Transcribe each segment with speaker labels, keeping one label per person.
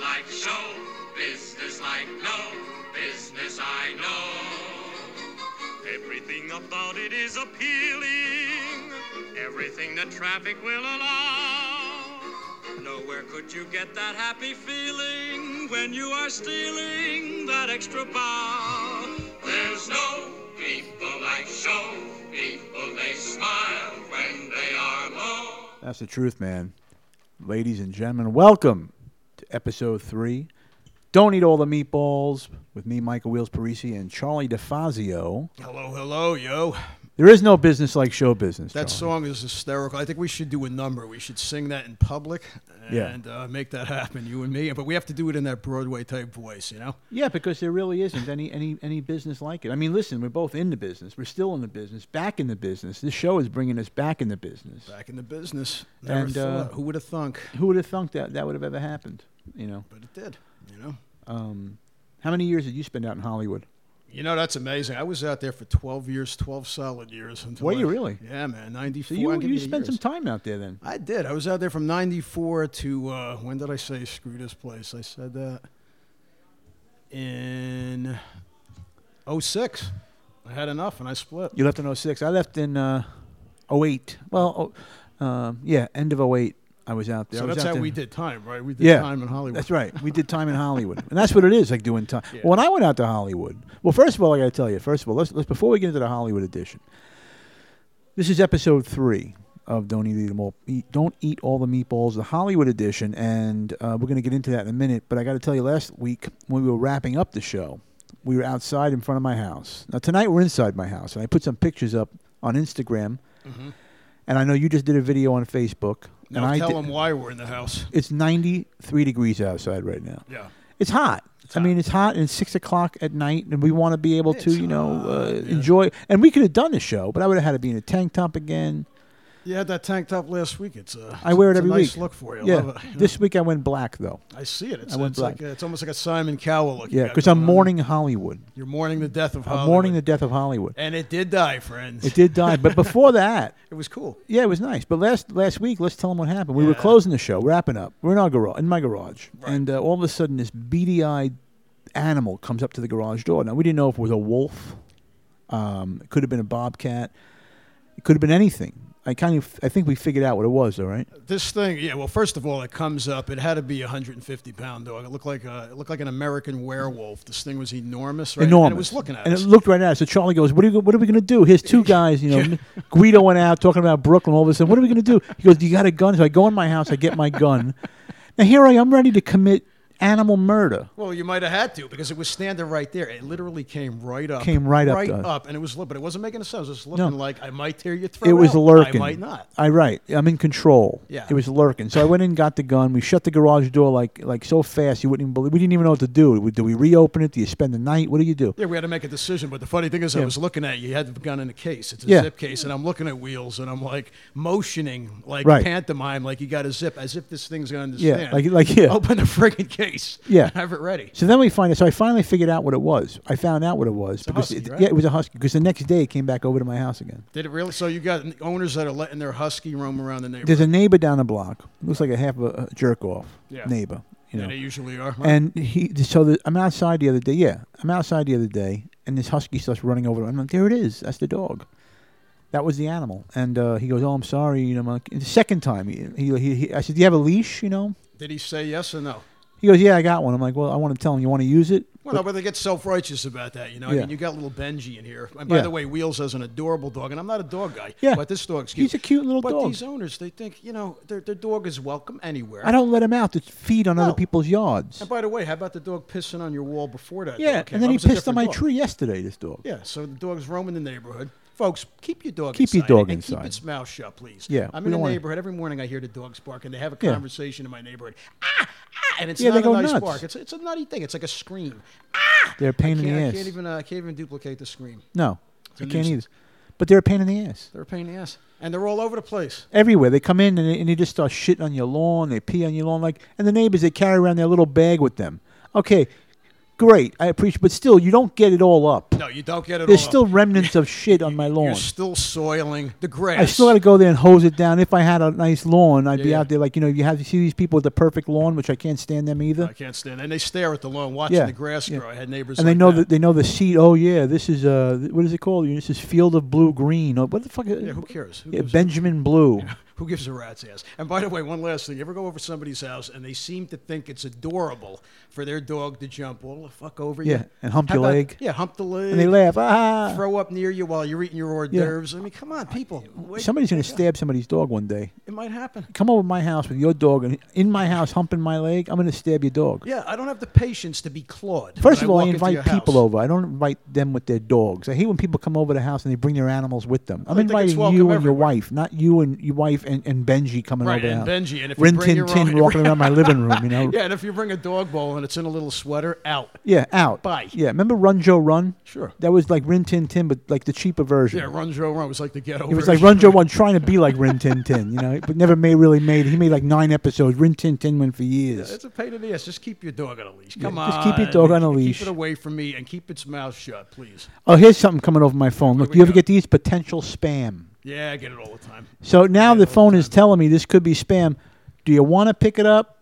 Speaker 1: life show. Business like no business I know. Everything about it is appealing. Everything the traffic will allow. Nowhere could you get that happy feeling when you are stealing that extra bow. There's no people like show. People they smile when they are low.
Speaker 2: That's the truth, man. Ladies and gentlemen, welcome to episode three. Don't eat all the meatballs with me, Michael Wheels Parisi, and Charlie DeFazio.
Speaker 3: Hello, hello, yo.
Speaker 2: There is no business like show business.
Speaker 3: That
Speaker 2: Charlie.
Speaker 3: song is hysterical. I think we should do a number. We should sing that in public
Speaker 2: Yeah.
Speaker 3: and uh, make that happen, you and me. But we have to do it in that Broadway type voice, you know?
Speaker 2: Yeah, because there really isn't any, any any business like it. I mean, listen, we're both in the business. We're still in the business, back in the business. This show is bringing us back in the business.
Speaker 3: Back in the business. Never
Speaker 2: And, uh,
Speaker 3: thought. Who would have thunk?
Speaker 2: Who would have thunk that that would have ever happened? You know,
Speaker 3: But it did, you know?
Speaker 2: um, how many years did you spend out in Hollywood?
Speaker 3: You know, that's amazing. I was out there for 12 years, 12 solid years. Until
Speaker 2: Were
Speaker 3: I-
Speaker 2: you really?
Speaker 3: Yeah, man, 94.
Speaker 2: So you
Speaker 3: I'll give
Speaker 2: you
Speaker 3: the
Speaker 2: spent some
Speaker 3: years.
Speaker 2: time out there then.
Speaker 3: I did. I was out there from 94 to, uh, when did I say screw this place? I said that in 06. I had enough and I split.
Speaker 2: You left in 06. I left in uh, 08. Well, oh, um, yeah, end of 08. I was out there. I
Speaker 3: So
Speaker 2: was
Speaker 3: that's
Speaker 2: out
Speaker 3: how
Speaker 2: there-
Speaker 3: we did time, right? We did
Speaker 2: Yeah.
Speaker 3: time in Hollywood.
Speaker 2: That's right. We did time in Hollywood, and that's what it is like doing time.
Speaker 3: Yeah.
Speaker 2: When I went out to Hollywood, well, first of all, I got to tell you. First of all, let's, let's before we get into the Hollywood edition. This is episode three of Don't Eat, Them All, Eat, Don't Eat All the Meatballs, the Hollywood edition, and uh, we're going to get into that in a minute. But I got to tell you, last week when we were wrapping up the show, we were outside in front of my house. Now tonight we're inside my house, and I put some pictures up on Instagram, and I know you just did a video on Facebook.
Speaker 3: Mm-hmm. Now
Speaker 2: and I
Speaker 3: tell
Speaker 2: did-
Speaker 3: them why we're in the house.
Speaker 2: It's 93 degrees outside right now.
Speaker 3: Yeah.
Speaker 2: It's hot. I mean, it's hot, and it's six o'clock at night, and we want to be able to,
Speaker 3: It's
Speaker 2: you know, uh,
Speaker 3: hot, yeah.
Speaker 2: enjoy. And we could have done the show, but I would have had to be in a tank top again.
Speaker 3: You had that tank top last week. It's uh,
Speaker 2: I wear it
Speaker 3: it's
Speaker 2: every
Speaker 3: a nice
Speaker 2: week.
Speaker 3: look for you. I
Speaker 2: yeah.
Speaker 3: love it.
Speaker 2: This week I went black though.
Speaker 3: I see it. It's,
Speaker 2: I went
Speaker 3: it's like
Speaker 2: black.
Speaker 3: a, it's almost like a Simon Cowell look. you
Speaker 2: Yeah,
Speaker 3: got
Speaker 2: because I'm
Speaker 3: going on.
Speaker 2: mourning Hollywood.
Speaker 3: You're mourning the death of Hollywood.
Speaker 2: I'm mourning the death of Hollywood.
Speaker 3: and it did die, friends.
Speaker 2: It did die, but before that,
Speaker 3: It was cool.
Speaker 2: yeah, it was nice. But last last week, let's tell them what happened. We were
Speaker 3: Yeah.
Speaker 2: closing the show, wrapping up. We're in our garage, in my garage,
Speaker 3: Right.
Speaker 2: and uh, all of a sudden, this beady-eyed animal comes up to the garage door. Now we didn't know if it was a wolf. Um, it could have been a bobcat. It could have been anything. I kind of, I think we figured out what it was. All right.
Speaker 3: This thing, yeah. Well, first of all, it comes up. It had to be a 150 pound dog. It looked like a, it looked like an American werewolf. This thing was enormous, right?
Speaker 2: Enormous.
Speaker 3: And it was looking at
Speaker 2: And
Speaker 3: us.
Speaker 2: it looked right at us. So Charlie goes, "What are, you, what are we going to do?" His two guys, you know, Guido went out talking about Brooklyn. All of a sudden, what are we going to do? He goes, "Do you got a gun?" So I go in my house. I get my gun. Now here I am, ready to commit animal murder.
Speaker 3: Well, you might have had to because it was standing right there. It literally came right up.
Speaker 2: Came right up
Speaker 3: Right
Speaker 2: to us.
Speaker 3: up, and it was, li- but it wasn't making a sound. It was just looking like I might tear your throat.
Speaker 2: it was
Speaker 3: out.
Speaker 2: lurking.
Speaker 3: I might not.
Speaker 2: I right. I'm in control.
Speaker 3: Yeah.
Speaker 2: It was lurking. So I went in, got the gun. We shut the garage door like like so fast you wouldn't even believe. We didn't even know what to do. Do we reopen it? Do you spend the night? What do you do?
Speaker 3: Yeah, we had to make a decision. But the funny thing is, I was looking at you. You had the gun in a case. It's a
Speaker 2: Yeah.
Speaker 3: zip case, and I'm looking at wheels, and I'm like motioning, like
Speaker 2: Right.
Speaker 3: pantomime, like you got a zip, as if this thing's gonna
Speaker 2: Yeah,
Speaker 3: understand.
Speaker 2: like- like, yeah.
Speaker 3: Open the friggin' case.
Speaker 2: Yeah.
Speaker 3: have it ready.
Speaker 2: So then we find it. So I finally figured out what it was. I found out what it was because
Speaker 3: husky,
Speaker 2: it-
Speaker 3: right?
Speaker 2: yeah, it was a husky. Because the next day it came back over to my house again.
Speaker 3: Did it really? So you got owners that are letting their husky roam around the neighborhood.
Speaker 2: There's a neighbor down the block. Looks like a half a, a jerk off
Speaker 3: Yeah.
Speaker 2: neighbor. You know.
Speaker 3: Yeah, they usually are. right?
Speaker 2: And he, so the, I'm outside the other day. Yeah, I'm outside the other day, and this husky starts running over. to I'm like, there it is. That's the dog. That was the animal. And uh, he goes, oh, I'm sorry. You know, I'm like, and the second time, he, he, he, he- I said, do you have a leash? You know,
Speaker 3: Did he say yes or no?
Speaker 2: he goes, yeah, I got one. I'm like, well, I want to tell him you want to use it.
Speaker 3: Well, no, but they get self-righteous about that, you know.
Speaker 2: Yeah.
Speaker 3: I mean, you got little Benji in here, and by
Speaker 2: Yeah.
Speaker 3: the way, Wheels has an adorable dog, and I'm not a dog guy.
Speaker 2: Yeah.
Speaker 3: but this dog's cute.
Speaker 2: He's a cute little
Speaker 3: but
Speaker 2: dog.
Speaker 3: these owners, they think you know their, their dog is welcome anywhere.
Speaker 2: I don't let him out to feed on other
Speaker 3: No.
Speaker 2: people's yards.
Speaker 3: And by the way, how about the dog pissing on your wall before that?
Speaker 2: Yeah,
Speaker 3: dog came?
Speaker 2: and then
Speaker 3: That
Speaker 2: he
Speaker 3: was a
Speaker 2: pissed on
Speaker 3: different
Speaker 2: my
Speaker 3: dog.
Speaker 2: tree yesterday. This dog.
Speaker 3: Yeah, so the dog's roaming the neighborhood. Folks, keep your dog
Speaker 2: Keep your
Speaker 3: inside
Speaker 2: dog
Speaker 3: and
Speaker 2: inside.
Speaker 3: Keep its mouth shut, please.
Speaker 2: Yeah,
Speaker 3: I'm
Speaker 2: we
Speaker 3: in a
Speaker 2: don't wanna-
Speaker 3: neighborhood. Every morning I hear the dogs bark, and they have a
Speaker 2: Yeah.
Speaker 3: conversation in my neighborhood. Ah, ah, and it's
Speaker 2: Yeah, they
Speaker 3: not
Speaker 2: go
Speaker 3: a nice
Speaker 2: nuts.
Speaker 3: bark. It's, it's a nutty thing. It's like a scream.
Speaker 2: They're a pain
Speaker 3: I
Speaker 2: in
Speaker 3: can't,
Speaker 2: the
Speaker 3: I
Speaker 2: ass.
Speaker 3: can't even. Uh, I can't even duplicate the scream.
Speaker 2: no,
Speaker 3: a
Speaker 2: I can't either.
Speaker 3: nuisance.
Speaker 2: But they're a pain in the ass.
Speaker 3: They're a pain in the ass, and they're all over the place.
Speaker 2: everywhere. They come in and they, and they just start shitting on your lawn. They pee on your lawn, like and the neighbors they carry around their little bag with them. Okay, great. I appreciate, but still, you don't get it all up.
Speaker 3: No, you don't get it.
Speaker 2: There's
Speaker 3: all
Speaker 2: still
Speaker 3: up.
Speaker 2: remnants of shit on my lawn.
Speaker 3: You're still soiling the grass.
Speaker 2: I still got to go there and hose it down. If I had a nice lawn, I'd be
Speaker 3: Yeah.
Speaker 2: out there like you know you have you see these people with the perfect lawn, which I can't stand them either.
Speaker 3: I can't stand. And they stare at the lawn, watching
Speaker 2: Yeah,
Speaker 3: the grass
Speaker 2: yeah.
Speaker 3: grow. I had neighbors,
Speaker 2: and
Speaker 3: like
Speaker 2: they know
Speaker 3: that.
Speaker 2: that they know the seed. Oh yeah, this is uh th- what is it called? This is Field of Blue Green. Oh, what the fuck?
Speaker 3: Yeah, who cares? Who
Speaker 2: Yeah,
Speaker 3: gives a-
Speaker 2: Benjamin Blue.
Speaker 3: Who gives a rat's ass? And by the way, one last thing. You ever go over to somebody's house and they seem to think it's adorable for their dog to jump all the fuck over you?
Speaker 2: Yeah, and hump
Speaker 3: How
Speaker 2: your
Speaker 3: about-
Speaker 2: leg.
Speaker 3: Yeah, hump the leg.
Speaker 2: And they laugh. Ah.
Speaker 3: Throw up near you while you're eating your hors
Speaker 2: Yeah.
Speaker 3: d'oeuvres. I mean, come on, people. Wait,
Speaker 2: Somebody's gonna
Speaker 3: wake up.
Speaker 2: stab somebody's dog one day.
Speaker 3: It might happen.
Speaker 2: Come over to my house with your dog and in my house humping my leg. I'm gonna stab your dog.
Speaker 3: Yeah, I don't have the patience to be clawed.
Speaker 2: First
Speaker 3: when
Speaker 2: of all, I
Speaker 3: walk into
Speaker 2: invite
Speaker 3: your
Speaker 2: people
Speaker 3: house.
Speaker 2: over. I don't invite them with their dogs. I hate when people come over the house and they bring their animals with them. I'm
Speaker 3: I think it's
Speaker 2: inviting
Speaker 3: welcome
Speaker 2: you and your
Speaker 3: everywhere.
Speaker 2: wife, not you and your wife and, and Benji coming
Speaker 3: Right,
Speaker 2: over. the
Speaker 3: and
Speaker 2: house.
Speaker 3: Benji, and if you
Speaker 2: Rin
Speaker 3: bring
Speaker 2: Tin
Speaker 3: your
Speaker 2: Tin
Speaker 3: own-
Speaker 2: walking around my living room, you know.
Speaker 3: Yeah, and if you bring a dog bowl and it's in a little sweater, out.
Speaker 2: Yeah, out.
Speaker 3: Bye.
Speaker 2: Yeah, remember Run Joe Run?
Speaker 3: Sure.
Speaker 2: That was like Rin Tin Tin, but like the cheaper version.
Speaker 3: Yeah, Run Joe Run was like the ghetto.
Speaker 2: it was like Run Joe Run trying to be like Rin Tin Tin, you know, but never made really made. He made like nine episodes. Rin Tin Tin went for years.
Speaker 3: It's a pain in the ass. Just keep your dog on a leash. Come on.
Speaker 2: just keep your dog on a leash.
Speaker 3: Keep it away from me and keep its mouth shut, please.
Speaker 2: oh, here's something coming over my phone. Look,
Speaker 3: we
Speaker 2: you ever
Speaker 3: go.
Speaker 2: get these potential spam?
Speaker 3: Yeah, I get it all the time.
Speaker 2: So now
Speaker 3: Yeah,
Speaker 2: the
Speaker 3: all
Speaker 2: phone
Speaker 3: the
Speaker 2: is
Speaker 3: time.
Speaker 2: telling me this could be spam. Do you want to pick it up,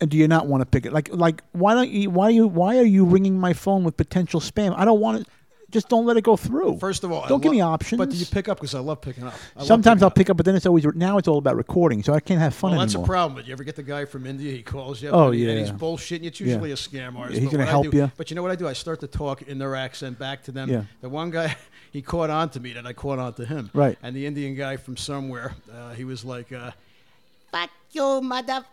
Speaker 2: and do you not want to pick it? Like, like why don't you? Why you? Why are you ringing my phone with potential spam? I don't want it. Just don't let it go through.
Speaker 3: First of all, I
Speaker 2: don't give
Speaker 3: lo-
Speaker 2: me options.
Speaker 3: But do you pick up? Because I love picking up. I love
Speaker 2: Sometimes
Speaker 3: picking
Speaker 2: I'll
Speaker 3: up.
Speaker 2: pick up, but then it's always now it's all about recording, so I can't have fun
Speaker 3: Well, that's
Speaker 2: anymore.
Speaker 3: a problem. But you ever get the guy from India? He calls you. up
Speaker 2: Oh,
Speaker 3: and he- And he's
Speaker 2: yeah.
Speaker 3: bullshitting. you. It's usually a scam artist.
Speaker 2: he's
Speaker 3: but
Speaker 2: gonna
Speaker 3: what I
Speaker 2: help
Speaker 3: do-
Speaker 2: you.
Speaker 3: But you know what I do? I start to talk in their accent back to them.
Speaker 2: Yeah.
Speaker 3: The one guy, he caught on to me, then I caught on to him.
Speaker 2: Right.
Speaker 3: And the Indian guy from somewhere, uh, he was like. Uh,
Speaker 4: Fuck you, motherfucker.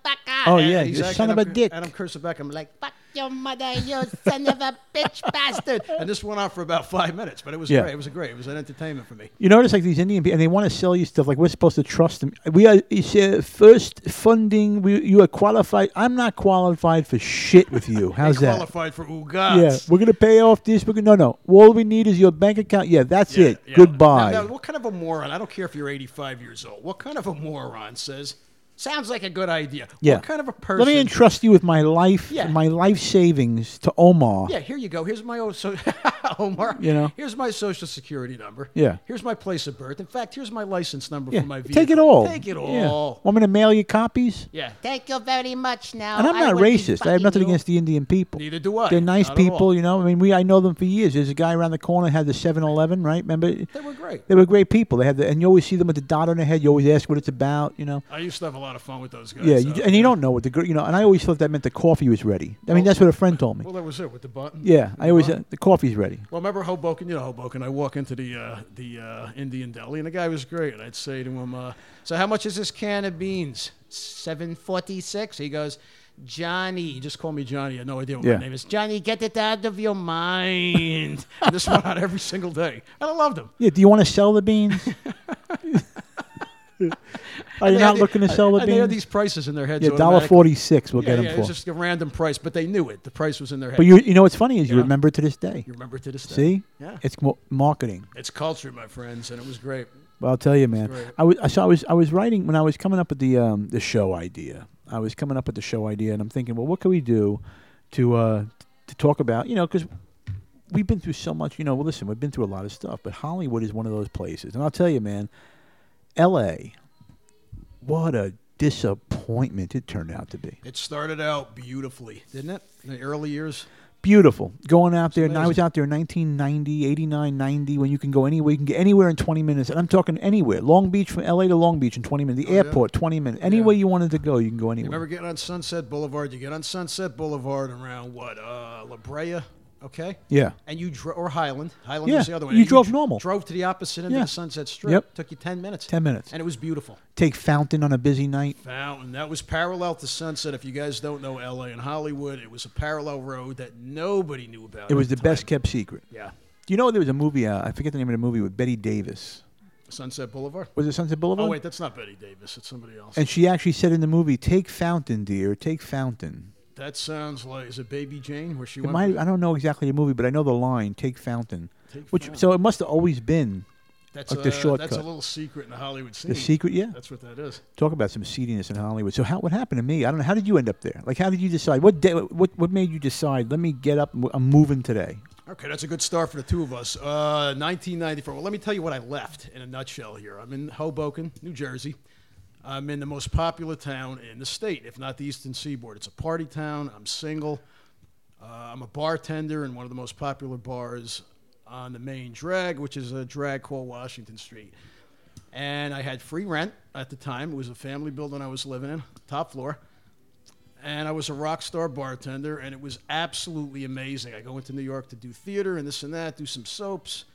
Speaker 2: Oh,
Speaker 3: and
Speaker 2: yeah,
Speaker 3: he's
Speaker 2: you
Speaker 3: acting
Speaker 2: son of a
Speaker 3: up-
Speaker 2: dick.
Speaker 3: And I'm cursing back. I'm like,
Speaker 4: Fuck your mother, you son of a bitch bastard.
Speaker 3: and this went on for about five minutes, but it was
Speaker 2: Yeah.
Speaker 3: great. It was a great. It was an entertainment for me.
Speaker 2: You notice like these Indian people, and they want to sell you stuff. Like we're supposed to trust them. We are it's, uh, first funding. We, you are qualified. I'm not qualified for shit with you. How's that?
Speaker 3: Qualified for
Speaker 2: Yeah,
Speaker 3: Ugats.
Speaker 2: we're gonna pay off this. We're gonna, no, no. All we need is your bank account. Yeah, that's it.
Speaker 3: yeah.
Speaker 2: Goodbye.
Speaker 3: Now, now, what kind of a moron? I don't care if you're 85 years old. What kind of a moron says? Sounds like a good idea.
Speaker 2: yeah.
Speaker 3: What kind of a
Speaker 2: Let
Speaker 3: person?
Speaker 2: me entrust you with my life,
Speaker 3: Yeah.
Speaker 2: my life savings to Omar.
Speaker 3: Yeah, here you go. Here's my old so Omar.
Speaker 2: You know?
Speaker 3: Here's my social security number.
Speaker 2: Yeah.
Speaker 3: Here's my place of birth. In fact, here's my license number
Speaker 2: Yeah,
Speaker 3: for my vehicle.
Speaker 2: Take it all.
Speaker 3: Take it
Speaker 2: Yeah.
Speaker 3: all.
Speaker 2: Want me to mail you copies?
Speaker 3: Yeah.
Speaker 4: Thank you very much now.
Speaker 2: And I'm not
Speaker 4: would be
Speaker 2: racist. I have
Speaker 4: fucking
Speaker 2: nothing
Speaker 4: you.
Speaker 2: against the Indian people.
Speaker 3: Neither do I.
Speaker 2: They're nice
Speaker 3: Not at all.
Speaker 2: people, you know. I mean, we I know them for years. There's a guy around the corner had the 7-Eleven, right? Remember?
Speaker 3: They were great.
Speaker 2: They were great people. They had the, and you always see them with the dot on their head. You always ask what it's about, you know.
Speaker 3: I used to have a lot of fun with those guys.
Speaker 2: Yeah, you,
Speaker 3: though.
Speaker 2: and you don't know what the girl, you know. And I always thought that meant the coffee was ready. I mean, that's what a friend told me.
Speaker 3: Well, that was it with the button.
Speaker 2: Yeah, I always uh, the coffee's ready.
Speaker 3: Well, remember Hoboken? You know Hoboken. I walk into the uh, the uh, Indian deli, and the guy was great. And I'd say to him, uh, "So how much is this can of beans?" Seven forty-six. He goes, "Johnny, he just call me Johnny. I had no idea what
Speaker 2: Yeah.
Speaker 3: my name is. Johnny, get it out of your mind." And this went out every single day, and I loved him.
Speaker 2: Yeah, do you want to sell the beans? Are you
Speaker 3: They had
Speaker 2: not
Speaker 3: the-
Speaker 2: looking to sell the
Speaker 3: and They had
Speaker 2: beans?
Speaker 3: these prices in their heads.
Speaker 2: Yeah, dollar
Speaker 3: automatically.
Speaker 2: forty six. We'll
Speaker 3: Yeah,
Speaker 2: get
Speaker 3: yeah,
Speaker 2: them
Speaker 3: it's
Speaker 2: for.
Speaker 3: just a random price, but they knew it. The price was in their head.
Speaker 2: But you, you know what's funny is you
Speaker 3: Yeah.
Speaker 2: remember it to this day.
Speaker 3: you remember it to this day.
Speaker 2: See,
Speaker 3: Yeah.
Speaker 2: it's mo- marketing.
Speaker 3: It's culture, my friends, and it was great.
Speaker 2: Well, I'll tell you, man.
Speaker 3: great.
Speaker 2: I was I- so I was I was writing when I was coming up with the um, the show idea. I was coming up with the show idea, and I'm thinking, well, what can we do to uh, to talk about? You know, because we've been through so much. You know, well, listen, we've been through a lot of stuff, but Hollywood is one of those places. And I'll tell you, man, L.A. What a disappointment it turned out to be.
Speaker 3: It started out beautifully, didn't it? In the early years.
Speaker 2: Beautiful. Going out there, and I was
Speaker 3: amazing.
Speaker 2: out there in 1990, 89, 90, when you can go anywhere. You can get anywhere in 20 minutes. And I'm talking anywhere. Long Beach, from LA to Long Beach in 20 minutes. The airport, 20 minutes. Anywhere you wanted to go, you can go anywhere.
Speaker 3: Remember getting on Sunset Boulevard? You get on Sunset Boulevard around what? Uh, La Brea, okay?
Speaker 2: Yeah.
Speaker 3: And you dro- or Highland. Highland
Speaker 2: Yeah,
Speaker 3: was the other one.
Speaker 2: you
Speaker 3: And
Speaker 2: drove
Speaker 3: dr-
Speaker 2: normal.
Speaker 3: Drove to the opposite end
Speaker 2: Yeah.
Speaker 3: of the Sunset Strip.
Speaker 2: Yep.
Speaker 3: Took you ten minutes.
Speaker 2: 10 minutes.
Speaker 3: And it was beautiful.
Speaker 2: Take Fountain on a busy night.
Speaker 3: Fountain. That was parallel to Sunset. If you guys don't know LA and Hollywood, it was a parallel road that nobody knew about.
Speaker 2: It
Speaker 3: at
Speaker 2: was the
Speaker 3: time.
Speaker 2: best kept secret.
Speaker 3: Yeah.
Speaker 2: Do you know there was a movie, uh, I forget the name of the movie, with Betty Davis.
Speaker 3: Sunset Boulevard.
Speaker 2: Was it Sunset Boulevard?
Speaker 3: Oh wait, that's not Betty Davis. It's somebody else.
Speaker 2: And she actually said in the movie, take Fountain, dear. Take Fountain.
Speaker 3: that sounds like is it Baby Jane where she
Speaker 2: It
Speaker 3: went?
Speaker 2: might, I don't know exactly the movie, but I know the line, take Fountain.
Speaker 3: Take
Speaker 2: which So it must have always been
Speaker 3: That's
Speaker 2: Like
Speaker 3: a,
Speaker 2: the
Speaker 3: That's a
Speaker 2: shortcut.
Speaker 3: little secret in the Hollywood scene.
Speaker 2: The secret, yeah.
Speaker 3: That's what that is.
Speaker 2: Talk about some seediness in Hollywood. So how what happened to me? I don't know. How did you end up there? Like how did you decide? What day, what what made you decide? Let me get up. and w- I'm moving today.
Speaker 3: Okay, that's a good start for the two of us. Uh, 1994. Well, let me tell you what I left in a nutshell here. I'm in Hoboken, New Jersey. I'm in the most popular town in the state, if not the Eastern Seaboard. It's a party town. I'm single. Uh, I'm a bartender in one of the most popular bars on the main drag, which is a drag called Washington Street. And I had free rent at the time. It was a family building I was living in, top floor and I was a rock star bartender, and it was absolutely amazing. I go into New York to do theater and this and that, do some soaps,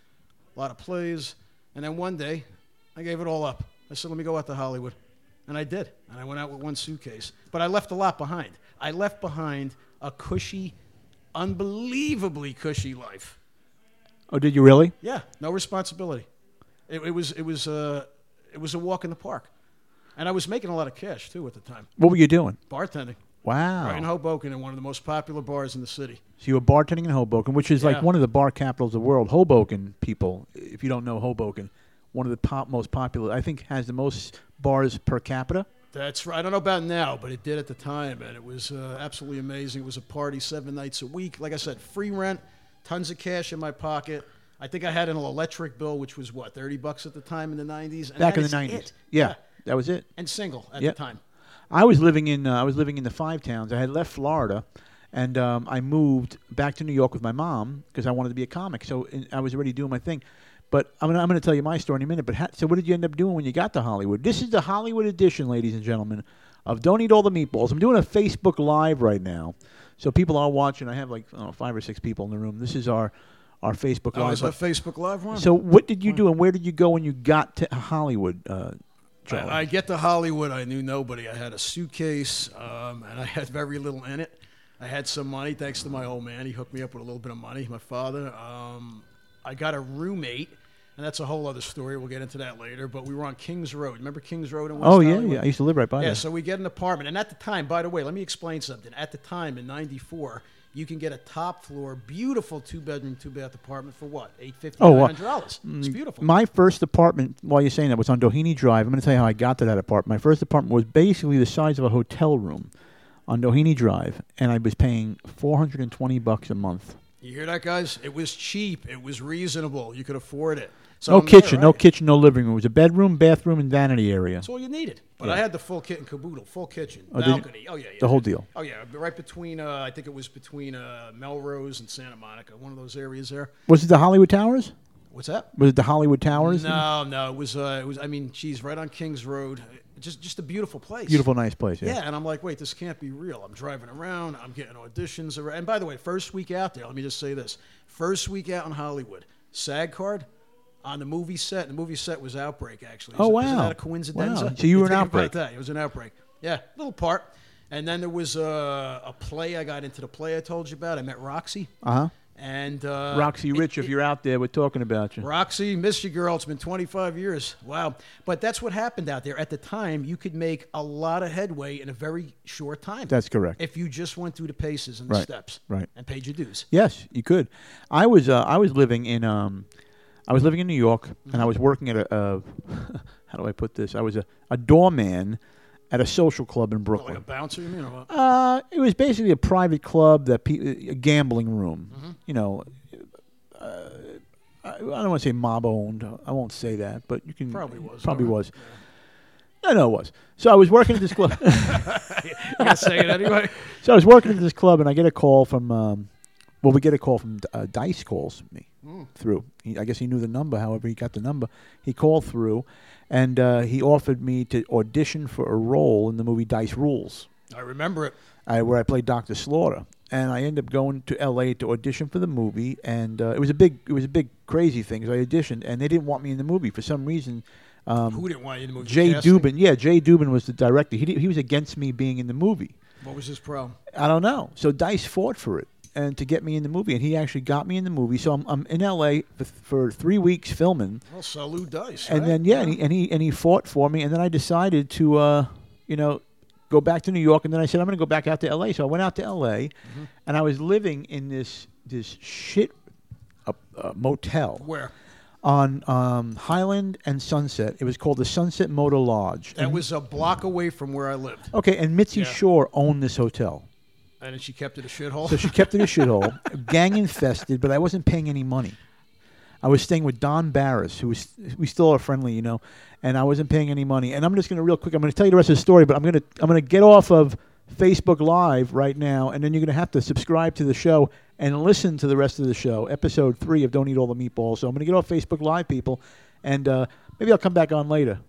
Speaker 3: a lot of plays, and then one day, I gave it all up. I said, "Let me go out to Hollywood," and I did. And I went out with one suitcase, but I left a lot behind. I left behind a cushy, unbelievably cushy life.
Speaker 2: Oh, did you really?
Speaker 3: Yeah, no responsibility. It, it was it was uh, it was a walk in the park, and I was making a lot of cash too at the time,
Speaker 2: What were you doing?
Speaker 3: bartending.
Speaker 2: Wow.
Speaker 3: Right in Hoboken, in one of the most popular bars in the city.
Speaker 2: So you were bartending in Hoboken, which is
Speaker 3: Yeah.
Speaker 2: like one of the bar capitals of the world. Hoboken, people, if you don't know Hoboken, one of the pop, most popular, I think, has the most bars per capita.
Speaker 3: That's right. I don't know about now, but it did at the time, and it was uh, absolutely amazing. It was a party seven nights a week. Like I said, free rent, tons of cash in my pocket. I think I had an electric bill, which was what thirty bucks at the time in the nineties.
Speaker 2: Back in the nineties, yeah, that was it.
Speaker 3: and single at
Speaker 2: Yep.
Speaker 3: the time.
Speaker 2: I was living in uh, I was living in the Five Towns. I had left Florida, and um, I moved back to New York with my mom because I wanted to be a comic. So in, I was already doing my thing. But I'm gonna, I'm going to tell you my story in a minute. But ha- so what did you end up doing when you got to Hollywood? This is the Hollywood edition, ladies and gentlemen, of Don't Eat All the Meatballs. I'm doing a Facebook Live right now, so people are watching. I have like I don't know, five or six people in the room. This is our our Facebook
Speaker 3: Oh,
Speaker 2: Live.
Speaker 3: is that
Speaker 2: But-
Speaker 3: Facebook Live one?
Speaker 2: so what did you do, and where did you go when you got to Hollywood? Uh, Charlie?
Speaker 3: I, I get to Hollywood. I knew nobody. I had a suitcase, um, and I had very little in it. I had some money, thanks to my old man. He hooked me up with a little bit of money. My father. Um, I got a roommate, and that's a whole other story. We'll get into that later. But we were on Kings Road. Remember Kings Road in West
Speaker 2: oh yeah,
Speaker 3: Hollywood?
Speaker 2: yeah. I used to live right by
Speaker 3: Yeah,
Speaker 2: there.
Speaker 3: so we get an apartment. And at the time, by the way, let me explain something. At the time in 94, you can get a top floor, beautiful two bedroom, two bath apartment for what? $850,
Speaker 2: Oh, wow.
Speaker 3: dollars It's beautiful.
Speaker 2: My first apartment, while you're saying that, was on Doheny Drive. I'm going to tell you how I got to that apartment. My first apartment was basically the size of a hotel room on Doheny Drive, and I was paying 420 bucks a month.
Speaker 3: You hear that, guys? It was cheap. It was reasonable. You could afford it. So
Speaker 2: No
Speaker 3: I'm there,
Speaker 2: kitchen, no
Speaker 3: right?
Speaker 2: kitchen, no living room. It was a bedroom, bathroom, and vanity area.
Speaker 3: That's all you needed. But I had the full kit and caboodle, full kitchen,
Speaker 2: did you-
Speaker 3: balcony. Oh yeah, yeah,
Speaker 2: the whole
Speaker 3: yeah.
Speaker 2: deal.
Speaker 3: Oh yeah, right between. Uh, I think it was between uh, Melrose and Santa Monica, one of those areas there.
Speaker 2: Was it the Hollywood Towers?
Speaker 3: What's that?
Speaker 2: Was it the Hollywood Towers?
Speaker 3: No, no, it was. Uh, it was. I mean, geez, right on Kings Road. Just, just a beautiful place.
Speaker 2: Beautiful, nice place. Yeah.
Speaker 3: Yeah, and I'm like, wait, this can't be real. I'm driving around. I'm getting auditions. ar- And by the way, first week out there, let me just say this: first week out in Hollywood, SAG card on the movie set. The movie set was Outbreak, actually.
Speaker 2: Oh,
Speaker 3: Isn't
Speaker 2: wow.
Speaker 3: that a coincidence?
Speaker 2: Wow. So you were in
Speaker 3: think
Speaker 2: Outbreak.
Speaker 3: About that. It was an Outbreak. Yeah, little part. And then there was uh, a, a play. I got into the play I told you about. I met Roxy.
Speaker 2: Uh-huh.
Speaker 3: And uh,
Speaker 2: Roxy Rich, if you're out there, we're talking about you.
Speaker 3: Roxy, missed you, girl. It's been 25 years. Wow. But that's what happened out there. At the time, you could make a lot of headway in a very short time.
Speaker 2: That's correct.
Speaker 3: If you just went through the paces and the
Speaker 2: Right,
Speaker 3: steps
Speaker 2: right.
Speaker 3: and paid your dues.
Speaker 2: Yes, you could. I was uh, I was living in um, I was living in New York, and I
Speaker 3: Mm-hmm.
Speaker 2: was working at a, a how do I put this? I was a, a doorman at a social club in
Speaker 3: Like a
Speaker 2: Brooklyn.
Speaker 3: bouncer, you mean? Or what?
Speaker 2: Uh, it was basically a private club that pe- a gambling room.
Speaker 3: Mm-hmm.
Speaker 2: You know, uh, I I don't want to say mob owned. I won't say that, but you can
Speaker 3: Probably was,
Speaker 2: probably
Speaker 3: alright.
Speaker 2: was. No, no, it was. So I was working at this club.
Speaker 3: I'm not saying it anyway.
Speaker 2: So I was working at this club, and I get a call from. Um, well, we get a call from uh, Dice calls me through. He, I guess he knew the number. However, he got the number. He called through, and uh, he offered me to audition for a role in the movie Dice Rules,
Speaker 3: I remember it.
Speaker 2: I, where I played Doctor Slaughter. And I ended up going to L.A. to audition for the movie, and uh, it was a big, it was a big crazy thing. So I auditioned, and they didn't want me in the movie for some reason. Um,
Speaker 3: Who didn't want you to move?
Speaker 2: Jay
Speaker 3: casting?
Speaker 2: Dubin, yeah, Jay Dubin was the director. He, di- he was against me being in the movie.
Speaker 3: What was his problem?
Speaker 2: I don't know. So Dice fought for it and to get me in the movie, and he actually got me in the movie. So I'm, I'm in LA for, for three weeks filming,
Speaker 3: Well, salute dice.
Speaker 2: and
Speaker 3: right?
Speaker 2: then yeah, and he, and he and he fought for me, and then I decided to, uh, you know, go back to New York, and then I said I'm going to go back out to LA. So I went out to LA,
Speaker 3: Mm-hmm.
Speaker 2: and I was living in this this shit uh, uh, motel
Speaker 3: Where?
Speaker 2: on um, Highland and Sunset. It was called the Sunset Motor Lodge.
Speaker 3: That was a block away from where I lived,
Speaker 2: Okay, and Mitzi
Speaker 3: Yeah.
Speaker 2: Shore owned this hotel.
Speaker 3: and she kept it a shithole.
Speaker 2: So she kept it a shithole, gang infested, but I wasn't paying any money. I was staying with Don Barris, who was we still are friendly, you know, and I wasn't paying any money. And I'm just gonna real quick, I'm gonna tell you the rest of the story, but I'm gonna I'm gonna get off of Facebook Live right now, and then you're gonna have to subscribe to the show and listen to the rest of the show, episode three of Don't Eat All the Meatballs. So I'm gonna get off Facebook Live, people, and uh, maybe I'll come back on later.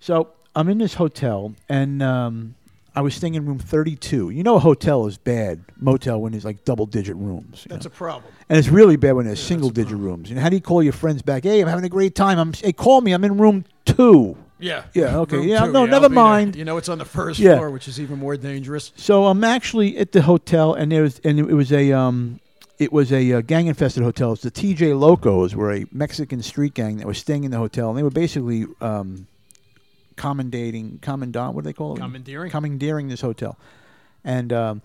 Speaker 2: So I'm in this hotel, and um, I was staying in room 32. You know, a hotel is bad motel when it's like double digit rooms. you
Speaker 3: That's
Speaker 2: know?
Speaker 3: a problem.
Speaker 2: and it's really bad when there's single digit rooms. And how do you call your friends back? Hey, I'm having a great time. I'm hey, call me. I'm in room two.
Speaker 3: Yeah.
Speaker 2: Yeah, okay.
Speaker 3: Room
Speaker 2: Yeah,
Speaker 3: two,
Speaker 2: no,
Speaker 3: I'll
Speaker 2: never
Speaker 3: be there.
Speaker 2: mind.
Speaker 3: You know, it's on the first
Speaker 2: Yeah.
Speaker 3: floor, which is even more dangerous.
Speaker 2: So I'm actually at the hotel, and there was and it was a um, it was a uh, gang infested hotel. It's the TJ Locos, were a Mexican street gang that was staying in the hotel, and they were basically um, commendating, commandant, what do they call it?
Speaker 3: Commandeering.
Speaker 2: commandeering this hotel, and. Um,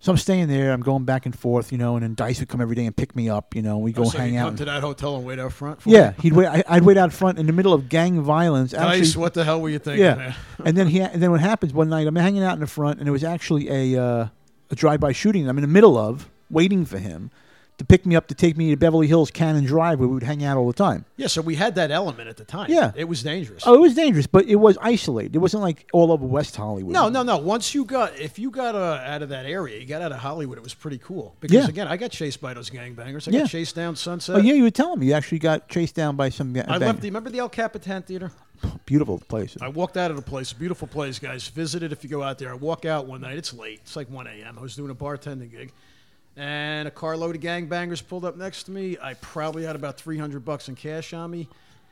Speaker 2: so I'm staying there. I'm going back and forth, you know, and then Dice would come every day and pick me up, you know. We go
Speaker 3: Oh, so
Speaker 2: hang
Speaker 3: you
Speaker 2: out.
Speaker 3: Come to that hotel and wait out front. For
Speaker 2: yeah,
Speaker 3: me?
Speaker 2: he'd wait. I, I'd wait out front in the middle of gang violence. Actually,
Speaker 3: Nice. What the hell were you thinking?
Speaker 2: yeah.
Speaker 3: Man?
Speaker 2: and then he and then what happens one night I'm hanging out in the front and it was actually a uh, a drive-by shooting that I'm in the middle of waiting for him to pick me up to take me to Beverly Hills Cannon Drive where we would hang out all the time.
Speaker 3: Yeah. So we had that element at the time.
Speaker 2: Yeah.
Speaker 3: It was dangerous.
Speaker 2: Oh, it was dangerous, but it was isolated. It wasn't like all over West Hollywood.
Speaker 3: No, no, no. Once you got, if you got uh, out of that area, you got out of Hollywood, it was pretty cool. Because
Speaker 2: Yeah.
Speaker 3: again, I got chased by those gangbangers. I
Speaker 2: Yeah.
Speaker 3: got chased down Sunset.
Speaker 2: Oh yeah, you were telling me you actually got chased down by some guy.
Speaker 3: I left. The, remember the El Capitan Theater?
Speaker 2: beautiful place.
Speaker 3: I walked out of the place. Beautiful place, guys. Visit it if you go out there. I walk out one night. It's late. It's like 1 a.m. I was doing a bartending gig, and a carload of gangbangers pulled up next to me. I probably had about 300 bucks in cash on me.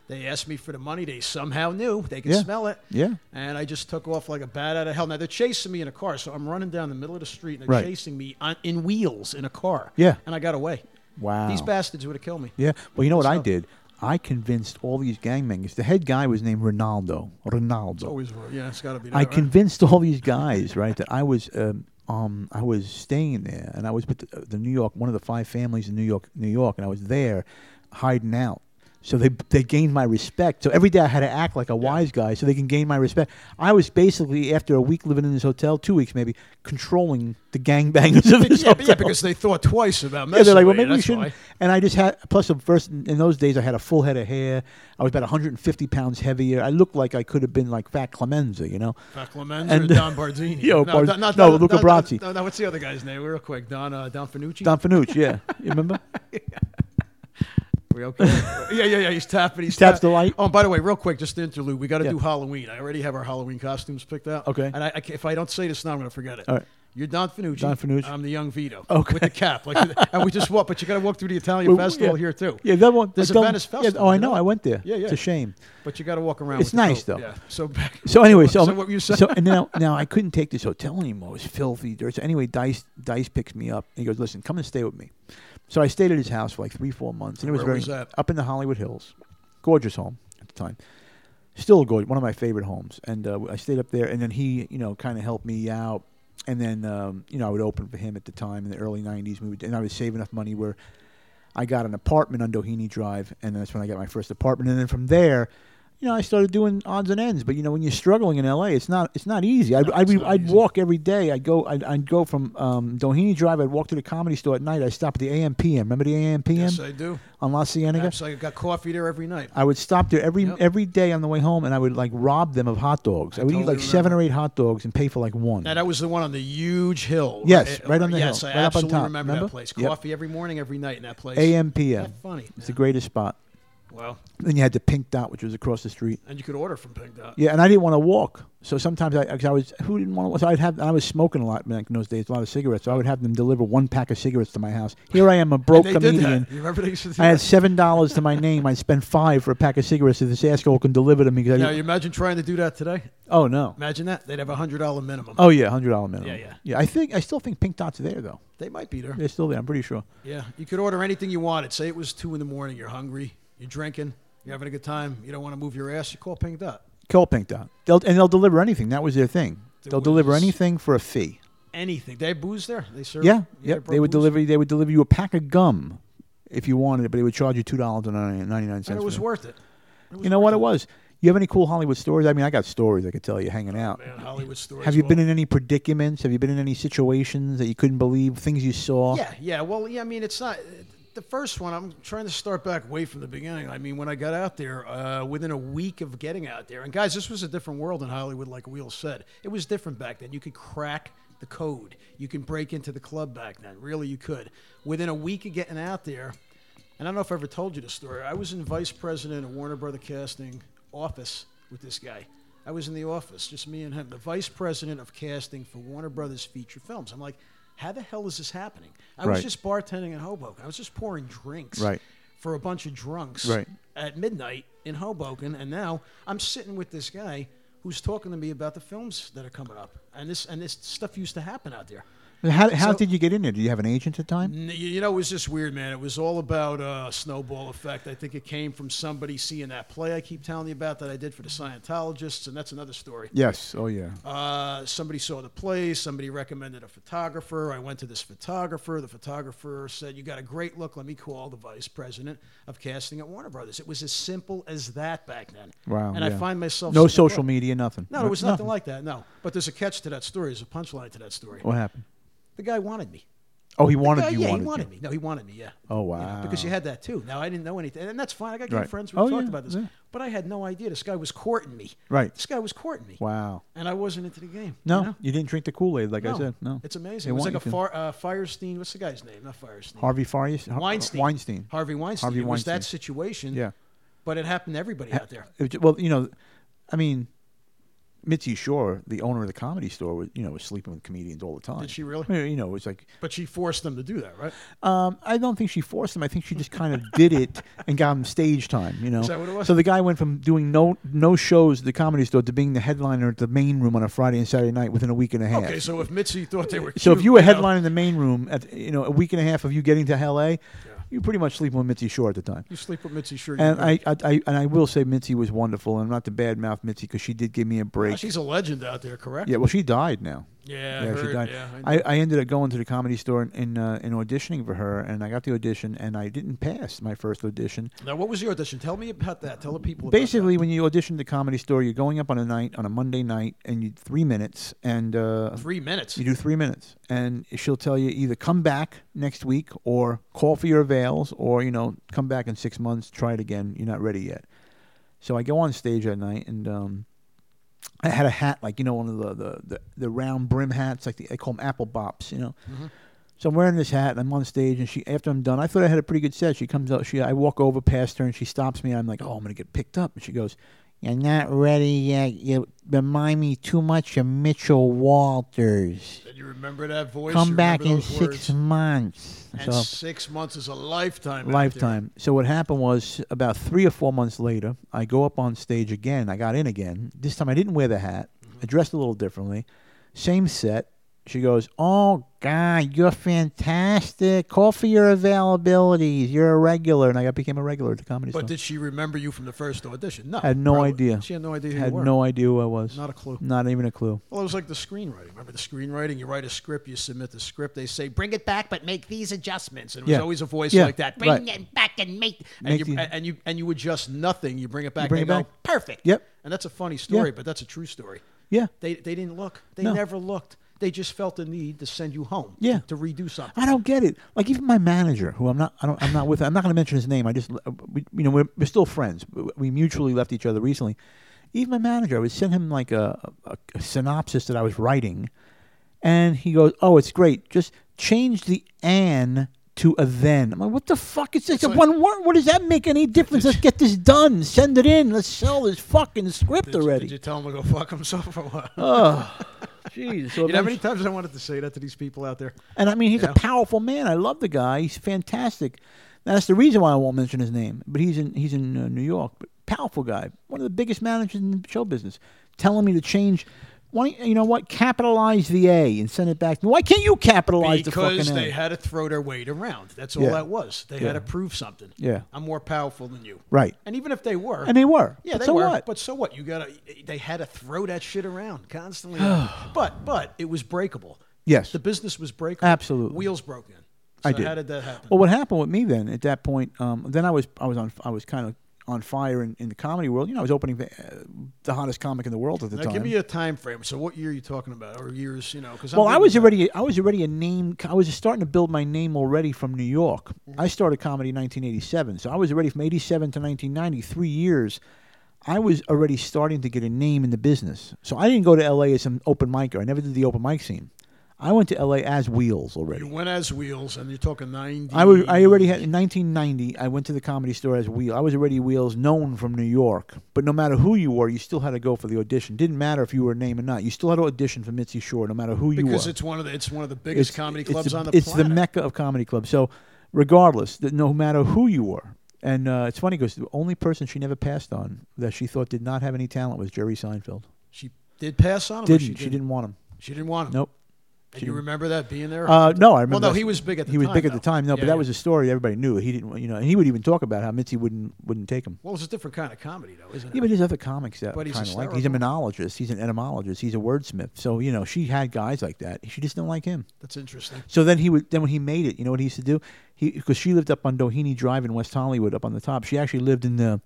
Speaker 3: They asked me for the money. They somehow knew. They could
Speaker 2: Yeah.
Speaker 3: smell it.
Speaker 2: Yeah.
Speaker 3: And I just took off like a bat out of hell. Now they're chasing me in a car, so I'm running down the middle of the street, and they're
Speaker 2: Right.
Speaker 3: chasing me on, in wheels in a car.
Speaker 2: Yeah.
Speaker 3: And I got away.
Speaker 2: Wow.
Speaker 3: These bastards would have killed me.
Speaker 2: Yeah. Well, you know what I
Speaker 3: So-
Speaker 2: did? I convinced all these gang members. The head guy was named Ronaldo. Ronaldo.
Speaker 3: Always were. Yeah, it's got to be. that,
Speaker 2: I
Speaker 3: right?
Speaker 2: convinced all these guys, right, that I was um, um I was staying there, and I was with the, the New York, one of the five families in New York, New York, and I was there, hiding out. So they they gained my respect. So every day I had to act like a wise guy, so they can gain my respect. I was basically after a week living in this hotel, two weeks maybe, controlling the gangbangers of this
Speaker 3: Yeah, but
Speaker 2: hotel.
Speaker 3: yeah, because they thought twice about
Speaker 2: Yeah,
Speaker 3: messing
Speaker 2: they're like, well,
Speaker 3: with you,
Speaker 2: maybe we
Speaker 3: that's
Speaker 2: shouldn't.
Speaker 3: why.
Speaker 2: And I just had, plus, the first in those days, I had a full head of hair. I was about 150 pounds heavier. I looked like I could have been like Fat Clemenza, you know?
Speaker 3: Fuck, Clemenza
Speaker 2: And-
Speaker 3: and Don Bardini.
Speaker 2: Yo,
Speaker 3: no,
Speaker 2: Bard-
Speaker 3: Don- not
Speaker 2: no,
Speaker 3: Don-
Speaker 2: Luca
Speaker 3: not-
Speaker 2: Brasi.
Speaker 3: No, no, what's the other guy's name? Real quick, Don uh, Don Finucci.
Speaker 2: Don Finucci, yeah. You remember?
Speaker 3: We okay? yeah, yeah, yeah. He's tapping. He's
Speaker 2: Taps
Speaker 3: tap-
Speaker 2: the light.
Speaker 3: Oh, and by the way, real quick, just an interlude. We got to
Speaker 2: Yeah.
Speaker 3: do Halloween. I already have our Halloween costumes picked out.
Speaker 2: Okay.
Speaker 3: And I, I ca- if I don't say this now, I'm going to forget it.
Speaker 2: All right.
Speaker 3: You're Don Finucci.
Speaker 2: Don Finucci.
Speaker 3: I'm the young Vito.
Speaker 2: Okay.
Speaker 3: With the cap, like, and we just walk. But you got to walk through the Italian
Speaker 2: Well,
Speaker 3: festival
Speaker 2: yeah.
Speaker 3: here too.
Speaker 2: Yeah, that one.
Speaker 3: There's
Speaker 2: I
Speaker 3: a
Speaker 2: don't-
Speaker 3: Venice
Speaker 2: yeah,
Speaker 3: festival.
Speaker 2: oh, I
Speaker 3: you
Speaker 2: know. I went there.
Speaker 3: Yeah, yeah.
Speaker 2: It's a shame.
Speaker 3: But you got to walk around.
Speaker 2: It's
Speaker 3: with the
Speaker 2: nice,
Speaker 3: coat.
Speaker 2: though.
Speaker 3: Yeah. So back.
Speaker 2: So anyway, so,
Speaker 3: So what you said-
Speaker 2: so and now now I couldn't take this hotel anymore. It was filthy, dirty. So anyway, Dice Dice picks me up and he goes, "Listen, come and stay with me." So I stayed at his house for like three, four months, and it was
Speaker 3: Where
Speaker 2: very
Speaker 3: was that?
Speaker 2: up in the Hollywood Hills, gorgeous home at the time, still gorgeous, one of my favorite homes. And uh, I stayed up there, and then he, you know, kind of helped me out, and then um, you know I would open for him at the time in the early '90s. We would, and I would save enough money where I got an apartment on Doheny Drive, and that's when I got my first apartment. And then from there, you know, I started doing odds and ends. But you know, when you're struggling in LA, it's not it's not easy. I'd I'd, be, I'd walk every day. I'd go I'd, I'd go from um, Doheny Drive. I'd walk to the comedy store at night. I stopped at the AMPM. Remember the AMPM
Speaker 3: Yes, I do.
Speaker 2: on La Cienega?
Speaker 3: Perhaps I got coffee there every night.
Speaker 2: I would stop there every
Speaker 3: Yep.
Speaker 2: every day on the way home, and I would like rob them of hot dogs. I, would eat
Speaker 3: totally
Speaker 2: like seven or eight hot dogs and pay for like one.
Speaker 3: Now that was the one on the huge hill.
Speaker 2: Yes,
Speaker 3: Uh,
Speaker 2: right on the
Speaker 3: yes,
Speaker 2: hill,
Speaker 3: I
Speaker 2: right up on
Speaker 3: absolutely
Speaker 2: top.
Speaker 3: remember,
Speaker 2: Remember?
Speaker 3: that place.
Speaker 2: Yep.
Speaker 3: Coffee every morning, every night in that place.
Speaker 2: AMPM.
Speaker 3: That's funny.
Speaker 2: It's the greatest spot.
Speaker 3: Wow.
Speaker 2: Then you had the Pink Dot, which was across the street.
Speaker 3: And you could order from Pink Dot.
Speaker 2: Yeah, and I didn't want to walk. So sometimes I, cause I was who didn't want to. So I'd have I was smoking a lot back in those days, a lot of cigarettes. So I would have them deliver one pack of cigarettes to my house. Here I am, a broke
Speaker 3: They did
Speaker 2: comedian.
Speaker 3: that. You remember they used to do
Speaker 2: I had
Speaker 3: that?
Speaker 2: seven dollars to my name. I'd spend five for a pack of cigarettes if this asshole can deliver to me. 'cause I
Speaker 3: Now,
Speaker 2: didn't-
Speaker 3: you imagine trying to do that today?
Speaker 2: oh no.
Speaker 3: Imagine that. They'd have a $100 minimum.
Speaker 2: Oh yeah, hundred dollar minimum.
Speaker 3: Yeah, yeah.
Speaker 2: Yeah, I think I still think Pink Dot's there though.
Speaker 3: They might be there.
Speaker 2: They're still there. I'm pretty sure.
Speaker 3: Yeah. You could order anything you wanted. Say it was 2 in the morning, you're hungry, you're drinking, you're having a good time, you don't want to move your ass, you call Pink Dot.
Speaker 2: Call Pink Dot. They'll and they'll deliver anything. That was their thing.
Speaker 3: There
Speaker 2: They'll deliver
Speaker 3: was-
Speaker 2: anything for a fee.
Speaker 3: Anything. They have booze there? They serve
Speaker 2: Yeah,
Speaker 3: you
Speaker 2: yep.
Speaker 3: brought
Speaker 2: They would
Speaker 3: booze?
Speaker 2: deliver. They would deliver you a pack of gum if you wanted it, but it would charge you two dollars and ninety nine
Speaker 3: And
Speaker 2: cents.
Speaker 3: it was worth it.
Speaker 2: You know what it was? You have any cool Hollywood stories? I mean, I got stories I could tell you hanging out.
Speaker 3: Oh, Man, Hollywood stories.
Speaker 2: Have you
Speaker 3: well-
Speaker 2: been in any predicaments? Have you been in any situations that you couldn't believe? Things you saw?
Speaker 3: Yeah, yeah. Well, yeah. I mean, it's not the first one. I'm trying to start back way from the beginning. I mean, when I got out there, uh, within a week of getting out there, and guys, this was a different world in Hollywood. Like Wheels said, it was different back then. You could crack the code. You can break into the club back then. Really, you could. Within a week of getting out there, and I don't know if I ever told you the story. I was in vice president of Warner Brother Casting office with this guy. I was in the office, just me and him, the vice president of casting for Warner Brothers feature films. I'm like, how the hell is this happening? I
Speaker 2: Right.
Speaker 3: was just bartending in Hoboken. I was just pouring drinks
Speaker 2: Right.
Speaker 3: for a bunch of drunks
Speaker 2: Right.
Speaker 3: at midnight in Hoboken, and now I'm sitting with this guy who's talking to me about the films that are coming up, and this and this stuff used to happen out there.
Speaker 2: How, how
Speaker 3: So-
Speaker 2: did you get in there? Did you have an agent at the time?
Speaker 3: N- You you know, it was just weird, man. It was all about uh, snowball effect. I think it came from somebody seeing that play I keep telling you about that I did for the Scientologists, and that's another story.
Speaker 2: Yes. Oh yeah.
Speaker 3: Uh, somebody saw the play. Somebody recommended a photographer. I went to this photographer. The photographer said, "You got a great look. Let me call the vice president of casting at Warner Brothers." It was as simple as that back then.
Speaker 2: Wow.
Speaker 3: And
Speaker 2: yeah.
Speaker 3: I find myself
Speaker 2: No
Speaker 3: sitting there-
Speaker 2: social media, nothing.
Speaker 3: No, there was nothing like that. No, but there's a catch to that story. There's a punchline to that story.
Speaker 2: What happened?
Speaker 3: The guy wanted me.
Speaker 2: Oh, he wanted
Speaker 3: Yeah,
Speaker 2: you.
Speaker 3: yeah,
Speaker 2: wanted
Speaker 3: he wanted
Speaker 2: you.
Speaker 3: me. No, he wanted me. Yeah.
Speaker 2: Oh,
Speaker 3: You know, because you
Speaker 2: wow.
Speaker 3: had that too. Now I didn't know anything, and that's fine. I got good
Speaker 2: Right.
Speaker 3: friends. We
Speaker 2: Oh,
Speaker 3: talked
Speaker 2: yeah,
Speaker 3: about this,
Speaker 2: yeah.
Speaker 3: but I had no idea this guy was courting me.
Speaker 2: Right.
Speaker 3: This guy was courting me,
Speaker 2: Wow.
Speaker 3: and I wasn't into the game.
Speaker 2: No,
Speaker 3: you
Speaker 2: you,
Speaker 3: know?
Speaker 2: didn't drink the Kool Aid, like I said. No,
Speaker 3: It's amazing.
Speaker 2: They
Speaker 3: It was
Speaker 2: want
Speaker 3: like a
Speaker 2: you to.
Speaker 3: far, uh, Firestein. What's the guy's name? Not Firestein.
Speaker 2: Harvey Farias. Har- uh,
Speaker 3: Weinstein.
Speaker 2: Weinstein.
Speaker 3: Harvey Weinstein.
Speaker 2: Harvey
Speaker 3: it was
Speaker 2: Weinstein.
Speaker 3: that situation.
Speaker 2: Yeah.
Speaker 3: But it happened to everybody out there.
Speaker 2: It was- well, you know, I mean, Mitzi Shore, the owner of the comedy store, was you know was sleeping with comedians all the time.
Speaker 3: Did she really?
Speaker 2: I mean, You know, it's like
Speaker 3: But she forced them to do that, right?
Speaker 2: um, I don't think she forced him. I think she just kind of did it and got him stage time. You know,
Speaker 3: that what it was?
Speaker 2: so the guy went from doing no no shows at the comedy store to being the headliner at the main room on a Friday and Saturday night within a week and a half.
Speaker 3: Okay, so if Mitzi thought they were,
Speaker 2: So if
Speaker 3: cute,
Speaker 2: you were
Speaker 3: know,
Speaker 2: headlining the main room at you know a week and a half of you getting to LA, you pretty much sleeping with Mitzi Shore at the time.
Speaker 3: you sleep with Mitzi, sure. you
Speaker 2: And
Speaker 3: do.
Speaker 2: I, I, I and I will say Mitzi was wonderful, and not to badmouth Mitzi because she did give me a
Speaker 3: Now,
Speaker 2: break.
Speaker 3: she's a legend out there, correct?
Speaker 2: yeah, well, she died now.
Speaker 3: Yeah, I heard, yeah, I
Speaker 2: I, I, ended up going to the comedy store and and, uh, and auditioning for her, and I got the audition, and I didn't pass my first audition.
Speaker 3: Now, what was your audition? Tell me about that. Tell the people. about that.
Speaker 2: Basically, when you audition at the comedy store, you're going up on a night on a Monday night, and you three minutes, and uh,
Speaker 3: three minutes.
Speaker 2: You do three minutes, and she'll tell you either come back next week or call for your avails, or you know come back in six months, try it again. You're not ready yet. So I go on stage that night, and um, I had a hat like you know one of the the, the, the round brim hats, like the, they call them apple bops, you know. So I'm wearing this hat, and I'm on stage, and she after I'm done, I thought I had a pretty good set. She comes out, she I walk over past her, and she stops me. I'm like, oh, I'm gonna get picked up, and she goes. You're not ready yet. You remind me too much of Mitchell Walters
Speaker 3: And you remember that voice?
Speaker 2: come
Speaker 3: you
Speaker 2: back in
Speaker 3: remember those
Speaker 2: six
Speaker 3: words.
Speaker 2: months.
Speaker 3: And
Speaker 2: So,
Speaker 3: six months is a lifetime. out
Speaker 2: lifetime. So what happened was about three or four months later, I go up on stage again. I got in again. This time I didn't wear the hat.
Speaker 3: Mm-hmm.
Speaker 2: I dressed a little differently. Same set. She goes, "Oh God, you're fantastic. Call for your availabilities. You're a regular." And I got became a regular at the comedy
Speaker 3: there. But
Speaker 2: store.
Speaker 3: did she remember you from the first audition? No.
Speaker 2: I had no
Speaker 3: probably.
Speaker 2: idea.
Speaker 3: She had no idea who
Speaker 2: had
Speaker 3: you were.
Speaker 2: no idea who I was.
Speaker 3: Not a clue.
Speaker 2: Not even a clue.
Speaker 3: Well, it was like the screenwriting. Remember the screenwriting? You write a script, you submit the script. They say bring
Speaker 4: Bring it back, but make these adjustments.
Speaker 3: it. And it was
Speaker 2: Yeah.
Speaker 3: always a voice
Speaker 2: Yeah.
Speaker 3: like that.
Speaker 4: Bring
Speaker 2: Right.
Speaker 4: it back and make.
Speaker 2: Make
Speaker 3: And you,
Speaker 2: the-
Speaker 3: and you and you adjust nothing. You bring it back.
Speaker 2: bring
Speaker 3: they
Speaker 2: it
Speaker 3: go,
Speaker 2: back.
Speaker 3: Perfect.
Speaker 2: Yep.
Speaker 3: And that's a funny story, but that's a true story.
Speaker 2: Yeah.
Speaker 3: They they didn't look. They
Speaker 2: No.
Speaker 3: never looked. They just felt the need to send you home.
Speaker 2: Yeah.
Speaker 3: To redo something.
Speaker 2: I don't get it. Like even my manager, who I'm not, I don't, I'm not with. I'm not going to mention his name. I just, uh, we, you know, we're, we're still friends. We- We mutually left each other recently. Even my manager, I would send him like a, a, a synopsis that I was writing, and he goes, "Oh, it's great. Just change the an." To a then. I'm like, what the fuck is this? It's
Speaker 3: like-
Speaker 2: one word. What does that make any difference? Let's get this done. Send it in. Let's sell this fucking script
Speaker 3: Did you-
Speaker 2: already.
Speaker 3: Did you tell him to go fuck himself or what?
Speaker 2: Oh, Jeez. So
Speaker 3: you know how many times I wanted to say that to these people out there?
Speaker 2: And I mean, he's
Speaker 3: Yeah.
Speaker 2: a powerful man. I love the guy. He's fantastic. That's the reason why I won't mention his name. But he's in he's in uh, New York. But powerful guy, one of the biggest managers in the show business, telling me to change. Why you know what? Capitalize the A and send it back. Why can't you capitalize the
Speaker 3: because
Speaker 2: fucking
Speaker 3: they
Speaker 2: A?
Speaker 3: had to throw their weight around. That's all
Speaker 2: Yeah.
Speaker 3: that was. They
Speaker 2: Yeah.
Speaker 3: had to prove something.
Speaker 2: Yeah.
Speaker 3: I'm more powerful than you.
Speaker 2: Right.
Speaker 3: And even if they were,
Speaker 2: and they were.
Speaker 3: yeah,
Speaker 2: But
Speaker 3: they
Speaker 2: so
Speaker 3: were.
Speaker 2: What?
Speaker 3: But so what? You gotta. They had to throw that shit around constantly. but but it was breakable.
Speaker 2: Yes.
Speaker 3: The business was breakable.
Speaker 2: Absolutely.
Speaker 3: Wheels broke in.
Speaker 2: I
Speaker 3: So
Speaker 2: did.
Speaker 3: How did that happen?
Speaker 2: Well, what happened with me then at that point? Um, then I was I was on I was kind of on fire in, in the comedy world. You know, I was opening for, uh, the hottest comic in the world at the
Speaker 3: now,
Speaker 2: time.
Speaker 3: give me a time frame. So, what year are you talking about, or years? You know, because
Speaker 2: well, I was already I was already a name. I was starting to build my name already from New York.
Speaker 3: Mm-hmm.
Speaker 2: I started comedy in 1987, so I was already from 87 to 1990, three years. I was already starting to get a name in the business. So I didn't go to LA as an open micer. I never did the open mic scene. I went to LA as Wheels already.
Speaker 3: You went as Wheels, and you're talking ninety.
Speaker 2: I was I already had in 1990. I went to the comedy store as Wheel. I was already Wheels, known from New York. But no matter who you were, you still had to go for the audition. Didn't matter if you were a name or not. You still had to audition for Mitzi Shore, no matter who you were.
Speaker 3: because it's one of the it's one of the biggest comedy clubs
Speaker 2: the,
Speaker 3: on the
Speaker 2: It's
Speaker 3: planet.
Speaker 2: the mecca of comedy clubs. So, regardless, that no matter who you were, and uh, it's funny because the only person she never passed on that she thought did not have any talent was Jerry Seinfeld.
Speaker 3: She did pass on. him, or
Speaker 2: Didn't
Speaker 3: she?
Speaker 2: she?
Speaker 3: Didn't.
Speaker 2: Didn't want him.
Speaker 3: She didn't want him.
Speaker 2: Nope.
Speaker 3: And
Speaker 2: she
Speaker 3: you
Speaker 2: didn't.
Speaker 3: remember that being there?
Speaker 2: Uh, no, I remember.
Speaker 3: well, no,
Speaker 2: that-
Speaker 3: he was big at the
Speaker 2: he
Speaker 3: time.
Speaker 2: was big at the
Speaker 3: though.
Speaker 2: time. No,
Speaker 3: Yeah,
Speaker 2: but that
Speaker 3: yeah.
Speaker 2: was a story everybody knew. He didn't, you know, and he would even talk about how Mitzi wouldn't wouldn't take him.
Speaker 3: Well, it's a different kind of comedy, though, isn't it?
Speaker 2: Yeah, but there's other comics that
Speaker 3: But he's
Speaker 2: kind of like. He's a
Speaker 3: hysterical.
Speaker 2: monologist. He's an etymologist. He's a wordsmith. So you know, she had guys like that. She just didn't like him.
Speaker 3: That's interesting.
Speaker 2: So then he would. Then when he made it, you know what he used to do? He because she lived up on Doheny Drive in West Hollywood, up on the top. She actually lived in the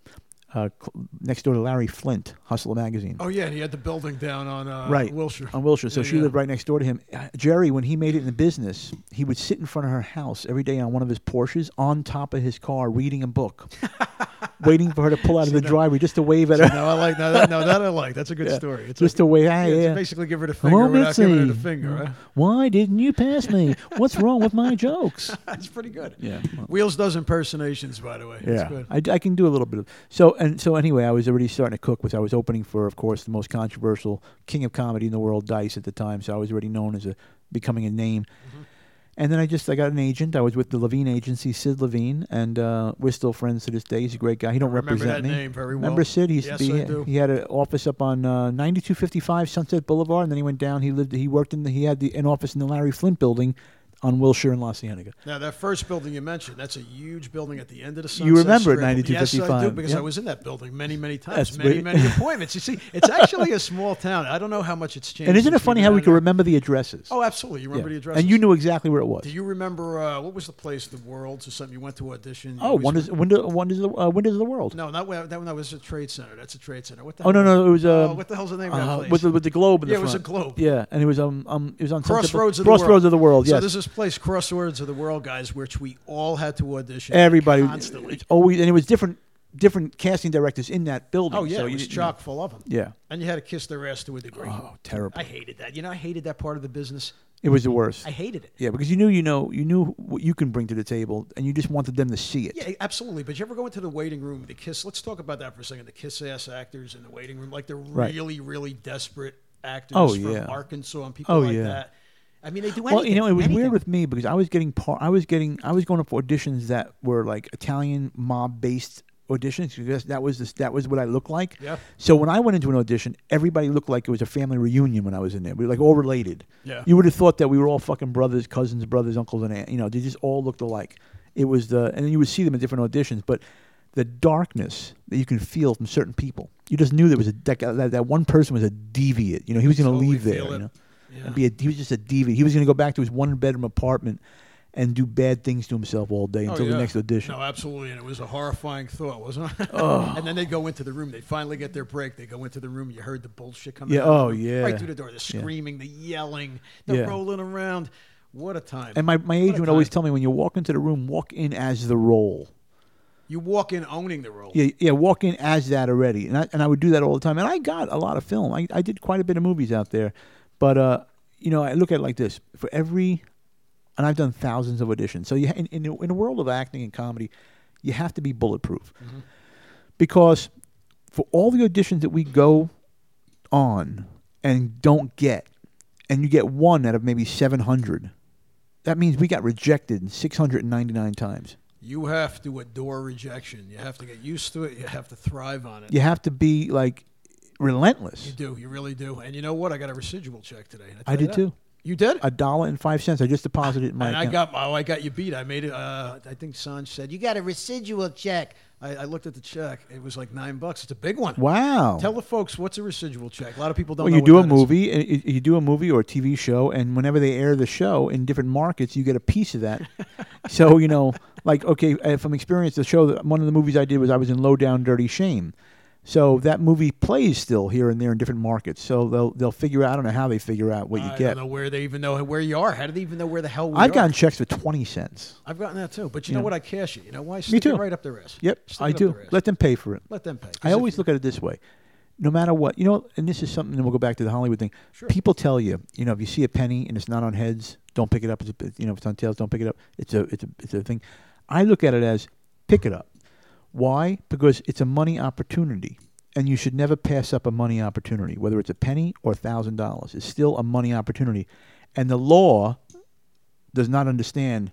Speaker 2: uh, cl- next door to Larry Flint, Hustler magazine.
Speaker 3: Oh yeah, and he had the building down on uh,
Speaker 2: Right,
Speaker 3: Wilshire.
Speaker 2: on Wilshire. So
Speaker 3: Yeah,
Speaker 2: she
Speaker 3: yeah.
Speaker 2: lived right next door to him. Uh, Jerry, when he made it in the business, he would sit in front of her house every day on one of his Porsches, on top of his car, reading a book, waiting for her to pull out of the driveway just to wave at her.
Speaker 3: No, I like no, that. No, that I like. That's a good story. It's
Speaker 2: Just
Speaker 3: like,
Speaker 2: the way
Speaker 3: yeah,
Speaker 2: I
Speaker 3: it's
Speaker 2: yeah.
Speaker 3: basically give her the
Speaker 2: Come
Speaker 3: finger
Speaker 2: on,
Speaker 3: without giving her the
Speaker 2: Mitzi.
Speaker 3: finger. Huh?
Speaker 2: Why didn't you pass me? What's wrong with my jokes?
Speaker 3: That's pretty good.
Speaker 2: Yeah.
Speaker 3: Wheels does impersonations, by the way. That's
Speaker 2: Yeah,
Speaker 3: good.
Speaker 2: I, I can do a little bit of so and so. Anyway, I was already starting to cook, which I was opening for, of course, the most controversial king of comedy in the world, Dice, at the time. So I was already known as a becoming a name.
Speaker 3: Mm-hmm.
Speaker 2: And then I just I got an agent. I was with the Levine agency, Sid Levine, and uh, we're still friends to this day. He's a great guy. He don't
Speaker 3: remember
Speaker 2: represent
Speaker 3: that
Speaker 2: me.
Speaker 3: name very well.
Speaker 2: Remember Sid? He used
Speaker 3: Yes,
Speaker 2: to be
Speaker 3: I do.
Speaker 2: he had an office up on uh, 9255 Sunset Boulevard, and then he went down. He lived. He worked in. The, he had the, an office in the Larry Flint Building on Wilshire in La Cienega.
Speaker 3: Now that first building you mentioned, that's a huge building at the end of the Sunset
Speaker 2: You remember it,
Speaker 3: Strip. Yes, I do
Speaker 2: 9255,
Speaker 3: because
Speaker 2: yeah.
Speaker 3: I was in that building many, many times,
Speaker 2: That's where-
Speaker 3: many, many appointments. You see, it's actually a small town. I don't know how much it's changed.
Speaker 2: And isn't it
Speaker 3: since we've
Speaker 2: funny
Speaker 3: been
Speaker 2: how we
Speaker 3: down
Speaker 2: can
Speaker 3: there.
Speaker 2: remember the addresses?
Speaker 3: Oh, absolutely. You remember the address?
Speaker 2: And you knew exactly where it was.
Speaker 3: Do you remember uh, what was the place, the Worlds or something? You went to audition. you
Speaker 2: Oh,
Speaker 3: always-
Speaker 2: Wonders, Wonder, Wonders, of the, uh, Wonders of the World.
Speaker 3: No, not where- that one. That was a Trade Center. That's a Trade Center. What the?
Speaker 2: Oh no,
Speaker 3: hell
Speaker 2: no, it was.
Speaker 3: Oh,
Speaker 2: um,
Speaker 3: what the hell's the name of that
Speaker 2: uh,
Speaker 3: place?
Speaker 2: with the with the globe in
Speaker 3: Yeah,
Speaker 2: the
Speaker 3: it was
Speaker 2: front.
Speaker 3: a globe.
Speaker 2: Yeah, and it was um um it was on Sunset Bou-
Speaker 3: Crossroads of the World.
Speaker 2: Crossroads of the World.
Speaker 3: So
Speaker 2: Yes,
Speaker 3: this is place Crossroads of the World, guys, which we all had to audition.
Speaker 2: everybody
Speaker 3: constantly.
Speaker 2: It's always and it was different different casting directors in that building.
Speaker 3: Oh yeah,
Speaker 2: so
Speaker 3: it
Speaker 2: you
Speaker 3: was
Speaker 2: didn't-
Speaker 3: chock full of them.
Speaker 2: Yeah.
Speaker 3: and you had to kiss their ass to a degree.
Speaker 2: Oh, terrible.
Speaker 3: I hated that. You know, I hated that part of the business.
Speaker 2: it was the worst.
Speaker 3: I hated it.
Speaker 2: yeah, because you knew you know you knew what you can bring to the table, and you just wanted them to see it.
Speaker 3: Yeah, absolutely. But you ever go into the waiting room, the kiss? Let's talk about that for a second. The kiss ass actors in the waiting room, like they're really, really desperate actors
Speaker 2: Oh,
Speaker 3: from
Speaker 2: yeah.
Speaker 3: Arkansas and people
Speaker 2: Oh,
Speaker 3: like
Speaker 2: yeah.
Speaker 3: that. I mean, they do anything.
Speaker 2: Well, you know, it was
Speaker 3: anything.
Speaker 2: weird with me because I was getting par- I was getting I was going up for auditions that were like Italian mob based auditions because that was this, that was what I looked like.
Speaker 3: Yeah.
Speaker 2: So when I went into an audition, everybody looked like it was a family reunion when I was in there. We were like all related.
Speaker 3: Yeah.
Speaker 2: You would have thought that we were all fucking brothers, cousins, brothers, uncles, and aunt. You know, they just all looked alike. It was the and then you would see them at different auditions, but the darkness that you can feel from certain people. You just knew there was a that, guy- that, that one person was a deviant. You know, he was going to
Speaker 3: Totally
Speaker 2: leave there.
Speaker 3: feel
Speaker 2: You
Speaker 3: it.
Speaker 2: know?
Speaker 3: Yeah.
Speaker 2: and be a, he was just a deviant. He was going to go back to his one bedroom apartment and do bad things to himself all day
Speaker 3: Oh,
Speaker 2: until
Speaker 3: yeah.
Speaker 2: the next audition. Oh.
Speaker 3: No, absolutely, and it was a horrifying thought, wasn't it? And then they'd go into the room. They'd finally get their break. They go into the room. You heard the bullshit coming.
Speaker 2: Yeah,
Speaker 3: out of
Speaker 2: oh,
Speaker 3: the room,
Speaker 2: yeah.
Speaker 3: Right through the door. The
Speaker 2: Yeah.
Speaker 3: screaming, the yelling, the
Speaker 2: Yeah.
Speaker 3: rolling around. What a time!
Speaker 2: and my, my
Speaker 3: What a
Speaker 2: agent would always
Speaker 3: time.
Speaker 2: tell me when you walk into the room, walk in as the role.
Speaker 3: you walk in owning the role.
Speaker 2: Yeah, yeah, walk in as that already. And I, and I would do that all the time. And I got a lot of film. I, I did quite a bit of movies out there. But, uh, you know, I look at it like this for every, and I've done thousands of auditions. So you, in, in, the- in the world of acting and comedy, you have to be bulletproof. Because for all the auditions that we go on and don't get, and you get one out of maybe 700, that means we got rejected 699 times.
Speaker 3: You have to adore rejection. You have to get used to it. You have to thrive on it.
Speaker 2: You have to be like relentless.
Speaker 3: You do. You really do. And you know what? I got a residual check today. and tell
Speaker 2: I
Speaker 3: you
Speaker 2: did
Speaker 3: that.
Speaker 2: too.
Speaker 3: You did?
Speaker 2: a dollar and five cents. I just deposited it in my
Speaker 3: and I
Speaker 2: account.
Speaker 3: got oh, I got you beat. I made it. Uh, I think Sanj said you got a residual check. I, I looked at the check. It was like nine bucks. It's a big one.
Speaker 2: wow.
Speaker 3: Tell the folks what's a residual check. A lot of people don't.
Speaker 2: well,
Speaker 3: know
Speaker 2: you
Speaker 3: what
Speaker 2: do a
Speaker 3: that is.
Speaker 2: movie, and you you do a movie or a TV show, and whenever they air the show in different markets, you get a piece of that. so you know, like okay, uh, from experience, the show that one of the movies I did was I was in Low Down Dirty Shame. So that movie plays still here and there in different markets. So they'll they'll figure out. I don't know how they figure out what you
Speaker 3: I
Speaker 2: get.
Speaker 3: don't know where they even know where you are. How do they even know where the hell we
Speaker 2: I've
Speaker 3: are?
Speaker 2: gotten checks for twenty cents.
Speaker 3: I've gotten that too. But you know what? I cash it. You know why? Stick
Speaker 2: too.
Speaker 3: It right up their ass.
Speaker 2: Yep,
Speaker 3: Stick
Speaker 2: I
Speaker 3: it up
Speaker 2: do.
Speaker 3: their ass.
Speaker 2: Let them pay for it.
Speaker 3: Let them pay. 'Cause
Speaker 2: I
Speaker 3: if-
Speaker 2: always look at it this way. No matter what, you know, and this is something, and we'll go back to the Hollywood thing. People tell you, you know, if you see a penny and it's not on heads, don't pick it up. It's a, you know, if it's on tails, don't pick it up. It's a, it's a, it's a thing. I look at it as pick it up. Why? Because it's a money opportunity, and you should never pass up a money opportunity, whether it's a penny or thousand dollars. It's still a money opportunity, and the law does not understand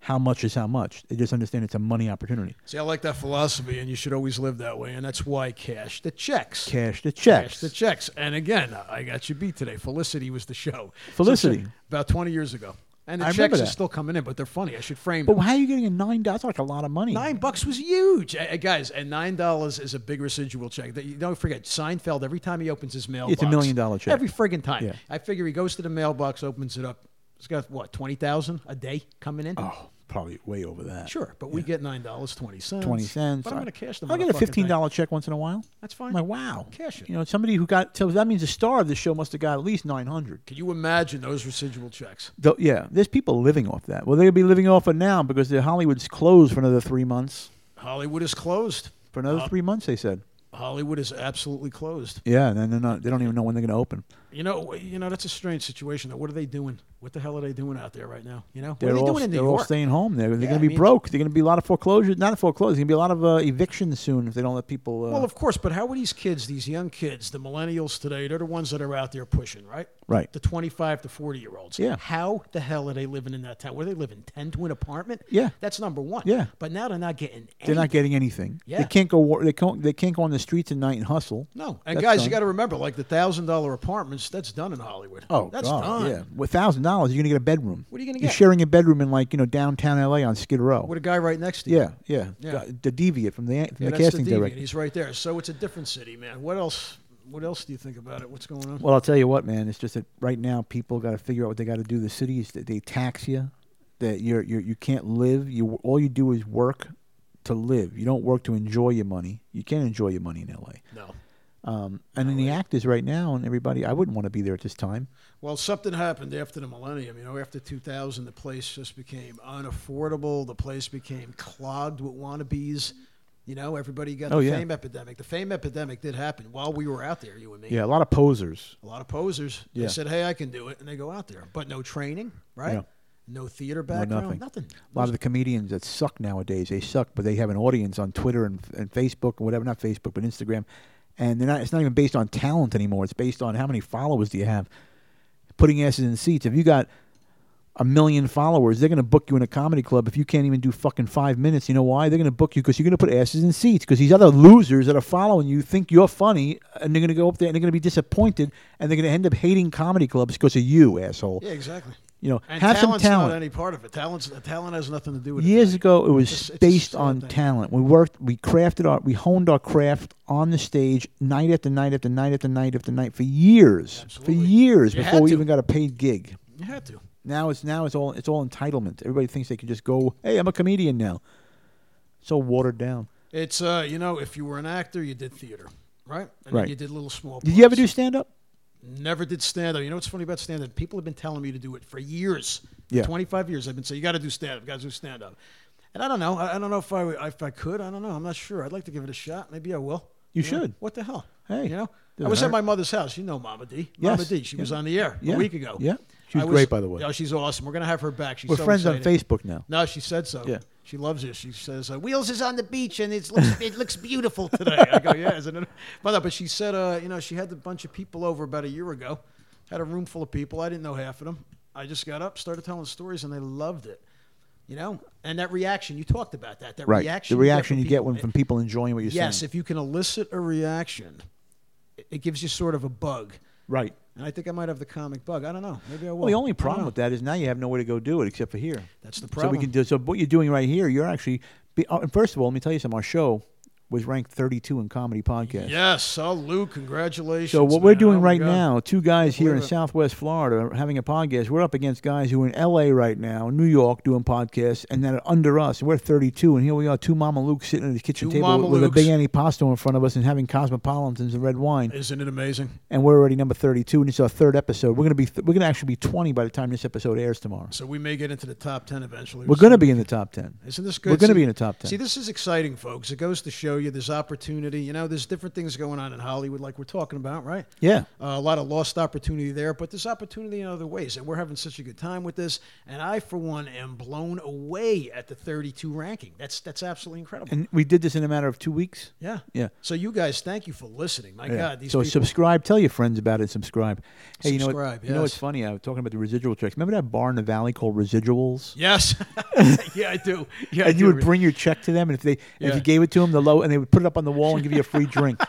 Speaker 2: how much is how much. They just understand it's a money opportunity.
Speaker 3: See, I like that philosophy, and you should always live that way. And that's why cash the checks.
Speaker 2: Cash the checks.
Speaker 3: Cash the checks. And again, I got you beat today. Felicity was the show.
Speaker 2: Felicity.
Speaker 3: So, about 20 years ago. And the
Speaker 2: I remember
Speaker 3: checks are
Speaker 2: that.
Speaker 3: still coming in, but they're funny. I should frame
Speaker 2: But
Speaker 3: them.
Speaker 2: how are you getting a nine dollars? That's like a lot of money.
Speaker 3: Nine bucks was huge, Uh, uh, guys. And nine dollars is a big residual check. That- you Don't forget, Seinfeld. Every time he opens his mailbox,
Speaker 2: million-dollar check.
Speaker 3: Every friggin' time.
Speaker 2: Yeah.
Speaker 3: I figure he goes to the mailbox, opens it up. He's got what twenty thousand a day coming in.
Speaker 2: Oh, probably way over that.
Speaker 3: Sure, but we get nine dollars twenty cents.
Speaker 2: Twenty cents.
Speaker 3: But I'm gonna cash them.
Speaker 2: I'll get a fifteen dollar check once in a while.
Speaker 3: That's
Speaker 2: I'm
Speaker 3: fine.
Speaker 2: like, wow,
Speaker 3: Cash it.
Speaker 2: You know, somebody who got so that means the star of this show must have got at least nine hundred.
Speaker 3: Can you imagine those residual checks?
Speaker 2: Yeah, there's people living off that. Well, they'll be living off it now because the Hollywood's closed for another three months.
Speaker 3: Hollywood is closed.
Speaker 2: For another
Speaker 3: Uh-huh.
Speaker 2: three months, they said.
Speaker 3: Hollywood is absolutely closed.
Speaker 2: Yeah, and then they're not. They don't even know when they're going to open.
Speaker 3: You know, you know that's a strange situation. Though, what are they doing? What the hell are they doing out there right now? You know,
Speaker 2: They're
Speaker 3: what are they
Speaker 2: all
Speaker 3: doing in New
Speaker 2: they're
Speaker 3: York?
Speaker 2: all staying home. They're, they're
Speaker 3: Yeah,
Speaker 2: going
Speaker 3: I
Speaker 2: to be
Speaker 3: mean-
Speaker 2: broke. They're going to be a lot of foreclosures. Not foreclosures. There's going to be a lot of uh, evictions soon if they don't let people. Uh,
Speaker 3: Well, of course, but how are these kids, these young kids, the millennials today, they're the ones that are out there pushing, right?
Speaker 2: Right.
Speaker 3: The 25 to 40 year olds.
Speaker 2: Yeah.
Speaker 3: How the hell are they living in that town? Where they living? 10 to an apartment?
Speaker 2: Yeah.
Speaker 3: That's number one.
Speaker 2: Yeah.
Speaker 3: But now they're not getting
Speaker 2: They're
Speaker 3: anything.
Speaker 2: not getting anything. They
Speaker 3: Yeah.
Speaker 2: can't go. wa- They can't. They can't go on the streets at night and hustle.
Speaker 3: No. And
Speaker 2: That's
Speaker 3: guys,
Speaker 2: done.
Speaker 3: you got to remember, like the $1,000 apartments, that's done in Hollywood.
Speaker 2: Oh,
Speaker 3: That's
Speaker 2: God,
Speaker 3: done.
Speaker 2: Yeah, with thousand dollars, you're gonna get a bedroom.
Speaker 3: What are you gonna
Speaker 2: You're
Speaker 3: get?
Speaker 2: sharing a bedroom in like you know downtown L.A. on Skid Row.
Speaker 3: With a guy right next to you.
Speaker 2: yeah, yeah,
Speaker 3: Yeah.
Speaker 2: The deviant from the from
Speaker 3: Yeah,
Speaker 2: the
Speaker 3: that's
Speaker 2: casting
Speaker 3: the deviant.
Speaker 2: director.
Speaker 3: He's right there. So it's a different city, man. What else? What else do you think about it? What's going on?
Speaker 2: Well, I'll tell you what, man. It's just that right now people got to figure out what they got to do. The city is that they tax you, that you're you you can't live. You all you do is work to live. You don't work to enjoy your money. You can't enjoy your money in L.A.
Speaker 3: no.
Speaker 2: Um, and then the actors right now and everybody, I wouldn't want to be there at this time.
Speaker 3: Well, something happened after the millennium. You know, after 2000, the place just became unaffordable. The place became clogged with wannabes. You know, everybody got
Speaker 2: Oh,
Speaker 3: the
Speaker 2: yeah.
Speaker 3: fame epidemic. The fame epidemic did happen while we were out there, you and me.
Speaker 2: Yeah, a lot of posers.
Speaker 3: A lot of posers.
Speaker 2: Yeah.
Speaker 3: They said, hey, I can do it. And they go out there. But no training, right?
Speaker 2: Yeah.
Speaker 3: No theater background,
Speaker 2: nothing.
Speaker 3: nothing.
Speaker 2: A lot of the comedians that suck nowadays, they suck, but they have an audience on Twitter and, and Facebook and whatever, not Facebook, but Instagram. And they're not, it's not even based on talent anymore. It's based on how many followers do you have. Putting asses in seats. If you got a million followers, they're going to book you in a comedy club if you can't even do fucking five minutes. You know why? They're going to book you because you're going to put asses in seats because these other losers that are following you think you're funny and they're going to go up there and they're going to be disappointed and they're going to end up hating comedy clubs because of you, asshole.
Speaker 3: Yeah, exactly.
Speaker 2: You know,
Speaker 3: And
Speaker 2: have some
Speaker 3: talent's
Speaker 2: talent.
Speaker 3: not any part of it. Talent's, talent has nothing to do with it.
Speaker 2: Years ago, it was
Speaker 3: It's- it's
Speaker 2: based
Speaker 3: still a
Speaker 2: on
Speaker 3: thing.
Speaker 2: talent. We worked, we crafted our, we honed our craft on the stage night after night after night after night after night for years, for
Speaker 3: Absolutely.
Speaker 2: years
Speaker 3: You
Speaker 2: before
Speaker 3: had
Speaker 2: we
Speaker 3: to.
Speaker 2: even got a paid gig.
Speaker 3: You had to.
Speaker 2: Now it's now it's all it's all entitlement. Everybody thinks they can just go, hey, I'm a comedian now. So watered down.
Speaker 3: It's uh, you know, if you were an actor, you did theater, right? And
Speaker 2: Right.
Speaker 3: Then you did little small.
Speaker 2: Did you ever do
Speaker 3: parts.
Speaker 2: stand up?
Speaker 3: Never did stand up. You know what's funny about stand up? People have been telling me to do it for years. For
Speaker 2: Yeah.
Speaker 3: 25 years I've been saying you got to do stand up, got to do stand up. And I don't know. I, I don't know if I would- if I could. I don't know. I'm not sure. I'd like to give it a shot. Maybe I will.
Speaker 2: You
Speaker 3: know,
Speaker 2: should.
Speaker 3: What the hell?
Speaker 2: Hey,
Speaker 3: you know, I
Speaker 2: doesn't
Speaker 3: was
Speaker 2: hurt.
Speaker 3: at my mother's house. You know, Mama D.
Speaker 2: Yes.
Speaker 3: Mama D. She was
Speaker 2: Yeah.
Speaker 3: on the air
Speaker 2: Yeah.
Speaker 3: a week ago.
Speaker 2: Yeah. She was
Speaker 3: I
Speaker 2: great, by the way.
Speaker 3: Oh, she's awesome. We're gonna have her back. She's
Speaker 2: We're
Speaker 3: so
Speaker 2: friends on
Speaker 3: exciting.
Speaker 2: Facebook now.
Speaker 3: No, she said so.
Speaker 2: Yeah.
Speaker 3: She loves it. She says, uh, "Wheels is on the beach and it looks it looks beautiful today." I go, "Yeah, isn't it?" But no, but she said, uh, you know, she had a bunch of people over about a year ago. Had a room full of people. I didn't know half of them. I just got up, started telling stories, and they loved it. You know, and that reaction you talked about that that reaction
Speaker 2: the reaction you get
Speaker 3: from
Speaker 2: when
Speaker 3: people-
Speaker 2: from people enjoying what you're
Speaker 3: yes,
Speaker 2: saying.
Speaker 3: if you can elicit a reaction, it, it gives you sort of a bug.
Speaker 2: Right.
Speaker 3: And I think I might have the comic bug. I don't know. Maybe I will.
Speaker 2: Well, the only
Speaker 3: I don't
Speaker 2: problem
Speaker 3: know.
Speaker 2: with that is now you have nowhere to go do it except for here.
Speaker 3: That's the
Speaker 2: So we
Speaker 3: problem.
Speaker 2: can do. So what you're doing right here, you're actually. Be, uh, and first of all, let me tell you something. Our show, was ranked 32 in comedy podcast.
Speaker 3: Yes. Oh, Lou, congratulations.
Speaker 2: So what
Speaker 3: man.
Speaker 2: we're doing
Speaker 3: Oh, my
Speaker 2: right
Speaker 3: God.
Speaker 2: now, two guys here in
Speaker 3: Believe it.
Speaker 2: Southwest Florida are having a podcast. We're up against guys who are in L.A. right now, New York, doing podcasts, and that are under us. We're 32, and here we are, two Mama Lukes sitting at the kitchen
Speaker 3: Two
Speaker 2: table
Speaker 3: Mama
Speaker 2: with a big
Speaker 3: Lukes.
Speaker 2: antipasto in front of us and having cosmopolitans and red wine,
Speaker 3: Isn't it amazing?
Speaker 2: and we're already number 32, and it's our third episode. We're gonna be th- we're gonna actually be 20 by the time this episode airs tomorrow.
Speaker 3: So we may get into the top 10 eventually.
Speaker 2: We're gonna be in the top 10.
Speaker 3: Isn't this good?
Speaker 2: We're gonna
Speaker 3: See-
Speaker 2: be in the top 10.
Speaker 3: See, this is exciting, folks. It goes to show you there's opportunity. You know, there's different things going on in Hollywood, like we're talking about, right?
Speaker 2: Yeah.
Speaker 3: Uh, a lot of lost opportunity there, but there's opportunity in other ways. And we're having such a good time with this. And I, for one, am blown away at the 32 ranking. That's that's absolutely incredible.
Speaker 2: And we did this in a matter of two weeks.
Speaker 3: yeah.
Speaker 2: Yeah.
Speaker 3: So you guys, thank you for listening. My
Speaker 2: Yeah.
Speaker 3: God, these
Speaker 2: so
Speaker 3: people.
Speaker 2: subscribe. Tell your friends about it. Subscribe. Hey, you know what?
Speaker 3: Subscribe,
Speaker 2: You know what's
Speaker 3: yes.
Speaker 2: funny? I was talking about the residual checks. Remember that bar in the valley called Residuals?
Speaker 3: yes. yeah, I do. Yeah, I
Speaker 2: And you
Speaker 3: do.
Speaker 2: would bring your check to them, and if they and if
Speaker 3: Yeah.
Speaker 2: you gave it to them, the low, and they would put it up on the wall and give you a free drink.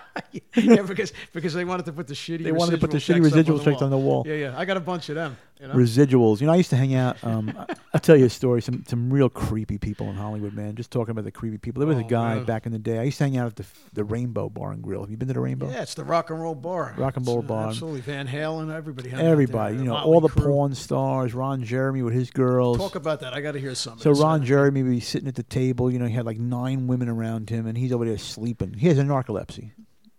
Speaker 3: yeah, because because they wanted to put the shitty.
Speaker 2: They wanted to put the shitty
Speaker 3: residual
Speaker 2: residual checks on the wall.
Speaker 3: Yeah, yeah. I got a bunch of them. You know?
Speaker 2: Residuals. You know, I used to hang out. Um, I- I'll tell you a story. Some some real creepy people in Hollywood, man. Just talking about the creepy people. There was a
Speaker 3: Oh,
Speaker 2: guy
Speaker 3: man.
Speaker 2: back in the day. I used to hang out at the the Rainbow Bar and Grill. Have you been to the Rainbow?
Speaker 3: yeah, it's the rock and roll bar.
Speaker 2: Rock and roll
Speaker 3: It's, uh,
Speaker 2: bar.
Speaker 3: Absolutely, Van Halen, everybody. hung out there,
Speaker 2: Everybody, you know,
Speaker 3: Motley
Speaker 2: all the
Speaker 3: Crue.
Speaker 2: porn stars, Ron Jeremy with his girls.
Speaker 3: Talk about that. I got to hear something.
Speaker 2: So Ron Jeremy would be sitting at the table. You know, he had like nine women around him, and he's over there sleeping. He has a narcolepsy.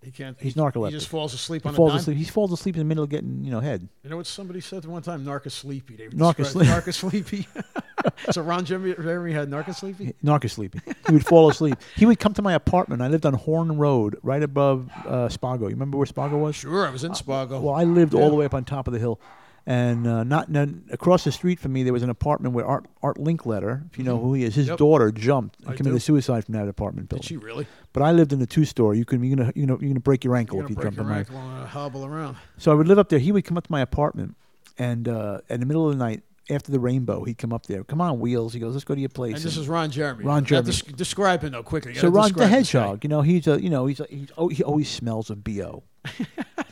Speaker 3: he can't.
Speaker 2: he's
Speaker 3: he-
Speaker 2: narcoleptic.
Speaker 3: He just falls asleep
Speaker 2: He
Speaker 3: on a
Speaker 2: falls
Speaker 3: dime.
Speaker 2: asleep. He falls asleep in the middle of getting you know head.
Speaker 3: You know what somebody said one time? Narco sleepy. They
Speaker 2: Narco
Speaker 3: described Narco sleepy. so Ron Jeremy, Jeremy had narco sleepy.
Speaker 2: Narcosleepy. He would fall asleep. He would come to my apartment. I lived on Horn Road, right above uh, Spago. You remember where Spago was?
Speaker 3: Sure, I was in Spago.
Speaker 2: Uh, Well, I lived all the way up on top of the hill, and uh, not none, across the street from me there was an apartment where Art Art Linkletter, if you know who he is, his
Speaker 3: Mm-hmm. Yep.
Speaker 2: daughter jumped and
Speaker 3: I
Speaker 2: committed
Speaker 3: do.
Speaker 2: suicide from that apartment building.
Speaker 3: she really.
Speaker 2: but I lived in a two story. You can you know you know you're gonna break your ankle
Speaker 3: You're
Speaker 2: if
Speaker 3: gonna
Speaker 2: you
Speaker 3: break
Speaker 2: jump on
Speaker 3: your
Speaker 2: my
Speaker 3: ankle and uh, hobble around.
Speaker 2: So I would live up there. He would come up to my apartment, and uh, in the middle of the night, after the rainbow, he'd come up there. Come on, wheels. He goes, let's go to your place.
Speaker 3: And this
Speaker 2: And
Speaker 3: is Ron Jeremy.
Speaker 2: Ron
Speaker 3: Now,
Speaker 2: Jeremy.
Speaker 3: desc- describe him though quickly. You
Speaker 2: so
Speaker 3: gotta
Speaker 2: Ron the
Speaker 3: describe this guy.
Speaker 2: hedgehog. You know, he's a you know he's, a, he's oh, he always smells of bo.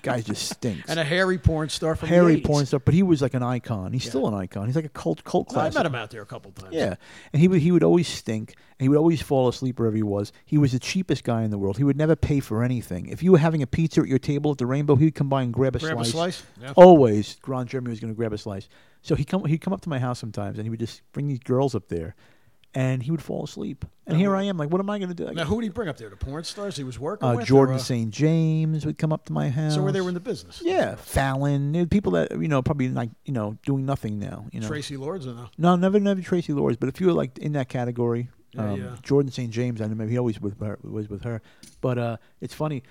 Speaker 2: guy just stinks.
Speaker 3: and a hairy porn star from
Speaker 2: Harry
Speaker 3: the 80s.
Speaker 2: porn stuff, but he was like an icon. He's still an icon. He's like a cult cult
Speaker 3: I
Speaker 2: classic.
Speaker 3: met him out there a couple times.
Speaker 2: Yeah, and he would he would always stink, and he would always fall asleep wherever he was. He was the cheapest guy in the world. He would never pay for anything. If you were having a pizza at your table at the Rainbow, he'd come by and grab a
Speaker 3: Grab a
Speaker 2: slice.
Speaker 3: slice? Yeah.
Speaker 2: Always, Ron Jeremy was going to grab a slice. So he come he'd come up to my house sometimes, and he would just bring these girls up there, and he would fall asleep. And here I am, like, what am I going to do?
Speaker 3: Now, who did he bring up there? The porn stars he was working
Speaker 2: uh,
Speaker 3: with? or,
Speaker 2: Jordan
Speaker 3: uh,
Speaker 2: St. James would come up to my house.
Speaker 3: So were they were in the business?
Speaker 2: yeah, Fallon, you know, people that you know probably like you know doing nothing now. You know,
Speaker 3: Tracy Lords uh, or no?
Speaker 2: No, never, never Tracy Lords. But if you were like in that category,
Speaker 3: Yeah,
Speaker 2: um,
Speaker 3: yeah.
Speaker 2: Jordan St. James, I know maybe he always with her, was with her. But uh, it's funny.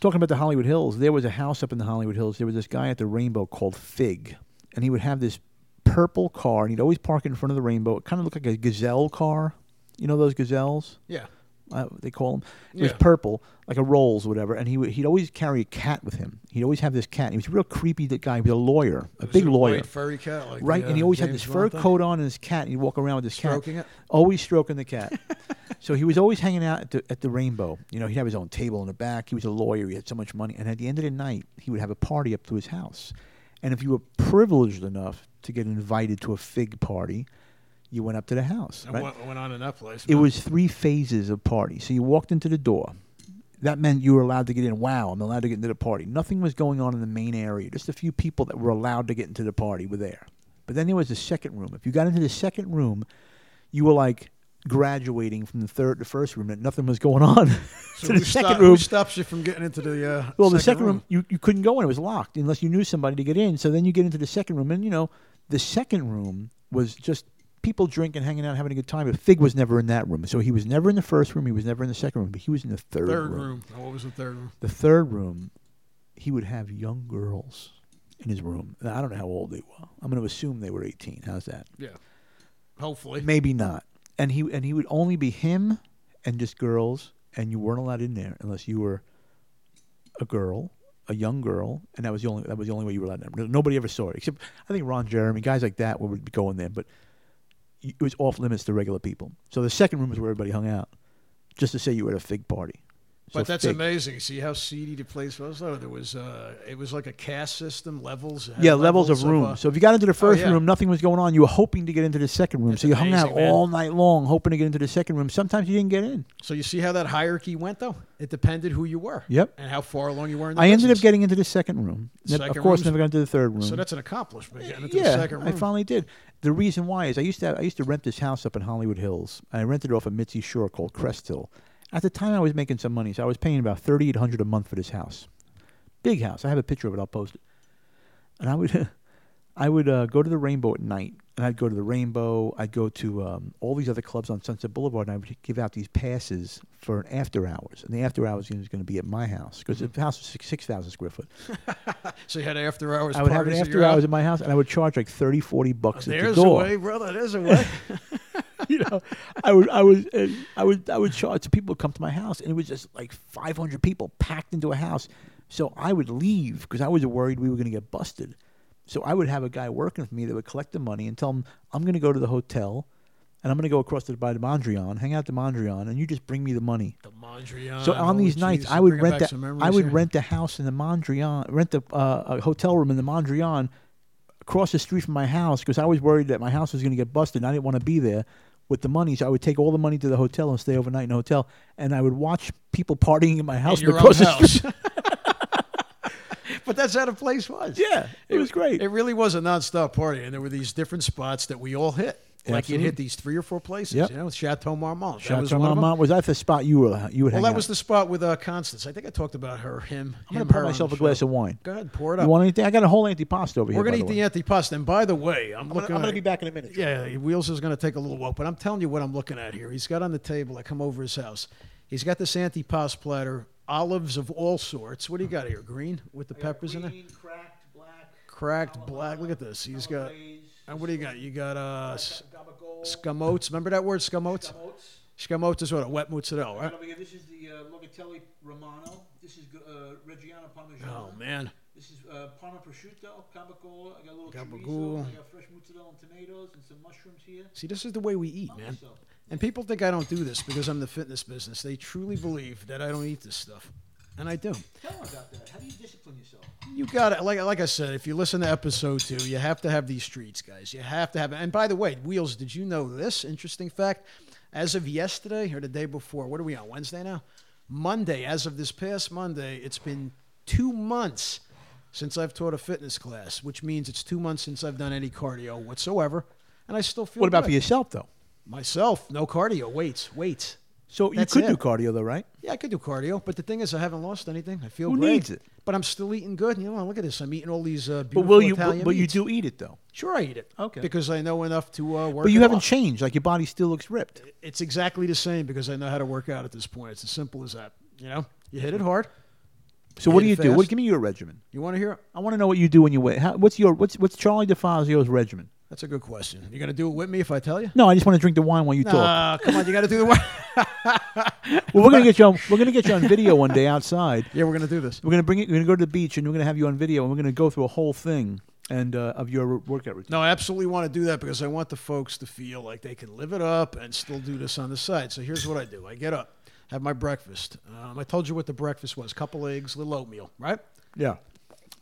Speaker 2: Talking about the Hollywood Hills, there was a house up in the Hollywood Hills. There was this guy at the Rainbow called Fig, and he would have this purple car, and he'd always park it in front of the Rainbow. It kind of looked like a gazelle car. You know those gazelles?
Speaker 3: Yeah.
Speaker 2: uh, they call him. It was
Speaker 3: Yeah.
Speaker 2: purple, like a Rolls, whatever. And he would, he'd always carry a cat with him. He'd always have this cat. He was a real creepy d- guy. He was a lawyer, a
Speaker 3: Was
Speaker 2: big
Speaker 3: it a
Speaker 2: lawyer,
Speaker 3: white furry cat, like
Speaker 2: right?
Speaker 3: the,
Speaker 2: and he
Speaker 3: uh,
Speaker 2: always had
Speaker 3: James
Speaker 2: this fur
Speaker 3: Bond thing?
Speaker 2: coat on and his cat. And he'd walk around with his
Speaker 3: Stroking
Speaker 2: cat,
Speaker 3: it?
Speaker 2: always stroking the cat. so he was always hanging out at the, at the Rainbow. You know, he'd have his own table in the back. He was a lawyer. He had so much money. And at the end of the night, he would have a party up to his house. And if you were privileged enough to get invited to a fig party, you went up to the house.
Speaker 3: I
Speaker 2: right?
Speaker 3: went, went on in that place.
Speaker 2: It
Speaker 3: man.
Speaker 2: was three phases of party. So you walked into the door. That meant you were allowed to get in. Wow, I'm allowed to get into the party. Nothing was going on in the main area. Just a few people that were allowed to get into the party were there. But then there was the second room. If you got into the second room, you were like graduating from the third to first room that nothing was going on.
Speaker 3: So
Speaker 2: to the
Speaker 3: who
Speaker 2: second
Speaker 3: stop-
Speaker 2: room.
Speaker 3: Who stops you from getting into the? Uh,
Speaker 2: Well, the second room, you, you couldn't go in. It was locked unless you knew somebody to get in. So then you get into the second room, and you know, the second room was just people drinking, hanging out, having a good time. But Fig was never in that room. So he was never in the first room. He was never in the second room, but he was in the third,
Speaker 3: Third
Speaker 2: room.
Speaker 3: room. Oh, what was the third room?
Speaker 2: The third room, he would have young girls in his room. Now, I don't know how old they were. I'm going to assume they were 18. How's that?
Speaker 3: Yeah. Hopefully.
Speaker 2: Maybe not. And he and he would only be him and just girls, and you weren't allowed in there unless you were a girl, a young girl, and that was the only that was the only way you were allowed in. there. Nobody ever saw it except I think Ron Jeremy, guys like that would go in there, but it was off limits to regular people. So the second room is where everybody hung out, just to say you were at a fig party.
Speaker 3: But
Speaker 2: So
Speaker 3: that's
Speaker 2: fake.
Speaker 3: amazing. See how seedy the place was, though. There was, uh, it was like a caste system, levels. it had
Speaker 2: Yeah, levels of
Speaker 3: uh,
Speaker 2: rooms. so if you got into the first
Speaker 3: yeah.
Speaker 2: room, nothing was going on. You were hoping to get into the second room, so you hung
Speaker 3: amazing,
Speaker 2: out
Speaker 3: man.
Speaker 2: all night long hoping to get into the second room. Sometimes you didn't get in.
Speaker 3: so you see how that hierarchy went, though. It depended who you were.
Speaker 2: Yep.
Speaker 3: And how far along you were in the
Speaker 2: I ended up
Speaker 3: business.
Speaker 2: getting into the second room. Ne-
Speaker 3: Second
Speaker 2: of course,
Speaker 3: room's-
Speaker 2: never got into the third room.
Speaker 3: So that's an accomplishment. Getting into
Speaker 2: yeah,
Speaker 3: the second room.
Speaker 2: I finally did. The reason why is I used to have, I used to rent this house up in Hollywood Hills. I rented it off of Mitzi Shore called Crest Hill. At the time, I was making some money, so I was paying about thirty eight hundred a month for this house. Big house. I have a picture of it. I'll post it. And I would, I would uh, go to the Rainbow at night, and I'd go to the Rainbow. I'd go to um, all these other clubs on Sunset Boulevard, and I would give out these passes for an after hours. And the after hours was going to be at my house because
Speaker 3: Mm-hmm.
Speaker 2: the house was six six thousand square foot.
Speaker 3: so you had after hours.
Speaker 2: I would have it
Speaker 3: parties at
Speaker 2: after
Speaker 3: your
Speaker 2: hours at
Speaker 3: house?
Speaker 2: my house, and I would charge like 30, 40 bucks at
Speaker 3: Oh, There's
Speaker 2: the
Speaker 3: a
Speaker 2: door.
Speaker 3: way, brother. There's a way.
Speaker 2: You know, I would, I would, uh, I would, I would charge. So people would come to my house, and it was just like five hundred people packed into a house. So I would leave because I was worried we were going to get busted. So I would have a guy working for me that would collect the money and tell him I'm going to go to the hotel, and I'm going to go across to by the Mondrian, hang out at the Mondrian, and you just bring me the money.
Speaker 3: the Mondrian.
Speaker 2: So on
Speaker 3: oh,
Speaker 2: these nights,
Speaker 3: geez,
Speaker 2: I would
Speaker 3: bringing
Speaker 2: rent
Speaker 3: back some
Speaker 2: the,
Speaker 3: memories
Speaker 2: I would
Speaker 3: here.
Speaker 2: rent the house in the Mondrian, rent the uh, a hotel room in the Mondrian, across the street from my house because I was worried that my house was going to get busted. and I didn't want to be there with the money, so I would take all the money to the hotel and stay overnight in the hotel, and I would watch people partying in my house
Speaker 3: in your own
Speaker 2: across the street.
Speaker 3: house. but that's how the place was.
Speaker 2: Yeah, it was great.
Speaker 3: It really was a nonstop party, and there were these different spots that we all hit. Like
Speaker 2: Absolutely.
Speaker 3: you'd hit these three or four places,
Speaker 2: Yep.
Speaker 3: you know, Chateau Marmont. That was
Speaker 2: Chateau
Speaker 3: one of 'em.
Speaker 2: Marmont was that the spot you were you would
Speaker 3: Well,
Speaker 2: hang
Speaker 3: that
Speaker 2: out?
Speaker 3: was the spot with uh, Constance. I think I talked about her, him.
Speaker 2: I'm gonna pour myself a glass of wine.
Speaker 3: Go ahead, pour it
Speaker 2: You
Speaker 3: up.
Speaker 2: want anything? I got a whole antipasta over here.
Speaker 3: We're gonna
Speaker 2: by
Speaker 3: eat
Speaker 2: the
Speaker 3: the
Speaker 2: way.
Speaker 3: antipasto. And by the way, I'm,
Speaker 2: I'm
Speaker 3: looking.
Speaker 2: gonna, I'm
Speaker 3: at,
Speaker 2: gonna be back in a minute.
Speaker 3: Yeah, Wheels is going to take a little walk, but I'm telling you what I'm looking at here. He's got on the table. I come over his house. He's got this antipasto platter, olives of all sorts. What do you got here? Green with the peppers in it.
Speaker 2: cracked black.
Speaker 3: Cracked black. Look at this. He's got. And what do you got? You got uh, s- scamotes. Remember that word, scamotes? Scamotes is what a wet mozzarella, right?
Speaker 2: Over here, this is the uh, Locatelli Romano. This is uh, Reggiano Parmigiano.
Speaker 3: Oh man.
Speaker 2: This is uh, Parma prosciutto, cabacola. I got a little
Speaker 3: Gabagool.
Speaker 2: chorizo. I got fresh mozzarella and tomatoes and some mushrooms here.
Speaker 3: See, this is the way we eat, man. And people think I don't do this because I'm in the fitness business. They truly believe that I don't eat this stuff, and I do.
Speaker 2: Tell them about that. How do you discipline yourself?
Speaker 3: You got to Like like I said, if you listen to episode two, you have to have these streets, guys. You have to have. And by the way, Wheels, did you know this interesting fact? As of yesterday or the day before, what are we on Wednesday now? Monday. As of this past Monday, it's been two months since I've taught a fitness class, which means it's two months since I've done any cardio whatsoever, and I still feel.
Speaker 2: What about
Speaker 3: good.
Speaker 2: for yourself though?
Speaker 3: Myself, no cardio. Weights, weights.
Speaker 2: So
Speaker 3: That's
Speaker 2: you could
Speaker 3: it.
Speaker 2: do cardio though, right?
Speaker 3: Yeah, I could do cardio, but the thing is, I haven't lost anything. I feel
Speaker 2: Who
Speaker 3: great.
Speaker 2: needs it?
Speaker 3: But I'm still eating good. You know, look at this. I'm eating all these uh,
Speaker 2: But
Speaker 3: beautiful
Speaker 2: will you?
Speaker 3: Italian
Speaker 2: but you
Speaker 3: meats.
Speaker 2: do eat it though.
Speaker 3: Sure, I eat it.
Speaker 2: Okay.
Speaker 3: Because I know enough to uh, work.
Speaker 2: But you
Speaker 3: it
Speaker 2: haven't
Speaker 3: off.
Speaker 2: changed. Like your body still looks ripped.
Speaker 3: It's exactly the same because I know how to work out at this point. It's as simple as that. You know, you hit it hard.
Speaker 2: So what do you
Speaker 3: Eat
Speaker 2: do? What,
Speaker 3: fast.
Speaker 2: give me your regimen.
Speaker 3: You want to hear? it?
Speaker 2: I want to know what you do when you weigh. How, what's your what's what's Charlie DeFazio's regimen?
Speaker 3: That's a good question. You gonna do it with me if I tell you?
Speaker 2: No, I just want to drink the wine while you talk.
Speaker 3: Nah, come on, you gotta do the work.
Speaker 2: Well, we're gonna get you. On, we're gonna get you on video one day outside.
Speaker 3: yeah, we're gonna do this.
Speaker 2: We're gonna bring it. We're gonna go to the beach, and we're gonna have you on video, and we're gonna go through a whole thing and uh, of your workout routine.
Speaker 3: No, I absolutely want to do that because I want the folks to feel like they can live it up and still do this on the side. So here's what I do: I get up, have my breakfast. Um, I told you what the breakfast was: couple eggs, little oatmeal, right?
Speaker 2: Yeah.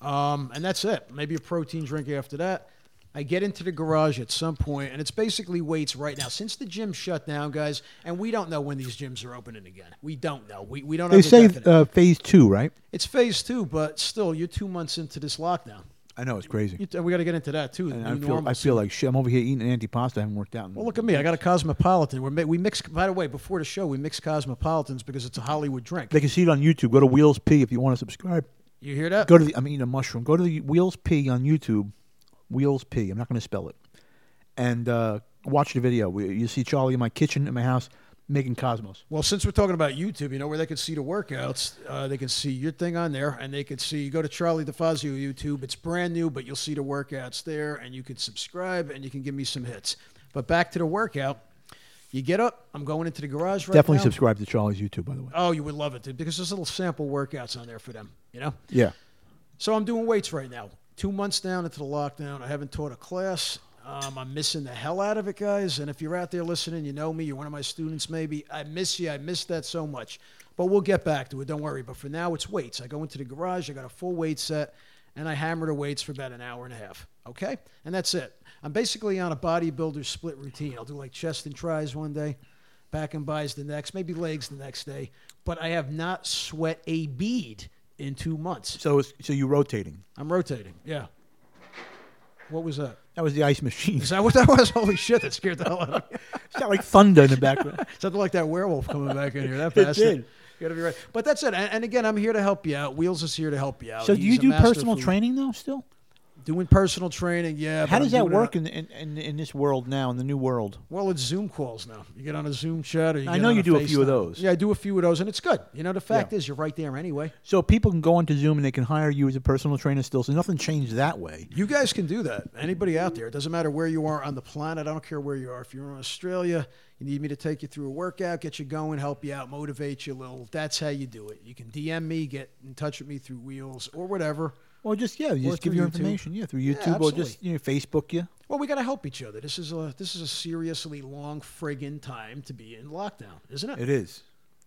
Speaker 3: Um, and that's it. Maybe a protein drink after that. I get into the garage at some point, and it's basically weights right now. Since the gym shut down, guys, and we don't know when these gyms are opening again. We don't know. We, we don't
Speaker 2: They
Speaker 3: have a
Speaker 2: say
Speaker 3: definite-
Speaker 2: uh, phase two, right?
Speaker 3: it's phase two, but still, you're two months into this lockdown.
Speaker 2: I know it's crazy.
Speaker 3: You, we got to get into that too. the
Speaker 2: And
Speaker 3: new
Speaker 2: I feel, I
Speaker 3: normalcy.
Speaker 2: feel like shit. I'm over here eating antipasta. I haven't worked out. in-
Speaker 3: Well, look at me. I got a cosmopolitan. We're, ma- we mix. By the way, before the show, we mix cosmopolitans because it's a Hollywood drink.
Speaker 2: They can see it on YouTube. Go to Wheels P if you want to subscribe.
Speaker 3: You hear that?
Speaker 2: Go to the. I'm eating a mushroom. Go to the Wheels P on YouTube. Wheels P. I'm not going to spell it. And uh, watch the video. We, you see Charlie in my kitchen in my house making cosmos.
Speaker 3: Well, since we're talking about YouTube, you know where they can see the workouts. Uh, they can see your thing on there, and they can see. Go to Charlie DeFazio YouTube. It's brand new, but you'll see the workouts there, and you can subscribe, and you can give me some hits. But back to the workout. You get up. I'm going into the garage right
Speaker 2: Definitely
Speaker 3: now.
Speaker 2: subscribe to Charlie's YouTube, by the way.
Speaker 3: Oh, you would love it, dude, because there's little sample workouts on there for them. You know.
Speaker 2: Yeah.
Speaker 3: So I'm doing weights right now. Two months down into the lockdown, I haven't taught a class. Uh, Um, I'm missing the hell out of it, guys. And if you're out there listening, you know me, you're one of my students, maybe. I miss you. I miss that so much. But we'll get back to it. Don't worry. But for now, it's weights. I go into the garage, I got a full weight set, and I hammer the weights for about an hour and a half. Okay? And that's it. I'm basically on a bodybuilder split routine. I'll do like chest and tries one day, back and buys the next, maybe legs the next day. But I have not sweat a bead in two months.
Speaker 2: So it's, so you're rotating.
Speaker 3: I'm rotating. Yeah. What was that?
Speaker 2: That was the ice machine.
Speaker 3: Is that what that was? Holy shit, that scared the hell out of me.
Speaker 2: Sound like thunder in the background.
Speaker 3: Something like that werewolf coming back in here. That bastard.
Speaker 2: did.
Speaker 3: You gotta be right. But that's it. And, and again, I'm here to help you out. Wheels is here to help you out.
Speaker 2: So do
Speaker 3: Oh, He's
Speaker 2: you
Speaker 3: a
Speaker 2: do
Speaker 3: master
Speaker 2: personal
Speaker 3: food-
Speaker 2: training though? Still,
Speaker 3: Doing personal training, yeah.
Speaker 2: how
Speaker 3: but
Speaker 2: does
Speaker 3: I'm
Speaker 2: that
Speaker 3: doing it-
Speaker 2: work in, in in in this world now, in the new world?
Speaker 3: Well, it's Zoom calls now. You get on a Zoom chat, or you
Speaker 2: I
Speaker 3: get
Speaker 2: know
Speaker 3: on
Speaker 2: you do a few of
Speaker 3: FaceTime.
Speaker 2: those.
Speaker 3: Yeah, I do a few of those, and it's good. You know, the fact
Speaker 2: Yeah.
Speaker 3: is, you're right there anyway.
Speaker 2: So people can go onto Zoom and they can hire you as a personal trainer still. So nothing changed that way.
Speaker 3: You guys can do that. Anybody out there, it doesn't matter where you are on the planet. I don't care where you are. If you're in Australia, you need me to take you through a workout, get you going, help you out, motivate you a little. That's how you do it. You can DM me, get in touch with me through Wheels or whatever.
Speaker 2: Well, just yeah, you
Speaker 3: Or
Speaker 2: just give
Speaker 3: through
Speaker 2: your
Speaker 3: YouTube.
Speaker 2: information, yeah, through YouTube or just
Speaker 3: absolutely.
Speaker 2: you know, Facebook you.
Speaker 3: Well, we got to help each other. This is a this is a seriously long friggin' time to be in lockdown, isn't it?
Speaker 2: It is.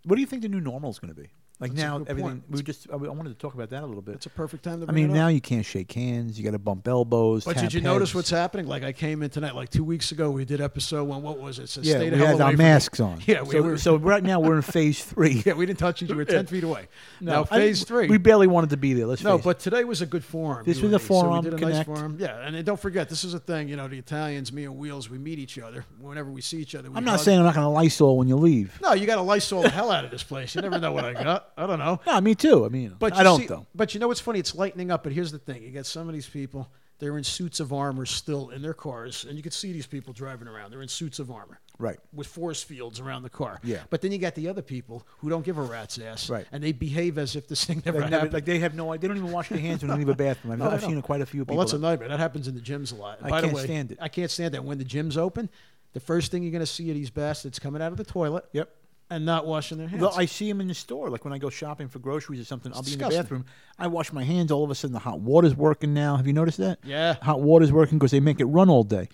Speaker 2: What do you think the new normal is going to be? Like
Speaker 3: That's a
Speaker 2: now,
Speaker 3: good
Speaker 2: everything.
Speaker 3: point.
Speaker 2: We just. I I wanted to talk about that a little bit.
Speaker 3: It's a perfect time to.
Speaker 2: I
Speaker 3: Bring
Speaker 2: mean,
Speaker 3: it up.
Speaker 2: now you can't shake hands. You got to bump elbows.
Speaker 3: But
Speaker 2: tap
Speaker 3: did you notice
Speaker 2: heads.
Speaker 3: what's happening? Like I came in tonight, like two weeks ago, we did episode one. What was it? So
Speaker 2: Yeah,
Speaker 3: stay the
Speaker 2: we
Speaker 3: hell
Speaker 2: had
Speaker 3: away
Speaker 2: our
Speaker 3: from-
Speaker 2: masks on.
Speaker 3: Yeah, we
Speaker 2: so,
Speaker 3: were-
Speaker 2: so right now we're in phase three.
Speaker 3: Yeah, we didn't touch each. other. We were ten feet away. now
Speaker 2: I-
Speaker 3: phase three.
Speaker 2: We barely wanted to be there. Let's
Speaker 3: no,
Speaker 2: face it.
Speaker 3: but today was a good forum.
Speaker 2: This
Speaker 3: you
Speaker 2: was
Speaker 3: and
Speaker 2: a
Speaker 3: me. So we
Speaker 2: forum,
Speaker 3: did a
Speaker 2: connect.
Speaker 3: nice forum. Yeah, and then don't forget, this is a thing. You know, the Italians, me and Wheels, we meet each other whenever we see each other. We
Speaker 2: I'm not
Speaker 3: hug.
Speaker 2: saying I'm not going to Lysol when you leave.
Speaker 3: No, you got to lysol the hell out of this place. You never know what I got. I don't know.
Speaker 2: No, me too. I mean,
Speaker 3: But
Speaker 2: I
Speaker 3: you
Speaker 2: don't
Speaker 3: see-
Speaker 2: though.
Speaker 3: But you know what's funny? It's lightening up. But here's the thing: you got some of these people. They're in suits of armor still in their cars, and you can see these people driving around. They're in suits of armor,
Speaker 2: Right.
Speaker 3: with force fields around the car.
Speaker 2: Yeah.
Speaker 3: But then you got the other people who don't give a rat's ass,
Speaker 2: Right.
Speaker 3: And they behave as if this thing never
Speaker 2: They never,
Speaker 3: happened.
Speaker 2: like they have no. They don't even wash their hands when they leave a bathroom. I've, I've
Speaker 3: no.
Speaker 2: seen quite a few people.
Speaker 3: well, that's a
Speaker 2: that-
Speaker 3: nightmare. That happens in the gyms a lot.
Speaker 2: I
Speaker 3: By the
Speaker 2: can't
Speaker 3: way,
Speaker 2: stand it.
Speaker 3: I can't stand that. When the gyms open, the first thing you're going to see are these bastards coming out of the toilet.
Speaker 2: Yep.
Speaker 3: And not washing their hands.
Speaker 2: Well, I see them in the store. Like when I go shopping for groceries or something, I'll be in
Speaker 3: disgusting.
Speaker 2: the bathroom. I wash my hands. All of a sudden, the hot water's working now. Have you noticed that?
Speaker 3: Yeah. Mm-hmm.
Speaker 2: Hot water's working because they make it run all day.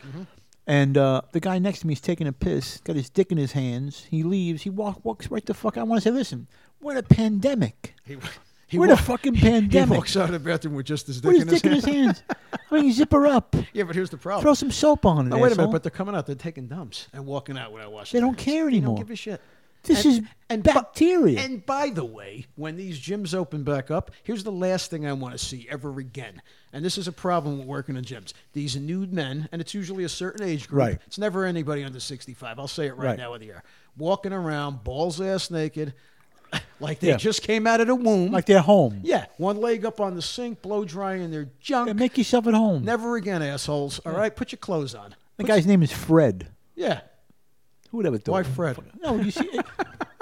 Speaker 2: And uh, the guy next to me is taking a piss, got his dick in his hands. He leaves. He walk, walks right the fuck. I want to say, listen, we're in a pandemic.
Speaker 3: he,
Speaker 2: we're in a fucking
Speaker 3: He
Speaker 2: pandemic.
Speaker 3: walks out of the bathroom with just his dick
Speaker 2: Put his
Speaker 3: in his
Speaker 2: dick in his
Speaker 3: hand.
Speaker 2: hands. I mean, zipper up.
Speaker 3: Yeah, but here's the problem.
Speaker 2: Throw some soap on it.
Speaker 3: No, wait a
Speaker 2: asshole.
Speaker 3: minute, but they're coming out. They're taking dumps and walking out without washing.
Speaker 2: They
Speaker 3: their
Speaker 2: don't
Speaker 3: hands.
Speaker 2: care
Speaker 3: They
Speaker 2: anymore.
Speaker 3: don't give a shit.
Speaker 2: This
Speaker 3: And-
Speaker 2: is
Speaker 3: and bu-
Speaker 2: bacteria.
Speaker 3: And by the way, when these gyms open back up, here's the last thing I want to see ever again. And this is a problem with working in gyms. These nude men, and it's usually a certain age group.
Speaker 2: Right.
Speaker 3: It's never anybody under 65. I'll say it right,
Speaker 2: Right.
Speaker 3: now in the air. Walking around, balls ass naked, like they
Speaker 2: Yeah.
Speaker 3: just came out of the womb.
Speaker 2: like they're home.
Speaker 3: yeah, one leg up on the sink, blow drying their junk.
Speaker 2: Yeah, Make yourself at home.
Speaker 3: Never again, assholes. All right, put your clothes on.
Speaker 2: The
Speaker 3: Put-
Speaker 2: guy's name is Fred.
Speaker 3: yeah.
Speaker 2: Who would ever do
Speaker 3: Why
Speaker 2: it?
Speaker 3: Fred?
Speaker 2: No, you see,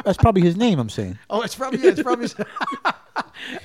Speaker 2: that's probably his name. I'm saying.
Speaker 3: Oh, it's probably yeah, it's probably. I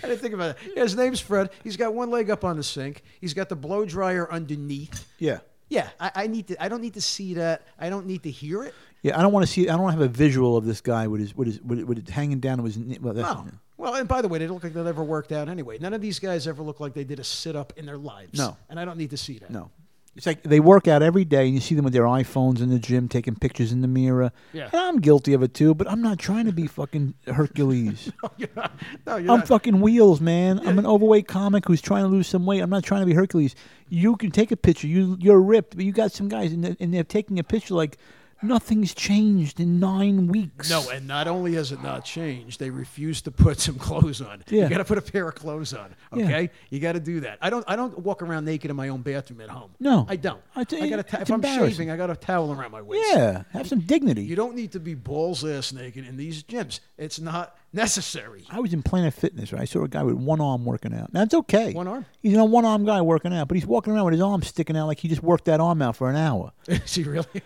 Speaker 3: didn't think about that. Yeah, his name's Fred. He's got one leg up on the sink. He's got the blow dryer underneath.
Speaker 2: Yeah,
Speaker 3: Yeah, I, I need to. I don't need to see that. I don't need to hear it.
Speaker 2: yeah. I don't want to see. I don't have a visual of this guy with his with his with, with it hanging down to his. kn- Well, that's,
Speaker 3: No. Oh, Well, and by the way, they look like they never worked out anyway. None of these guys ever look like they did a sit up in their lives.
Speaker 2: No.
Speaker 3: and I don't need to see that.
Speaker 2: no. It's like they work out every day, and you see them with their iPhones in the gym, taking pictures in the mirror.
Speaker 3: Yeah.
Speaker 2: And I'm guilty of it too, but I'm not trying to be fucking Hercules.
Speaker 3: You're not- no, you're
Speaker 2: I'm
Speaker 3: not.
Speaker 2: fucking wheels, man. I'm an overweight comic who's trying to lose some weight. I'm not trying to be Hercules. You can take a picture. You you're ripped, but you got some guys and they're, and they're taking a picture like nothing's changed in nine weeks.
Speaker 3: No, and not only has it not changed, they refuse to put some clothes on.
Speaker 2: Yeah.
Speaker 3: You got to put a pair of clothes on.
Speaker 2: Yeah.
Speaker 3: Okay, you got to do that. I don't. I don't walk around naked in my own bathroom at home.
Speaker 2: No.
Speaker 3: I don't.
Speaker 2: I tell you,
Speaker 3: got ta-
Speaker 2: it's
Speaker 3: if I'm
Speaker 2: embarrassing.
Speaker 3: shaving, I got a towel around my waist.
Speaker 2: yeah, have some dignity.
Speaker 3: You don't need to be balls ass naked in these gyms. It's not necessary.
Speaker 2: I was in Planet Fitness, right? I saw a guy with one arm working out. Now it's okay.
Speaker 3: One arm?
Speaker 2: He's a one arm guy working out, but he's walking around with his arm sticking out like he just worked that arm out for an hour.
Speaker 3: See, really?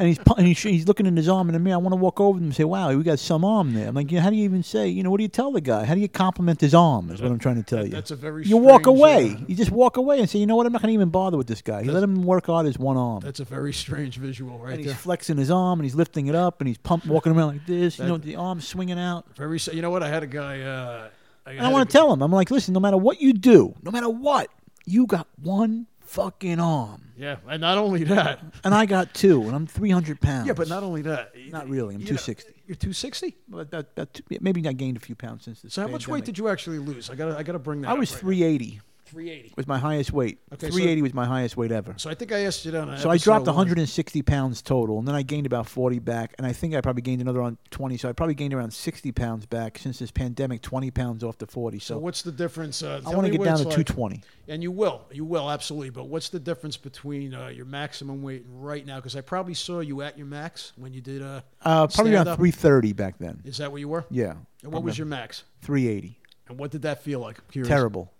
Speaker 2: And he's pu- and he's, he's looking at his arm in the mirror. I want to walk over to him and say, "Wow, we got some arm there." I'm like, yeah, "How do you even say? You know, what do you tell the guy? How do you compliment his arm?" Is what I'm trying to tell you.
Speaker 3: that's a very
Speaker 2: you walk
Speaker 3: strange,
Speaker 2: away.
Speaker 3: uh,
Speaker 2: you just walk away and say, "You know what? I'm not going to even bother with this guy. He let him work out his one arm."
Speaker 3: That's a very strange visual, right
Speaker 2: and he's
Speaker 3: there.
Speaker 2: flexing his arm and he's lifting it up and he's pump walking around like this. you know, the arm swinging out.
Speaker 3: Very. s- You know what? I had a guy. Uh,
Speaker 2: And I want to tell him, I'm like, listen, no matter what you do, no matter what, you got one fucking arm.
Speaker 3: Yeah, and not only that.
Speaker 2: And I got two, and I'm 300 pounds.
Speaker 3: Yeah, but not only that.
Speaker 2: Not really, I'm
Speaker 3: You know,
Speaker 2: 260.
Speaker 3: You're 260?
Speaker 2: But that, that, maybe I gained a few pounds since this.
Speaker 3: So how much weight did you actually lose? I got to I got to bring that
Speaker 2: I
Speaker 3: up
Speaker 2: was
Speaker 3: right now.
Speaker 2: 380
Speaker 3: 380.
Speaker 2: was my highest weight.
Speaker 3: Okay, so-
Speaker 2: 380 was my highest weight ever.
Speaker 3: So I think I asked you down. on
Speaker 2: So I dropped
Speaker 3: episode
Speaker 2: 160 pounds total, and then I gained about 40 back, and I think I probably gained another on 20. So I probably gained around 60 pounds back since this pandemic. 20 pounds off the 40. So,
Speaker 3: So what's the difference? Uh,
Speaker 2: I
Speaker 3: tell
Speaker 2: want to
Speaker 3: me
Speaker 2: get
Speaker 3: what
Speaker 2: down
Speaker 3: it's
Speaker 2: to
Speaker 3: like-
Speaker 2: 220.
Speaker 3: And you will, you will absolutely. But what's the difference between uh, your maximum weight and right now? Because I probably saw you at your max when you did. Uh,
Speaker 2: Uh, probably around
Speaker 3: stand-up.
Speaker 2: 330 back then.
Speaker 3: Is that where you were?
Speaker 2: Yeah.
Speaker 3: And what was your max?
Speaker 2: 380?
Speaker 3: And what did that feel like? Curious.
Speaker 2: Terrible,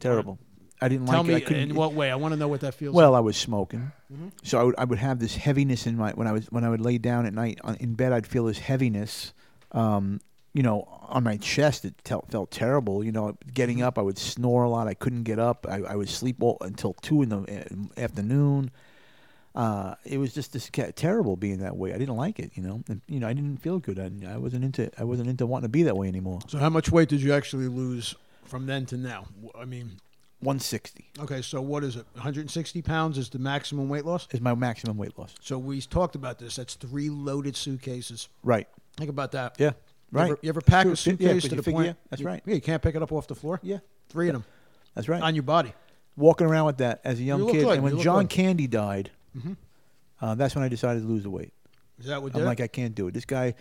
Speaker 2: terrible. I didn't
Speaker 3: Tell
Speaker 2: like it. I
Speaker 3: me
Speaker 2: couldn't- e-
Speaker 3: in what Mm-hmm. way. I want to know what that feels.
Speaker 2: Well, I was smoking, so I would, I would have this heaviness in my when I was when I would lay down at night on, in bed. I'd feel this heaviness, um, you know, on my chest. It tel- felt terrible. You know,
Speaker 3: Mm-hmm.
Speaker 2: getting up, I would snore a lot. I couldn't get up. I, I would sleep all, until two in the uh, afternoon. Uh, it was just this ca- terrible being that way. I didn't like it. You know, and, you know, I didn't feel good. I, I wasn't into I wasn't into wanting to be that way anymore.
Speaker 3: So how much weight did you actually lose from then to now? W- I mean,
Speaker 2: One sixty
Speaker 3: okay. So what is it? 160 pounds is the maximum weight loss.
Speaker 2: is my maximum weight loss.
Speaker 3: So we talked about this. That's three loaded suitcases.
Speaker 2: Right.
Speaker 3: Think about that.
Speaker 2: Yeah. Right.
Speaker 3: You ever, you ever pack
Speaker 2: True.
Speaker 3: a
Speaker 2: Yeah, 'cause
Speaker 3: suitcase to
Speaker 2: you
Speaker 3: the
Speaker 2: figure-
Speaker 3: point?
Speaker 2: yeah, that's
Speaker 3: you-
Speaker 2: right.
Speaker 3: Yeah, you can't pick it up off the floor.
Speaker 2: Yeah.
Speaker 3: Three of them
Speaker 2: That's right.
Speaker 3: on your body.
Speaker 2: walking around with that as a young
Speaker 3: You look
Speaker 2: kid.
Speaker 3: good.
Speaker 2: And
Speaker 3: You
Speaker 2: when
Speaker 3: look Mm-hmm.
Speaker 2: John
Speaker 3: good.
Speaker 2: Candy died, uh, that's when I decided to lose the weight.
Speaker 3: Is that what
Speaker 2: I'm
Speaker 3: did it?
Speaker 2: like, I can't do it. This guy,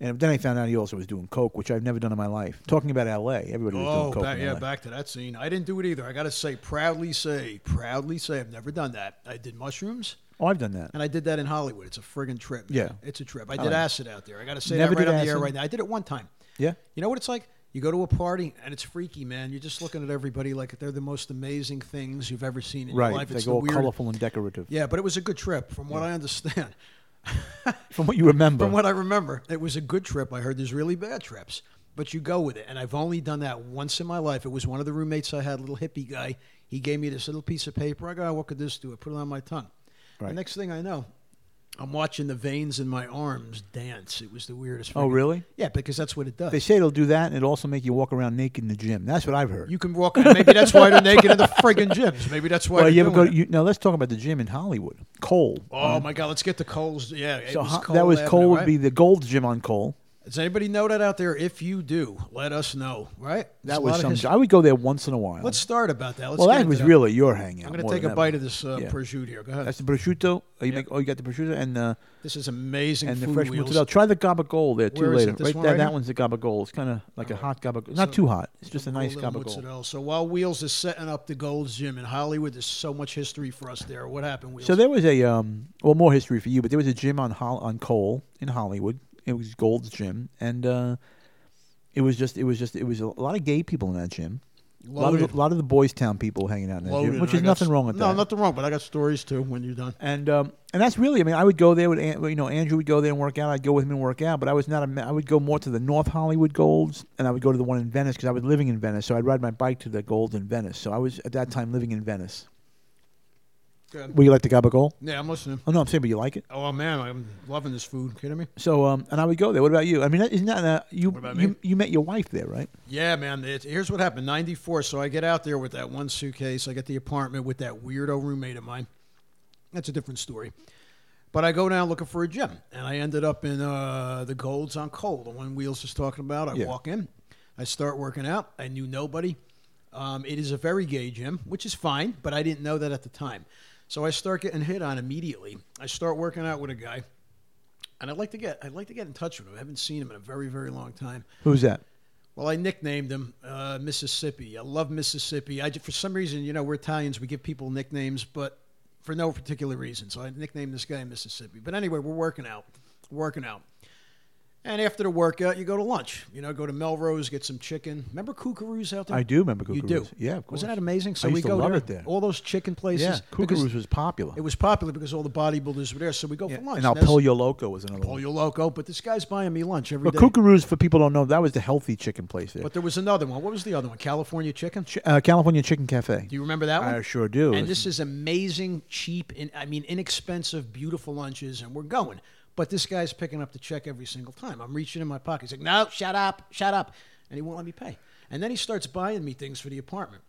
Speaker 2: and then I found out he also was doing coke, which I've never done in my life. Talking about L.A., everybody was
Speaker 3: Oh,
Speaker 2: doing coke.
Speaker 3: back,
Speaker 2: in
Speaker 3: yeah,
Speaker 2: LA.
Speaker 3: back to that scene. I didn't do it either. I got to say, proudly say, proudly say, I've never done that. I did mushrooms,
Speaker 2: Oh, I've done that.
Speaker 3: and I did that in Hollywood. It's a friggin' trip. man.
Speaker 2: Yeah.
Speaker 3: It's a trip. I did acid out there. I got to say
Speaker 2: Never
Speaker 3: that right
Speaker 2: did
Speaker 3: on the air
Speaker 2: acid.
Speaker 3: right now. I did it one time.
Speaker 2: Yeah.
Speaker 3: You know what it's like? You go to a party, and it's freaky, man. You're just looking at everybody like they're the most amazing things you've ever seen in
Speaker 2: Right,
Speaker 3: your life.
Speaker 2: they
Speaker 3: It's
Speaker 2: go all
Speaker 3: the weird-
Speaker 2: colorful and decorative.
Speaker 3: Yeah, but it was a good trip, from what I understand.
Speaker 2: From what you remember,
Speaker 3: From what I remember, it was a good trip. I heard there's really bad trips, but you go with it. And I've only done that once in my life. It was one of the roommates I had, a little hippie guy. He gave me this little piece of paper. I go, "Oh, what could this do? I put it on my tongue. The
Speaker 2: Right.
Speaker 3: next thing I know, I'm watching the veins in my arms dance. It was the weirdest.
Speaker 2: Oh,
Speaker 3: freaking-
Speaker 2: really?
Speaker 3: Yeah, because that's what it does.
Speaker 2: they say it'll do that, and it'll also make you walk around naked in the gym. That's what I've heard.
Speaker 3: you can walk. Maybe that's why they're naked in the friggin' gyms. Maybe that's why.
Speaker 2: well,
Speaker 3: they're
Speaker 2: you ever go?
Speaker 3: doing it.
Speaker 2: You, now let's talk about the gym in Hollywood. Cole.
Speaker 3: Oh my God! Let's get the Coles. Yeah, it
Speaker 2: so
Speaker 3: was
Speaker 2: ho-
Speaker 3: Cole
Speaker 2: that was
Speaker 3: Avenue,
Speaker 2: Cole would
Speaker 3: right?
Speaker 2: be the Gold's Gym on Cole.
Speaker 3: Does anybody know that out there? If you do, let us know. Right? There's a
Speaker 2: That
Speaker 3: lot
Speaker 2: was
Speaker 3: of
Speaker 2: some.
Speaker 3: his-
Speaker 2: I would go there once in a while.
Speaker 3: Let's start about that. Let's
Speaker 2: well,
Speaker 3: get
Speaker 2: that
Speaker 3: into
Speaker 2: was really your hangout.
Speaker 3: I'm going
Speaker 2: more
Speaker 3: to take
Speaker 2: than
Speaker 3: a
Speaker 2: ever.
Speaker 3: bite of this uh,
Speaker 2: Yeah.
Speaker 3: prosciutto here. Go ahead.
Speaker 2: That's the prosciutto. Oh, you make. Oh, you got the prosciutto and the
Speaker 3: this is amazing.
Speaker 2: and the
Speaker 3: food
Speaker 2: fresh
Speaker 3: wheels.
Speaker 2: mozzarella. Try the gabagol there too
Speaker 3: Where is it?
Speaker 2: later.
Speaker 3: This
Speaker 2: Right
Speaker 3: one
Speaker 2: there,
Speaker 3: right
Speaker 2: that
Speaker 3: here?
Speaker 2: one's a gabagol. It's kind of like a hot gabagol. Not too hot. It's just a nice
Speaker 3: Cool little
Speaker 2: gabagol.
Speaker 3: mozzarella. So while Wheels is setting up the Gold's Gym in Hollywood, there's so much history for us there. What happened, Wheels?
Speaker 2: So there was a um. Well, more history for you, but there was a gym on Hol- on Cole in Hollywood. It was Gold's Gym, and uh, it was just it was just it was a lot of gay people in that gym. A lot, of
Speaker 3: Loaded.
Speaker 2: the, lot of the Boys Town people hanging out in that
Speaker 3: Loaded.
Speaker 2: gym, which
Speaker 3: I
Speaker 2: is
Speaker 3: got
Speaker 2: nothing
Speaker 3: s-
Speaker 2: wrong with
Speaker 3: no,
Speaker 2: that.
Speaker 3: No, nothing wrong. But I got stories too. When you're done,
Speaker 2: and um, and that's really, I mean, I would go there with, An- you know, Andrew would go there and work out. I'd go with him and work out, but I was not a, ma- I would go more to the North Hollywood Golds, and I would go to the one in Venice because I was living in Venice, so I'd ride my bike to the Golds in Venice. So I was at that time living in Venice.
Speaker 3: Good.
Speaker 2: Would you like the gabagol?
Speaker 3: yeah, I'm listening.
Speaker 2: Oh no, I'm saying, but you like it.
Speaker 3: Oh man, I'm loving this food. Kidding me?
Speaker 2: So um, and I would go there. What about you? I mean, that- isn't that uh, you,
Speaker 3: about me?
Speaker 2: you you met your wife there, right?
Speaker 3: Yeah, man. It, here's what happened. '94. So I get out there with that one suitcase. I get the apartment with that weirdo roommate of mine. That's a different story. But I go down looking for a gym, and I ended up in uh, the Golds on Cole, the one Wheels was talking about. I
Speaker 2: Yeah.
Speaker 3: walk in, I start working out. I knew nobody. Um, it is a very gay gym, which is fine, but I didn't know that at the time. So I start getting hit on immediately. I start working out with a guy, and I'd like to get I'd like to get in touch with him. I haven't seen him in a very very long time.
Speaker 2: Who's that?
Speaker 3: Well, I nicknamed him uh, Mississippi. I love Mississippi. I ju- for some reason, you know, we're Italians. We give people nicknames, but for no particular reason. So I nicknamed this guy Mississippi. But anyway, we're working out, working out. And after the workout, you go to lunch. You know, go to Melrose, get some chicken. Remember Kookaroo's out there?
Speaker 2: I do remember
Speaker 3: You do?
Speaker 2: Kookaroo's. Yeah, of course.
Speaker 3: Wasn't that amazing? So
Speaker 2: I used
Speaker 3: we
Speaker 2: to
Speaker 3: go
Speaker 2: love
Speaker 3: there,
Speaker 2: it there.
Speaker 3: All those chicken places.
Speaker 2: Yeah,
Speaker 3: because
Speaker 2: Kookaroo's was popular.
Speaker 3: It was popular because all the bodybuilders were there. So we go for lunch.
Speaker 2: and I'll
Speaker 3: that's-
Speaker 2: pull your loco was another one.
Speaker 3: Pollo Loco. But this guy's buying me lunch every
Speaker 2: But
Speaker 3: day.
Speaker 2: Kookaroo's, for people don't know, that was the healthy chicken place there.
Speaker 3: But there was another one. What was the other one? California Chicken?
Speaker 2: Ch- uh, California Chicken Cafe.
Speaker 3: Do you remember that one?
Speaker 2: I sure do.
Speaker 3: And this is amazing, cheap, and I mean inexpensive, beautiful lunches, and we're going. But this guy's picking up the check every single time. I'm reaching in my pocket. He's like, "No, shut up, shut up," and he won't let me pay. And then he starts buying me things for the apartment.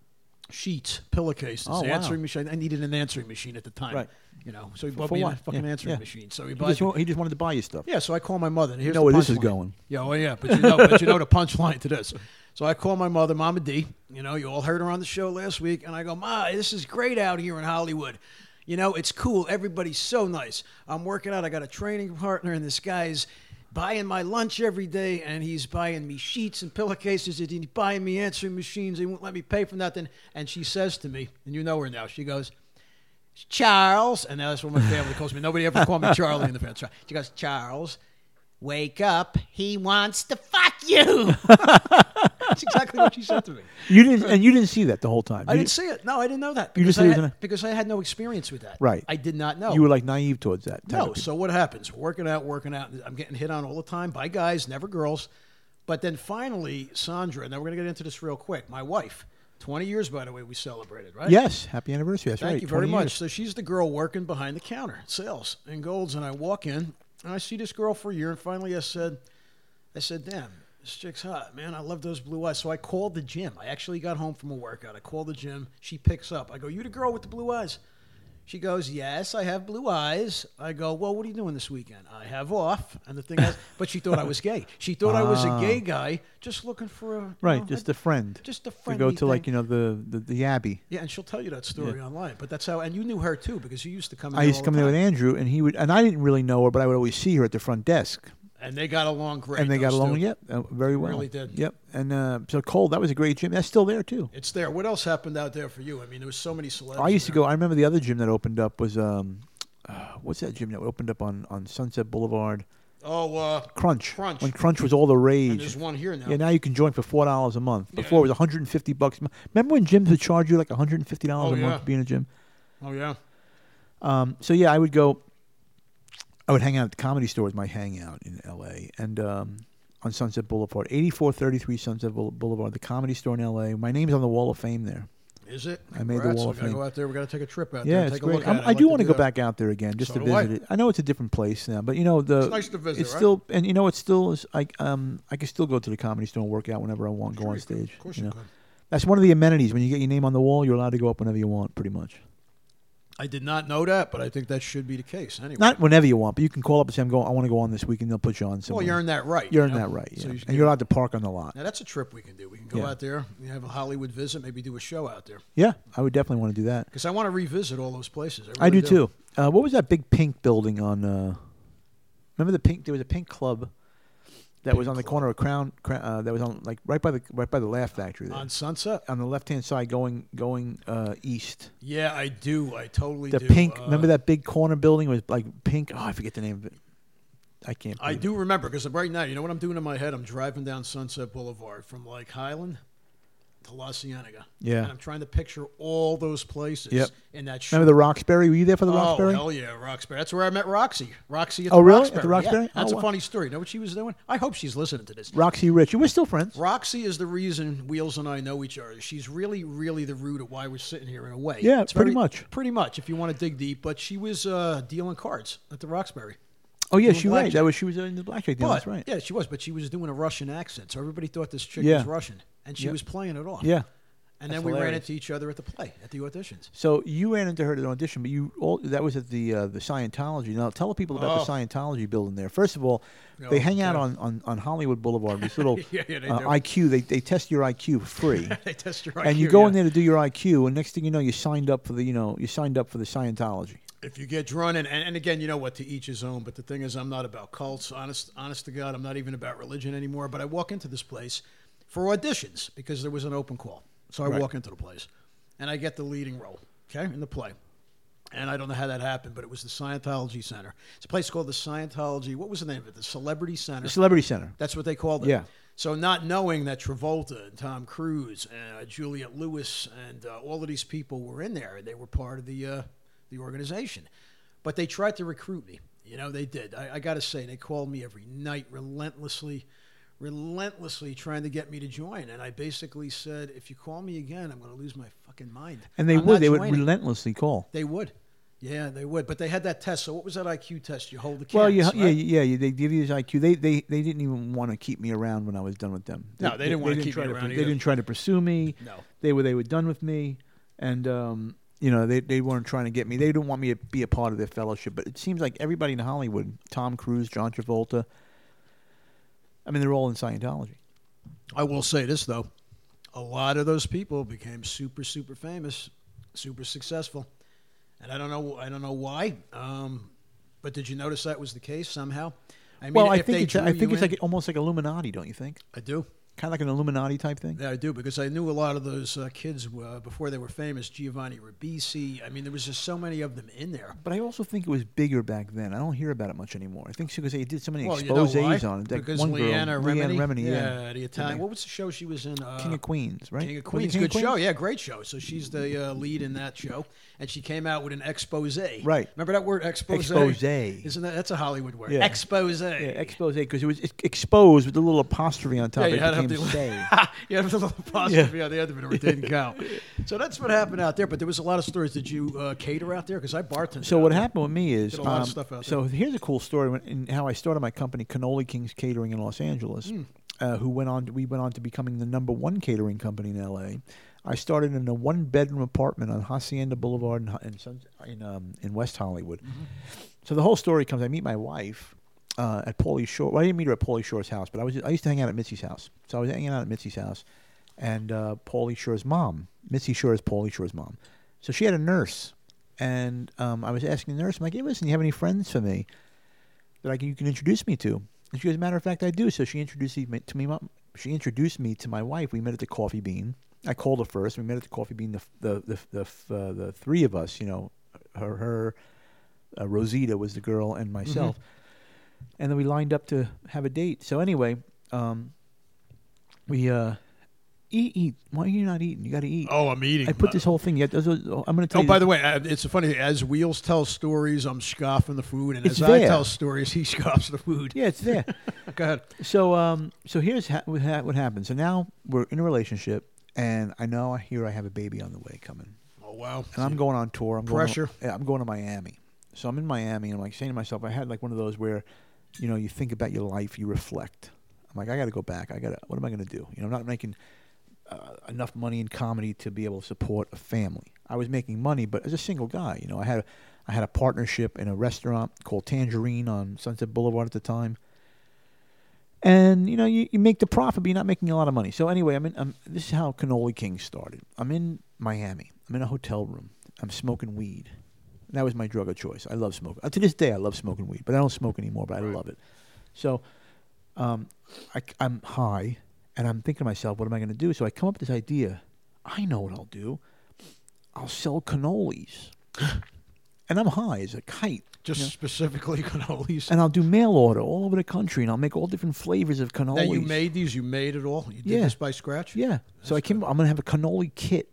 Speaker 3: sheets, pillowcases,
Speaker 2: Oh, wow.
Speaker 3: answering machine. I needed an answering machine at the time.
Speaker 2: Right.
Speaker 3: You know, so he
Speaker 2: For-
Speaker 3: bought
Speaker 2: for
Speaker 3: me a
Speaker 2: what?
Speaker 3: fucking
Speaker 2: Yeah,
Speaker 3: answering
Speaker 2: yeah.
Speaker 3: machine. So he
Speaker 2: He
Speaker 3: bought
Speaker 2: just,
Speaker 3: me-
Speaker 2: wa- he just wanted to buy you stuff.
Speaker 3: Yeah, so I call my mother. And here's
Speaker 2: know
Speaker 3: the
Speaker 2: where this is
Speaker 3: punchline.
Speaker 2: going.
Speaker 3: Yeah, well, yeah, but you know, but you know the punchline to this. So I call my mother, Mama D. You know, you all heard her on the show last week, and I go, Ma, this is great out here in Hollywood. You know, it's cool. Everybody's so nice. I'm working out. I got a training partner, and this guy's buying my lunch every day, and he's buying me sheets and pillowcases, and he's buying me answering machines. He won't let me pay for nothing. And she says to me, and you know her now. She goes, Charles, and that's what my family calls me. Nobody ever called me Charlie in the family. She goes, Charles, wake up. He wants to fuck you. that's exactly what she said to me.
Speaker 2: You didn't, and you didn't see that the whole time.
Speaker 3: I
Speaker 2: You
Speaker 3: didn't see it. No, I didn't know that.
Speaker 2: You just
Speaker 3: because I
Speaker 2: said it
Speaker 3: had-
Speaker 2: was an-
Speaker 3: because I had no experience with that.
Speaker 2: Right.
Speaker 3: I did not know.
Speaker 2: You were like naive towards that. type
Speaker 3: No.
Speaker 2: of people.
Speaker 3: So what happens? Working out, working out. I'm getting hit on all the time by guys, never girls. But then finally, Sandra. Now we're gonna get into this real quick. My wife, 20 years by the way, we celebrated, right?
Speaker 2: Yes. Happy anniversary. That's
Speaker 3: Thank
Speaker 2: right.
Speaker 3: you very
Speaker 2: 20
Speaker 3: much.
Speaker 2: years.
Speaker 3: So she's the girl working behind the counter, sales and golds. And I walk in and I see this girl for a year. And finally, I said, I said, damn, this chick's hot, man. I love those blue eyes. So I called the gym. I actually got home from a workout. I called the gym. She picks up. I go, you the girl with the blue eyes? She goes, yes, I have blue eyes. I go, well, what are you doing this weekend? I have off. And the thing is, but she thought I was gay. She thought I was a gay guy just looking for a. you
Speaker 2: Ah. Right.
Speaker 3: know,
Speaker 2: just
Speaker 3: a-
Speaker 2: a friend.
Speaker 3: just
Speaker 2: To
Speaker 3: a
Speaker 2: go
Speaker 3: friendly
Speaker 2: to like you
Speaker 3: thing.
Speaker 2: know the the, the Abbey.
Speaker 3: yeah, and she'll tell you that story online. But that's how, and you knew her too because you used to come. In
Speaker 2: I
Speaker 3: there
Speaker 2: used to
Speaker 3: all
Speaker 2: come
Speaker 3: the
Speaker 2: there
Speaker 3: time.
Speaker 2: with Andrew, and he would, and I didn't really know her, but I would always see her at the front desk,
Speaker 3: and they got along great.
Speaker 2: and they got
Speaker 3: those
Speaker 2: along.
Speaker 3: two.
Speaker 2: Yep, uh, very well.
Speaker 3: really did.
Speaker 2: Yep, and uh, so Cole, that was a great gym. That's still there too.
Speaker 3: It's there. What else happened out there for you? I mean, there was so many celebrities.
Speaker 2: I used to go.
Speaker 3: there.
Speaker 2: I remember the other gym that opened up was um, uh, what's that gym that opened up on on Sunset Boulevard?
Speaker 3: Oh, uh,
Speaker 2: Crunch.
Speaker 3: Crunch.
Speaker 2: When Crunch was all the
Speaker 3: and
Speaker 2: rage.
Speaker 3: there's one here now.
Speaker 2: Yeah, now you can join for four dollars a month. Before it was 150 bucks. a month. Remember when gyms would charge you like 150 dollars
Speaker 3: Oh,
Speaker 2: a
Speaker 3: yeah.
Speaker 2: month to be in a gym?
Speaker 3: oh yeah.
Speaker 2: Um, so yeah, I would go. I would hang out at the comedy store was my hangout in L.A. and um, on Sunset Boulevard, eighty-four thirty-three Sunset Boule- Boulevard, the comedy store in L.A. My name's on the Wall of Fame there.
Speaker 3: Is it?
Speaker 2: I made the
Speaker 3: Congrats.
Speaker 2: Wall
Speaker 3: We
Speaker 2: of
Speaker 3: gotta
Speaker 2: Fame.
Speaker 3: go out there. We got to take a trip out there.
Speaker 2: Yeah,
Speaker 3: and
Speaker 2: it's
Speaker 3: take a
Speaker 2: great.
Speaker 3: Look at
Speaker 2: I'm,
Speaker 3: it.
Speaker 2: I
Speaker 3: I'd
Speaker 2: do
Speaker 3: like
Speaker 2: want to
Speaker 3: do
Speaker 2: go
Speaker 3: that.
Speaker 2: back out there again just
Speaker 3: So
Speaker 2: to
Speaker 3: do I.
Speaker 2: visit it. I know it's a different place now, but you know the
Speaker 3: nice to visit,
Speaker 2: It's
Speaker 3: right?
Speaker 2: still and you know it's still is- I um I can still go to the comedy store and work out whenever I want, go
Speaker 3: Sure
Speaker 2: on
Speaker 3: you could.
Speaker 2: stage.
Speaker 3: Of course
Speaker 2: you
Speaker 3: you
Speaker 2: know.
Speaker 3: could.
Speaker 2: That's one of the amenities. When you get your name on the wall, you're allowed to go up whenever you want, pretty much.
Speaker 3: I did not know that, but I think that should be the case anyway.
Speaker 2: Not whenever you want, but you can call up and say I'm going. I want to go on this week, and they'll put you on.
Speaker 3: well,
Speaker 2: Somewhere.
Speaker 3: you earned that right.
Speaker 2: You're
Speaker 3: you
Speaker 2: in
Speaker 3: know?
Speaker 2: that right, yeah.
Speaker 3: So you
Speaker 2: and
Speaker 3: should give-
Speaker 2: you're allowed to park on the lot.
Speaker 3: Now that's a trip we can do. We can go
Speaker 2: Yeah.
Speaker 3: out there. We have a Hollywood visit. Maybe do a show out there
Speaker 2: Yeah, I would definitely want to do that.
Speaker 3: because I want to revisit all those places. I,
Speaker 2: I
Speaker 3: really
Speaker 2: do, too. Uh, what was that big pink building on? Uh, remember the pink? There was a pink club that was on the corner of Crown. Crown uh, that was on like right by the right by the Laugh Factory. There.
Speaker 3: On
Speaker 2: On,
Speaker 3: Sunset.
Speaker 2: the left hand side, going going uh, east.
Speaker 3: Yeah, I do. I totally
Speaker 2: The
Speaker 3: do.
Speaker 2: pink.
Speaker 3: Uh,
Speaker 2: remember that big corner building was like pink. Oh, I forget the name of it. I can't.
Speaker 3: I
Speaker 2: believe it.
Speaker 3: do remember because right now, you know what I'm doing in my head? I'm driving down Sunset Boulevard from like Highland to La Cienega.
Speaker 2: Yeah.
Speaker 3: And I'm trying to picture all those places
Speaker 2: Yep.
Speaker 3: in that
Speaker 2: Remember the Roxbury? Were you there for the
Speaker 3: oh,
Speaker 2: Roxbury?
Speaker 3: hell yeah, Roxbury. That's where I met Roxy. Roxy at
Speaker 2: Oh,
Speaker 3: the
Speaker 2: really? At
Speaker 3: Roxbury.
Speaker 2: the
Speaker 3: Yeah.
Speaker 2: Roxbury? Oh,
Speaker 3: That's a
Speaker 2: wow.
Speaker 3: funny story. You know what she was doing? I hope she's listening to this.
Speaker 2: Roxy Rich. You were still friends.
Speaker 3: Roxy is the reason Wheels and I know each other. She's really, really the root of why we're sitting here in a way.
Speaker 2: Yeah, pretty
Speaker 3: very-
Speaker 2: much.
Speaker 3: Pretty much, if you want to dig deep. But she was uh, dealing cards at the Roxbury.
Speaker 2: Oh yeah,
Speaker 3: doing
Speaker 2: she right.
Speaker 3: blackjack.
Speaker 2: That was she was in the blackjack deal.
Speaker 3: But-
Speaker 2: That's right.
Speaker 3: Yeah, she was, but she was doing a Russian accent, so everybody thought this chick
Speaker 2: Yeah.
Speaker 3: was Russian, and she
Speaker 2: Yep.
Speaker 3: was playing it off.
Speaker 2: Yeah. That's
Speaker 3: and then we ran
Speaker 2: hilarious.
Speaker 3: into each other at the play at the auditions.
Speaker 2: So you ran into her at an audition, but you all that was at the uh, the Scientology. Now tell the people about the
Speaker 3: Oh.
Speaker 2: Scientology building there. First of all,
Speaker 3: Oh,
Speaker 2: they hang out
Speaker 3: yeah.
Speaker 2: on, on, on Hollywood Boulevard. This little
Speaker 3: Yeah, yeah, they
Speaker 2: uh,
Speaker 3: do.
Speaker 2: IQ. They they test your IQ for free,
Speaker 3: They test your IQ.
Speaker 2: and you go
Speaker 3: yeah.
Speaker 2: in there to do your IQ. And next thing you know, you signed up for the you know you signed up for the Scientology.
Speaker 3: If you get drawn in, and, and again, you know what? To each his own. But the thing is, I'm not about cults. Honest, honest to God, I'm not even about religion anymore. But I walk into this place for auditions because there was an open call. So I walk into the place, and I get the leading role. Okay, in the play. And I don't know how that happened, but it was the Scientology Center. It's a place called the Scientology. What was the name of it? The Celebrity Center.
Speaker 2: The Celebrity Center.
Speaker 3: That's what they called it.
Speaker 2: Yeah.
Speaker 3: So not knowing that Travolta and Tom Cruise and uh, Juliet Lewis and uh, all of these people were in there, they were part of the uh, the organization. But they tried to recruit me. You know, they did. I, I got to say, they called me every night relentlessly, relentlessly trying to get me to join. And I basically said, if you call me again, I'm going to lose my fucking mind.
Speaker 2: And they
Speaker 3: I'm
Speaker 2: would
Speaker 3: not
Speaker 2: they would
Speaker 3: joining."
Speaker 2: relentlessly call.
Speaker 3: They would. Yeah, they would. But they had that test. So what was that IQ test? You hold the kids.
Speaker 2: Well, you,
Speaker 3: right?
Speaker 2: yeah, yeah, yeah. They give you this IQ. They, they, they didn't even want to keep me around when I was done with them.
Speaker 3: No, they didn't wanna keep
Speaker 2: try
Speaker 3: you
Speaker 2: to.
Speaker 3: around
Speaker 2: They
Speaker 3: either.
Speaker 2: didn't try to pursue me.
Speaker 3: No.
Speaker 2: they were they were done with me, and um, you know they, they weren't trying to get me. They didn't want me to be a part of their fellowship. But it seems like everybody in Hollywood, Tom Cruise, John Travolta. I mean, they're all in Scientology.
Speaker 3: I will say this though, a lot of those people became super, super famous, super successful, and I don't know, I don't know why. Um, but did you notice that was the case somehow? I mean,
Speaker 2: well, I
Speaker 3: if
Speaker 2: think
Speaker 3: they
Speaker 2: it's I
Speaker 3: drew
Speaker 2: think
Speaker 3: you
Speaker 2: it's
Speaker 3: in-
Speaker 2: like almost like Illuminati, don't you think?
Speaker 3: I do.
Speaker 2: Kind of like an Illuminati type thing.
Speaker 3: Yeah, I do because I knew a lot of those uh, kids uh, before they were famous. Giovanni Ribisi. I mean, there was just so many of them in there.
Speaker 2: But I also think it was bigger back then. I don't hear about it much anymore. I think because they did so many
Speaker 3: Well, you know
Speaker 2: exposés
Speaker 3: why?
Speaker 2: on it. That
Speaker 3: because
Speaker 2: one girl,
Speaker 3: Leanna
Speaker 2: Leanne
Speaker 3: Remini,
Speaker 2: Remini, yeah,
Speaker 3: yeah, the Italian. What was the show she was in? Uh,
Speaker 2: King of Queens, right?
Speaker 3: King of
Speaker 2: Was it
Speaker 3: Queens,
Speaker 2: King of
Speaker 3: good show.
Speaker 2: Queens?
Speaker 3: Yeah, great show. So she's the uh, lead in that show, and she came out with an expose.
Speaker 2: Right.
Speaker 3: Remember that word expose?
Speaker 2: Exposé.
Speaker 3: Isn't that that's a Hollywood word?
Speaker 2: Yeah.
Speaker 3: Expose.
Speaker 2: Yeah, expose because it was ex- exposed with a little apostrophe on top.
Speaker 3: you
Speaker 2: it
Speaker 3: had to
Speaker 2: became
Speaker 3: have
Speaker 2: say.
Speaker 3: the, you had to have the little apostrophe on the end of it, or it didn't count. So that's what happened out there. But there was a lot of stories. Did you uh, cater out there? Because I bartended.
Speaker 2: So
Speaker 3: out
Speaker 2: what
Speaker 3: there.
Speaker 2: happened with me is,
Speaker 3: Did a lot of
Speaker 2: um,
Speaker 3: stuff out
Speaker 2: so here's a cool story when, in how I started my company, Cannoli Kings Catering in Los Angeles,
Speaker 3: Hmm.
Speaker 2: uh, who went on. To, we went on to becoming the number one catering company in LA. I started in a one bedroom apartment on Hacienda Boulevard in Ho- in, Sun- in, um, in West Hollywood.
Speaker 3: Mm-hmm.
Speaker 2: So the whole story comes. I meet my wife uh, at Paulie Shore. Well, I didn't meet her at Paulie Shore's house, but I was I used to hang out at Mitzi's house. So I was hanging out at Mitzi's house, and uh, Paulie Shore's mom, Mitzi Shore is Paulie Shore's mom. So she had a nurse, and um, I was asking the nurse, I'm like, "Hey, listen, you have any friends for me that I can you can introduce me to?" And she goes, "Matter of fact, I do." So she introduced me to me. She introduced me to my wife. We met at the Coffee Bean. I called her first. We met at the Coffee Bean. The the the the, f- uh, the three of us, you know, her her uh, Rosita was the girl
Speaker 3: Mm-hmm.
Speaker 2: and myself. And then we lined up to have a date. So anyway, um, we uh, eat, eat. Why are you not eating? You got to eat.
Speaker 3: Oh, I'm eating.
Speaker 2: I put this whole thing. Yeah, those are- I'm going to tell
Speaker 3: Oh,
Speaker 2: you.
Speaker 3: by the way, uh, it's funny. As Wheels tells stories, I'm scoffing the food, and
Speaker 2: It's
Speaker 3: as
Speaker 2: there.
Speaker 3: I tell stories, he scoffs the food.
Speaker 2: yeah, it's there.
Speaker 3: Go ahead.
Speaker 2: so, um, so here's ha- what, ha- what happened. So now we're in a relationship, and I know I hear I have a baby on the way coming.
Speaker 3: Oh wow.
Speaker 2: and I'm going on tour. I'm
Speaker 3: Pressure.
Speaker 2: Going to, yeah, I'm going to Miami. So I'm in Miami, and I'm like saying to myself, I had like one of those where, you know, you think about your life, you reflect. I'm like, I got to go back. I got to. What am I going to do? You know, I'm not making uh, enough money in comedy to be able to support a family. I was making money, but as a single guy, you know, I had I had a partnership in a restaurant called Tangerine on Sunset Boulevard at the time and you know you, you make the profit but you're not making a lot of money so anyway i'm in I'm, this is how cannoli king started i'm in miami i'm in a hotel room i'm smoking weed that was my drug of choice i love smoking Uh, to this day i love smoking weed but i don't smoke anymore but i love it so um, I, i'm high and i'm thinking to myself what am i going to do so i come up with this idea i know what i'll do i'll sell cannolis and i'm high as a kite
Speaker 3: Just specifically cannolis.
Speaker 2: and I'll do mail order all over the country, and I'll make all different flavors of cannolis.
Speaker 3: Now you made these. You made it all. You did
Speaker 2: Yeah.
Speaker 3: this by scratch.
Speaker 2: Yeah. So I came. I'm gonna have a cannoli kit,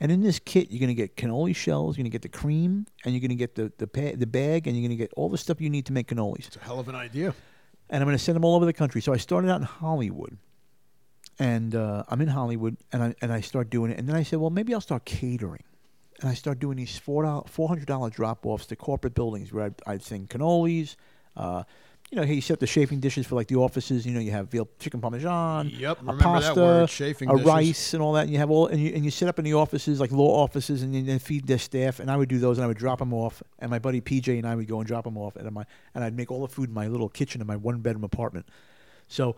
Speaker 2: and in this kit, you're gonna get cannoli shells, you're gonna get the cream, and you're gonna get the the, pa- the bag, and you're gonna get all the stuff you need to make cannolis.
Speaker 3: It's a hell of an idea.
Speaker 2: And I'm gonna send them all over the country. So I started out in Hollywood, and uh, I'm in Hollywood, and I and I start doing it, and then I said, well, maybe I'll start catering. And I start doing these four hundred dollar drop offs to corporate buildings where I'd, I'd send cannolis. Uh, you know, hey, you set the chafing dishes for like the offices. You know, you have veal, chicken parmesan,
Speaker 3: Yep,
Speaker 2: a
Speaker 3: remember that
Speaker 2: pasta,
Speaker 3: word, chafing
Speaker 2: a
Speaker 3: dishes.
Speaker 2: rice, and all that. And you have all, and you and you set up in the offices, like law offices, and you- then feed their staff. And I would do those, and I would drop them off. And my buddy PJ and I would go and drop them off, and my and I'd make all the food in my little kitchen in my one bedroom apartment. So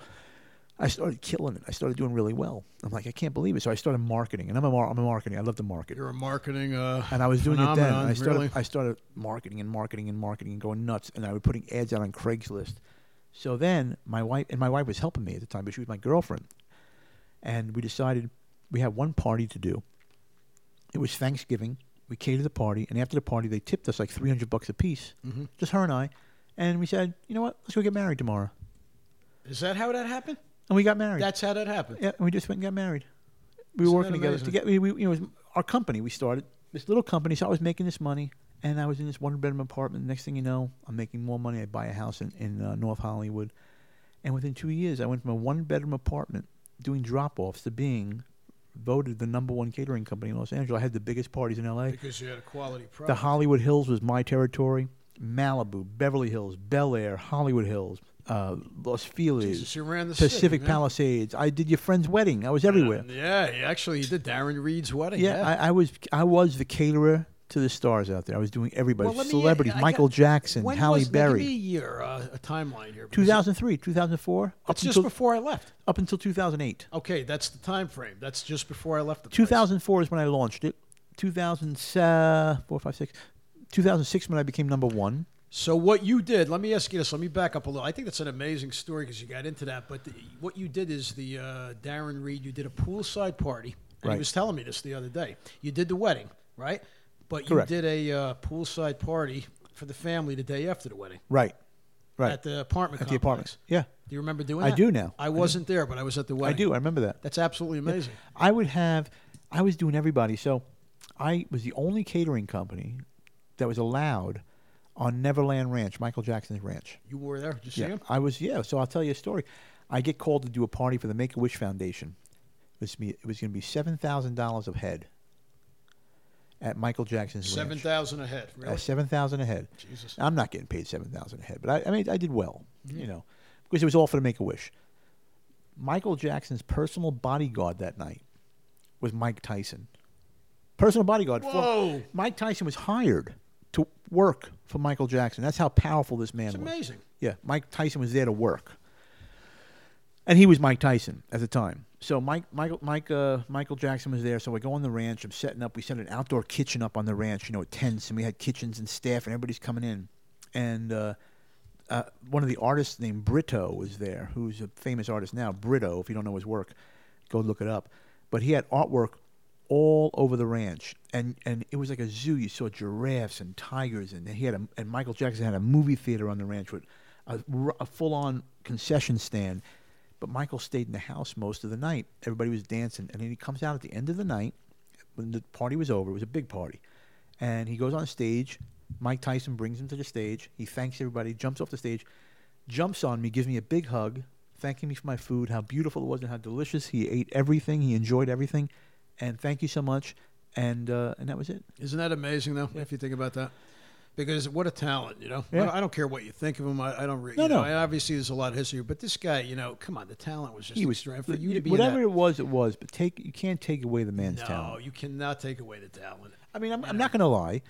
Speaker 2: I started killing it. I started doing really well. I'm like, I can't believe it. So I started marketing, and I'm a, mar- I'm a marketing. I love to market.
Speaker 3: You're a marketing. Uh,
Speaker 2: And I was doing it then.
Speaker 3: phenomenon,
Speaker 2: I started,
Speaker 3: really.
Speaker 2: I started marketing and marketing and marketing and going nuts. And I was putting ads out on Craigslist. So then my wife, and my wife was helping me at the time, but she was my girlfriend. And we decided we had one party to do. It was Thanksgiving. We catered the party, and after the party, they tipped us like 300 bucks a piece,
Speaker 3: Mm-hmm.
Speaker 2: just her and I. And we said, you know what? Let's go get married tomorrow.
Speaker 3: Is that how that happened?
Speaker 2: And we got married.
Speaker 3: That's how that happened.
Speaker 2: Yeah, and we just went and got married. We were
Speaker 3: Isn't
Speaker 2: working
Speaker 3: that
Speaker 2: together.
Speaker 3: amazing?
Speaker 2: To get, we, we, you know, it was our company we started this little company, so I was making this money, and I was in this one bedroom apartment. Next thing you know, I'm making more money. I buy a house in in uh, North Hollywood, and within two years, I went from a one bedroom apartment doing drop offs to being voted the number one catering company in Los Angeles. I had the biggest parties in L.A.
Speaker 3: because you had a quality
Speaker 2: The
Speaker 3: product.
Speaker 2: Hollywood Hills was my territory. Malibu, Beverly Hills, Bel Air, Hollywood Hills, uh, Los Feliz,
Speaker 3: Jesus, you ran the city,
Speaker 2: Pacific
Speaker 3: man.
Speaker 2: Palisades. I did your friend's wedding. I was everywhere.
Speaker 3: yeah, you actually, you did Darren Reed's wedding.
Speaker 2: yeah, I, I was. I was the caterer to the stars out there. I was doing everybody,
Speaker 3: Well, let me- uh,
Speaker 2: celebrities,
Speaker 3: I
Speaker 2: Michael
Speaker 3: got-
Speaker 2: Jackson,
Speaker 3: when
Speaker 2: Halle
Speaker 3: was, now,
Speaker 2: Berry.
Speaker 3: Give me a year, uh, a timeline here. because
Speaker 2: 2003, 2004, up
Speaker 3: That's just
Speaker 2: until,
Speaker 3: before I left.
Speaker 2: up until 2008.
Speaker 3: Okay, that's the time frame. That's just before I left the place.
Speaker 2: 2004 is when I launched it. 2007, 4, 5, 6. 2006 when I became number one.
Speaker 3: So what you did? Let me ask you this. Let me back up a little. I think that's an amazing story because you got into that. But the, what you did is the uh, Darren Reed. You did a poolside party. And
Speaker 2: Right.
Speaker 3: He was telling me this the other day. You did the wedding, right? But you
Speaker 2: Correct.
Speaker 3: did a uh, poolside party for the family the day after the wedding
Speaker 2: Right. Right.
Speaker 3: at the apartment.
Speaker 2: At the apartments. Yeah.
Speaker 3: Do you remember doing?
Speaker 2: I
Speaker 3: that?
Speaker 2: do now.
Speaker 3: I wasn't there, but I was at the
Speaker 2: I
Speaker 3: wedding.
Speaker 2: do. I remember that.
Speaker 3: That's absolutely amazing.
Speaker 2: I would have, I was doing everybody. So I was the only catering company that was allowed on Neverland Ranch, Michael Jackson's ranch.
Speaker 3: You were there. Did you see him?
Speaker 2: I was, yeah. So I'll tell you a story. I get called to do a party for the Make a Wish Foundation. It was, me- it was going to be $7,000 a head at Michael Jackson's ranch.
Speaker 3: Seven thousand ahead. Really?
Speaker 2: Uh, seven thousand a head.
Speaker 3: Jesus. Mm-hmm.
Speaker 2: I'm not getting paid seven thousand a head, but I, I mean, I did well, you know, because it was all for the Make a Wish. Michael Jackson's personal bodyguard that night was Mike Tyson. Personal bodyguard. for-
Speaker 3: Whoa.
Speaker 2: Mike Tyson was hired to work for Michael Jackson. That's how powerful this man
Speaker 3: It's
Speaker 2: was.
Speaker 3: amazing.
Speaker 2: Yeah, Mike Tyson was there to work, and he was Mike Tyson at the time. So Mike, Michael, Mike, uh, Michael Jackson was there. So I go on the ranch. I'm setting up. We set an outdoor kitchen up on the ranch. You know, with tents, and we had kitchens and staff, and everybody's coming in. And uh, uh, one of the artists named Brito was there, who's a famous artist now. Brito, if you don't know his work, go look it up. But he had artwork all over the ranch, and and it was like a zoo. You saw giraffes and tigers, and he had a, and Michael Jackson had a movie theater on the ranch with a, r- a full-on concession stand. But Michael stayed in the house most of the night. Everybody was dancing, and then he comes out at the end of the night when the party was over. It was a big party, and he goes on stage. Mike Tyson brings him to the stage. He thanks everybody, jumps off the stage, jumps on me, gives me a big hug, thanking me for my food, how beautiful it was and how delicious. He ate everything, he enjoyed everything, and thank you so much. And uh, and that was it.
Speaker 3: Isn't that amazing though? If you think about that, because what a talent, you know. I,
Speaker 2: Yeah.
Speaker 3: don't, I don't care what you think of him. I, I don't. Re-
Speaker 2: No,
Speaker 3: you know,
Speaker 2: no.
Speaker 3: I- obviously, there's a lot of history, but this guy, you know, come on, the talent was just
Speaker 2: He was
Speaker 3: extra- for you to be in
Speaker 2: whatever
Speaker 3: that-
Speaker 2: it was, it was. But take you can't take away the man's
Speaker 3: no,
Speaker 2: talent.
Speaker 3: you cannot take away the talent.
Speaker 2: I mean, I'm, I'm not going to lie,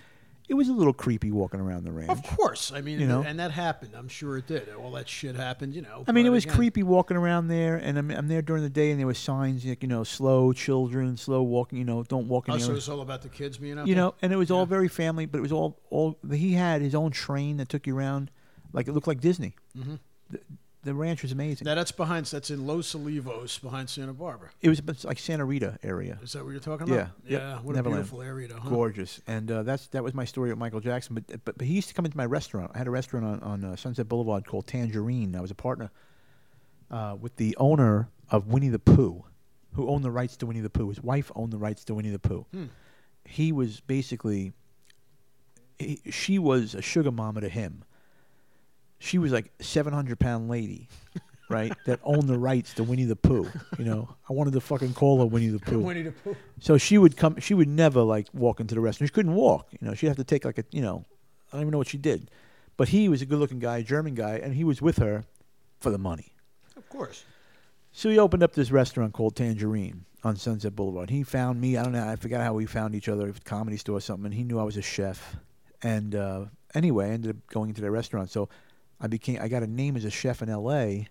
Speaker 2: it was a little creepy walking around the ranch.
Speaker 3: Of course, I mean,
Speaker 2: You know?
Speaker 3: and that happened. I'm sure it did. All that shit happened. You know.
Speaker 2: I mean,
Speaker 3: but
Speaker 2: it was
Speaker 3: again-
Speaker 2: creepy walking around there, and I'm, I'm there during the day, and there were signs like you know, slow children, slow walking, you know, don't walk in
Speaker 3: Oh,
Speaker 2: the
Speaker 3: so
Speaker 2: area.
Speaker 3: it's all about the kids being out
Speaker 2: you
Speaker 3: there?
Speaker 2: know, and it was all very family, but it was all all he had his own train that took you around, like it looked like Disney. Mm-hmm. The, the ranch was amazing.
Speaker 3: Now that's behind. That's in Los Olivos, behind Santa Barbara.
Speaker 2: it was it's like Santa Rita area,
Speaker 3: Is that what you're talking
Speaker 2: Yeah,
Speaker 3: about?
Speaker 2: yep,
Speaker 3: Yeah. What
Speaker 2: Neverland.
Speaker 3: a beautiful area, though. Huh?
Speaker 2: gorgeous, and uh, that's that was my story with Michael Jackson. But, but but he used to come into my restaurant. I had a restaurant on on uh, Sunset Boulevard called Tangerine. I was a partner uh, with the owner of Winnie the Pooh, who owned the rights to Winnie the Pooh. His wife owned the rights to Winnie the Pooh.
Speaker 3: Hmm.
Speaker 2: He was basically, he, she was a sugar mama to him. She was like seven hundred pound lady, right? that owned the rights to Winnie the Pooh. You know, I wanted to fucking call her Winnie the Pooh.
Speaker 3: Winnie the Pooh.
Speaker 2: So she would come. She would never like walk into the restaurant. She couldn't walk. You know, she'd have to take like a you know, I don't even know what she did. But he was a good-looking guy, a German guy, and he was with her for the money.
Speaker 3: Of course.
Speaker 2: So he opened up this restaurant called Tangerine on Sunset Boulevard. He found me. I don't know. I forgot how we found each other. It was a comedy store or something. And he knew I was a chef. And uh, anyway, I ended up going into that restaurant. So I became. I got a name as a chef in L.A.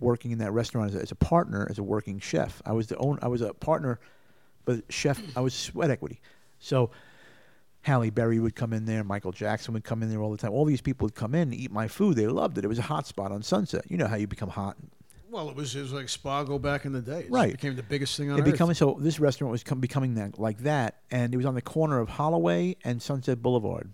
Speaker 2: Working in that restaurant as a, as a partner, as a working chef. I was the own. I was a partner, but chef. I was sweat equity. So Halle Berry would come in there, Michael Jackson would come in there all the time. All these people would come in and eat my food. They loved it. It was a hot spot on Sunset. You know how you become hot
Speaker 3: Well, it was it was like Spago back in the day. It just
Speaker 2: Right.
Speaker 3: became the biggest thing on
Speaker 2: it
Speaker 3: earth.
Speaker 2: becoming so this restaurant was com- becoming that, like that and it was on the corner of holloway and sunset boulevard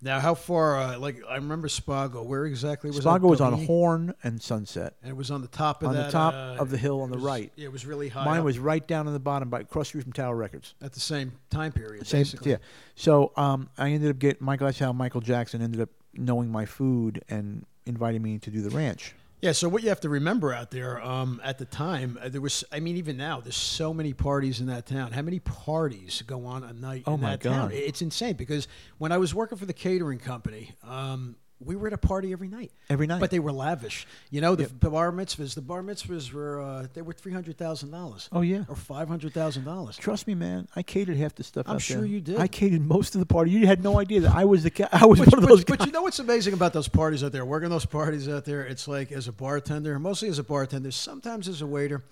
Speaker 3: Now, how far? Uh, like I remember Spago. Where exactly was that
Speaker 2: spago was on
Speaker 3: building?
Speaker 2: horn and sunset
Speaker 3: and it was on the top of
Speaker 2: on the
Speaker 3: that,
Speaker 2: top
Speaker 3: uh,
Speaker 2: of the hill on
Speaker 3: it
Speaker 2: the
Speaker 3: was-
Speaker 2: right.
Speaker 3: Oh, Yeah, it was really high.
Speaker 2: mine
Speaker 3: up
Speaker 2: was right down on the bottom by across the street from tower records
Speaker 3: at the same time period.
Speaker 2: Same,
Speaker 3: basically.
Speaker 2: yeah. So um, I ended up getting Michael. That's how Michael Jackson ended up knowing my food and inviting me to do the ranch.
Speaker 3: Yeah, so what you have to remember out there um, at the time, uh, there was, I mean, even now, there's so many parties in that town. How many parties go on a night
Speaker 2: Oh
Speaker 3: in
Speaker 2: my
Speaker 3: that town?
Speaker 2: God.
Speaker 3: I- It's insane because when I was working for the catering company, um, we were at a party every night.
Speaker 2: Every night.
Speaker 3: But they were lavish. You know, the the bar mitzvahs, the bar mitzvahs were, uh, they were $300,000.
Speaker 2: Oh, yeah.
Speaker 3: Or $500,000.
Speaker 2: Trust me, man. I catered half the stuff.
Speaker 3: I'm
Speaker 2: out
Speaker 3: sure
Speaker 2: there.
Speaker 3: you did.
Speaker 2: I catered most of the party. You had no idea that I was the ca- I was
Speaker 3: But,
Speaker 2: one of
Speaker 3: but-
Speaker 2: those
Speaker 3: but
Speaker 2: guys.
Speaker 3: you know what's amazing about those parties out there? Working those parties out there, it's like as a bartender, mostly as a bartender, sometimes as a waiter.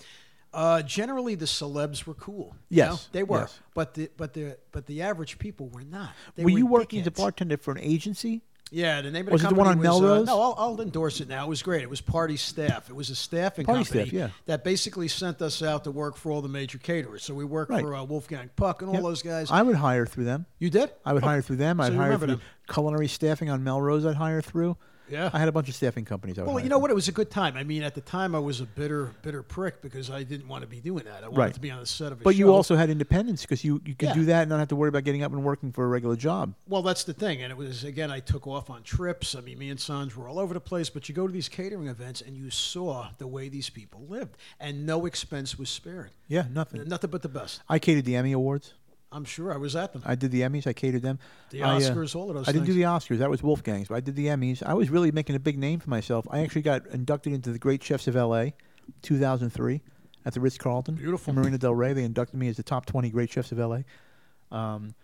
Speaker 3: Uh, generally, the celebs were cool. you
Speaker 2: Yes,
Speaker 3: know? they were,
Speaker 2: yes.
Speaker 3: but the but the but the average people were not. They
Speaker 2: Were you working as a
Speaker 3: dickheads.
Speaker 2: bartender for an agency?
Speaker 3: Yeah, the name of the
Speaker 2: Was it the one
Speaker 3: company
Speaker 2: on
Speaker 3: was,
Speaker 2: Melrose?
Speaker 3: Uh, no, I'll, I'll endorse it now. It was great. It was Party Staff. It was a staffing
Speaker 2: Party
Speaker 3: company
Speaker 2: Staff, yeah.
Speaker 3: that basically sent us out to work for all the major caterers. So we worked
Speaker 2: Right.
Speaker 3: for uh, Wolfgang Puck and all
Speaker 2: Yep.
Speaker 3: those guys.
Speaker 2: I would hire through them.
Speaker 3: you did?
Speaker 2: I would
Speaker 3: Oh,
Speaker 2: hire through them. I'd
Speaker 3: so you
Speaker 2: hire
Speaker 3: remember
Speaker 2: through
Speaker 3: them.
Speaker 2: culinary staffing on Melrose. I'd hire through.
Speaker 3: Yeah.
Speaker 2: I had a bunch of staffing companies. I would
Speaker 3: Well,
Speaker 2: hire
Speaker 3: you know
Speaker 2: through.
Speaker 3: what? It was a good time. I mean, at the time, I was a bitter, bitter prick because I didn't want to be doing that. I wanted
Speaker 2: Right.
Speaker 3: to be on the set of a
Speaker 2: But
Speaker 3: show.
Speaker 2: you also had independence because you, you could
Speaker 3: Yeah.
Speaker 2: do that and not have to worry about getting up and working for a regular job.
Speaker 3: well, that's the thing. And it was again, I took off on trips. I mean, me and Sanj were all over the place. But you go to these catering events and you saw the way these people lived, and no expense was spared.
Speaker 2: Yeah, nothing.
Speaker 3: Nothing but the best.
Speaker 2: I catered the Emmy Awards.
Speaker 3: I'm sure I was at them.
Speaker 2: I did the Emmys. I catered them.
Speaker 3: The
Speaker 2: I, uh,
Speaker 3: Oscars, all of those
Speaker 2: I didn't do
Speaker 3: things.
Speaker 2: the Oscars. That was Wolfgang's. But I did the Emmys. I was really making a big name for myself. I actually got inducted into the Great Chefs of L.A. 2003 at the Ritz Carlton.
Speaker 3: Beautiful.
Speaker 2: Marina Del Rey. They inducted me as the top 20 Great Chefs of L.A. Um,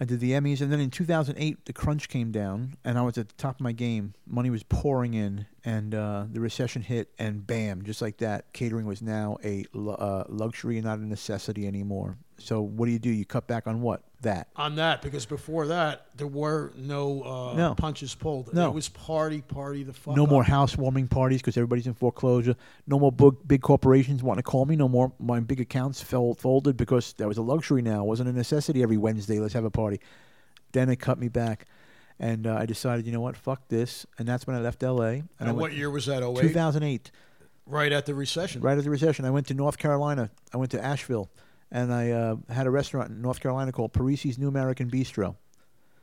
Speaker 2: I did the Emmys, and then in 2008, the crunch came down, and I was at the top of my game. Money was pouring in, and uh, the recession hit, and bam, just like that, catering was now a lu- uh, luxury and not a necessity anymore. So what do you do? You cut back on what? That.
Speaker 3: on that because before that there were no, uh,
Speaker 2: No.
Speaker 3: punches pulled.
Speaker 2: No.
Speaker 3: It was party, party, the fuck.
Speaker 2: No
Speaker 3: up.
Speaker 2: more housewarming parties because everybody's in foreclosure. No more big, big corporations wanting to call me. No more my big accounts fell folded because that was a luxury now. It wasn't a necessity every Wednesday. Let's have a party. Then it cut me back, and uh, I decided, you know what, fuck this. And that's when I left L.A. And I
Speaker 3: And
Speaker 2: went-
Speaker 3: what year was that? 08?
Speaker 2: 2008,
Speaker 3: Right at the recession.
Speaker 2: right at the recession. I went to North Carolina. I went to Asheville, and I uh, had a restaurant in North Carolina called Parisi's New American Bistro.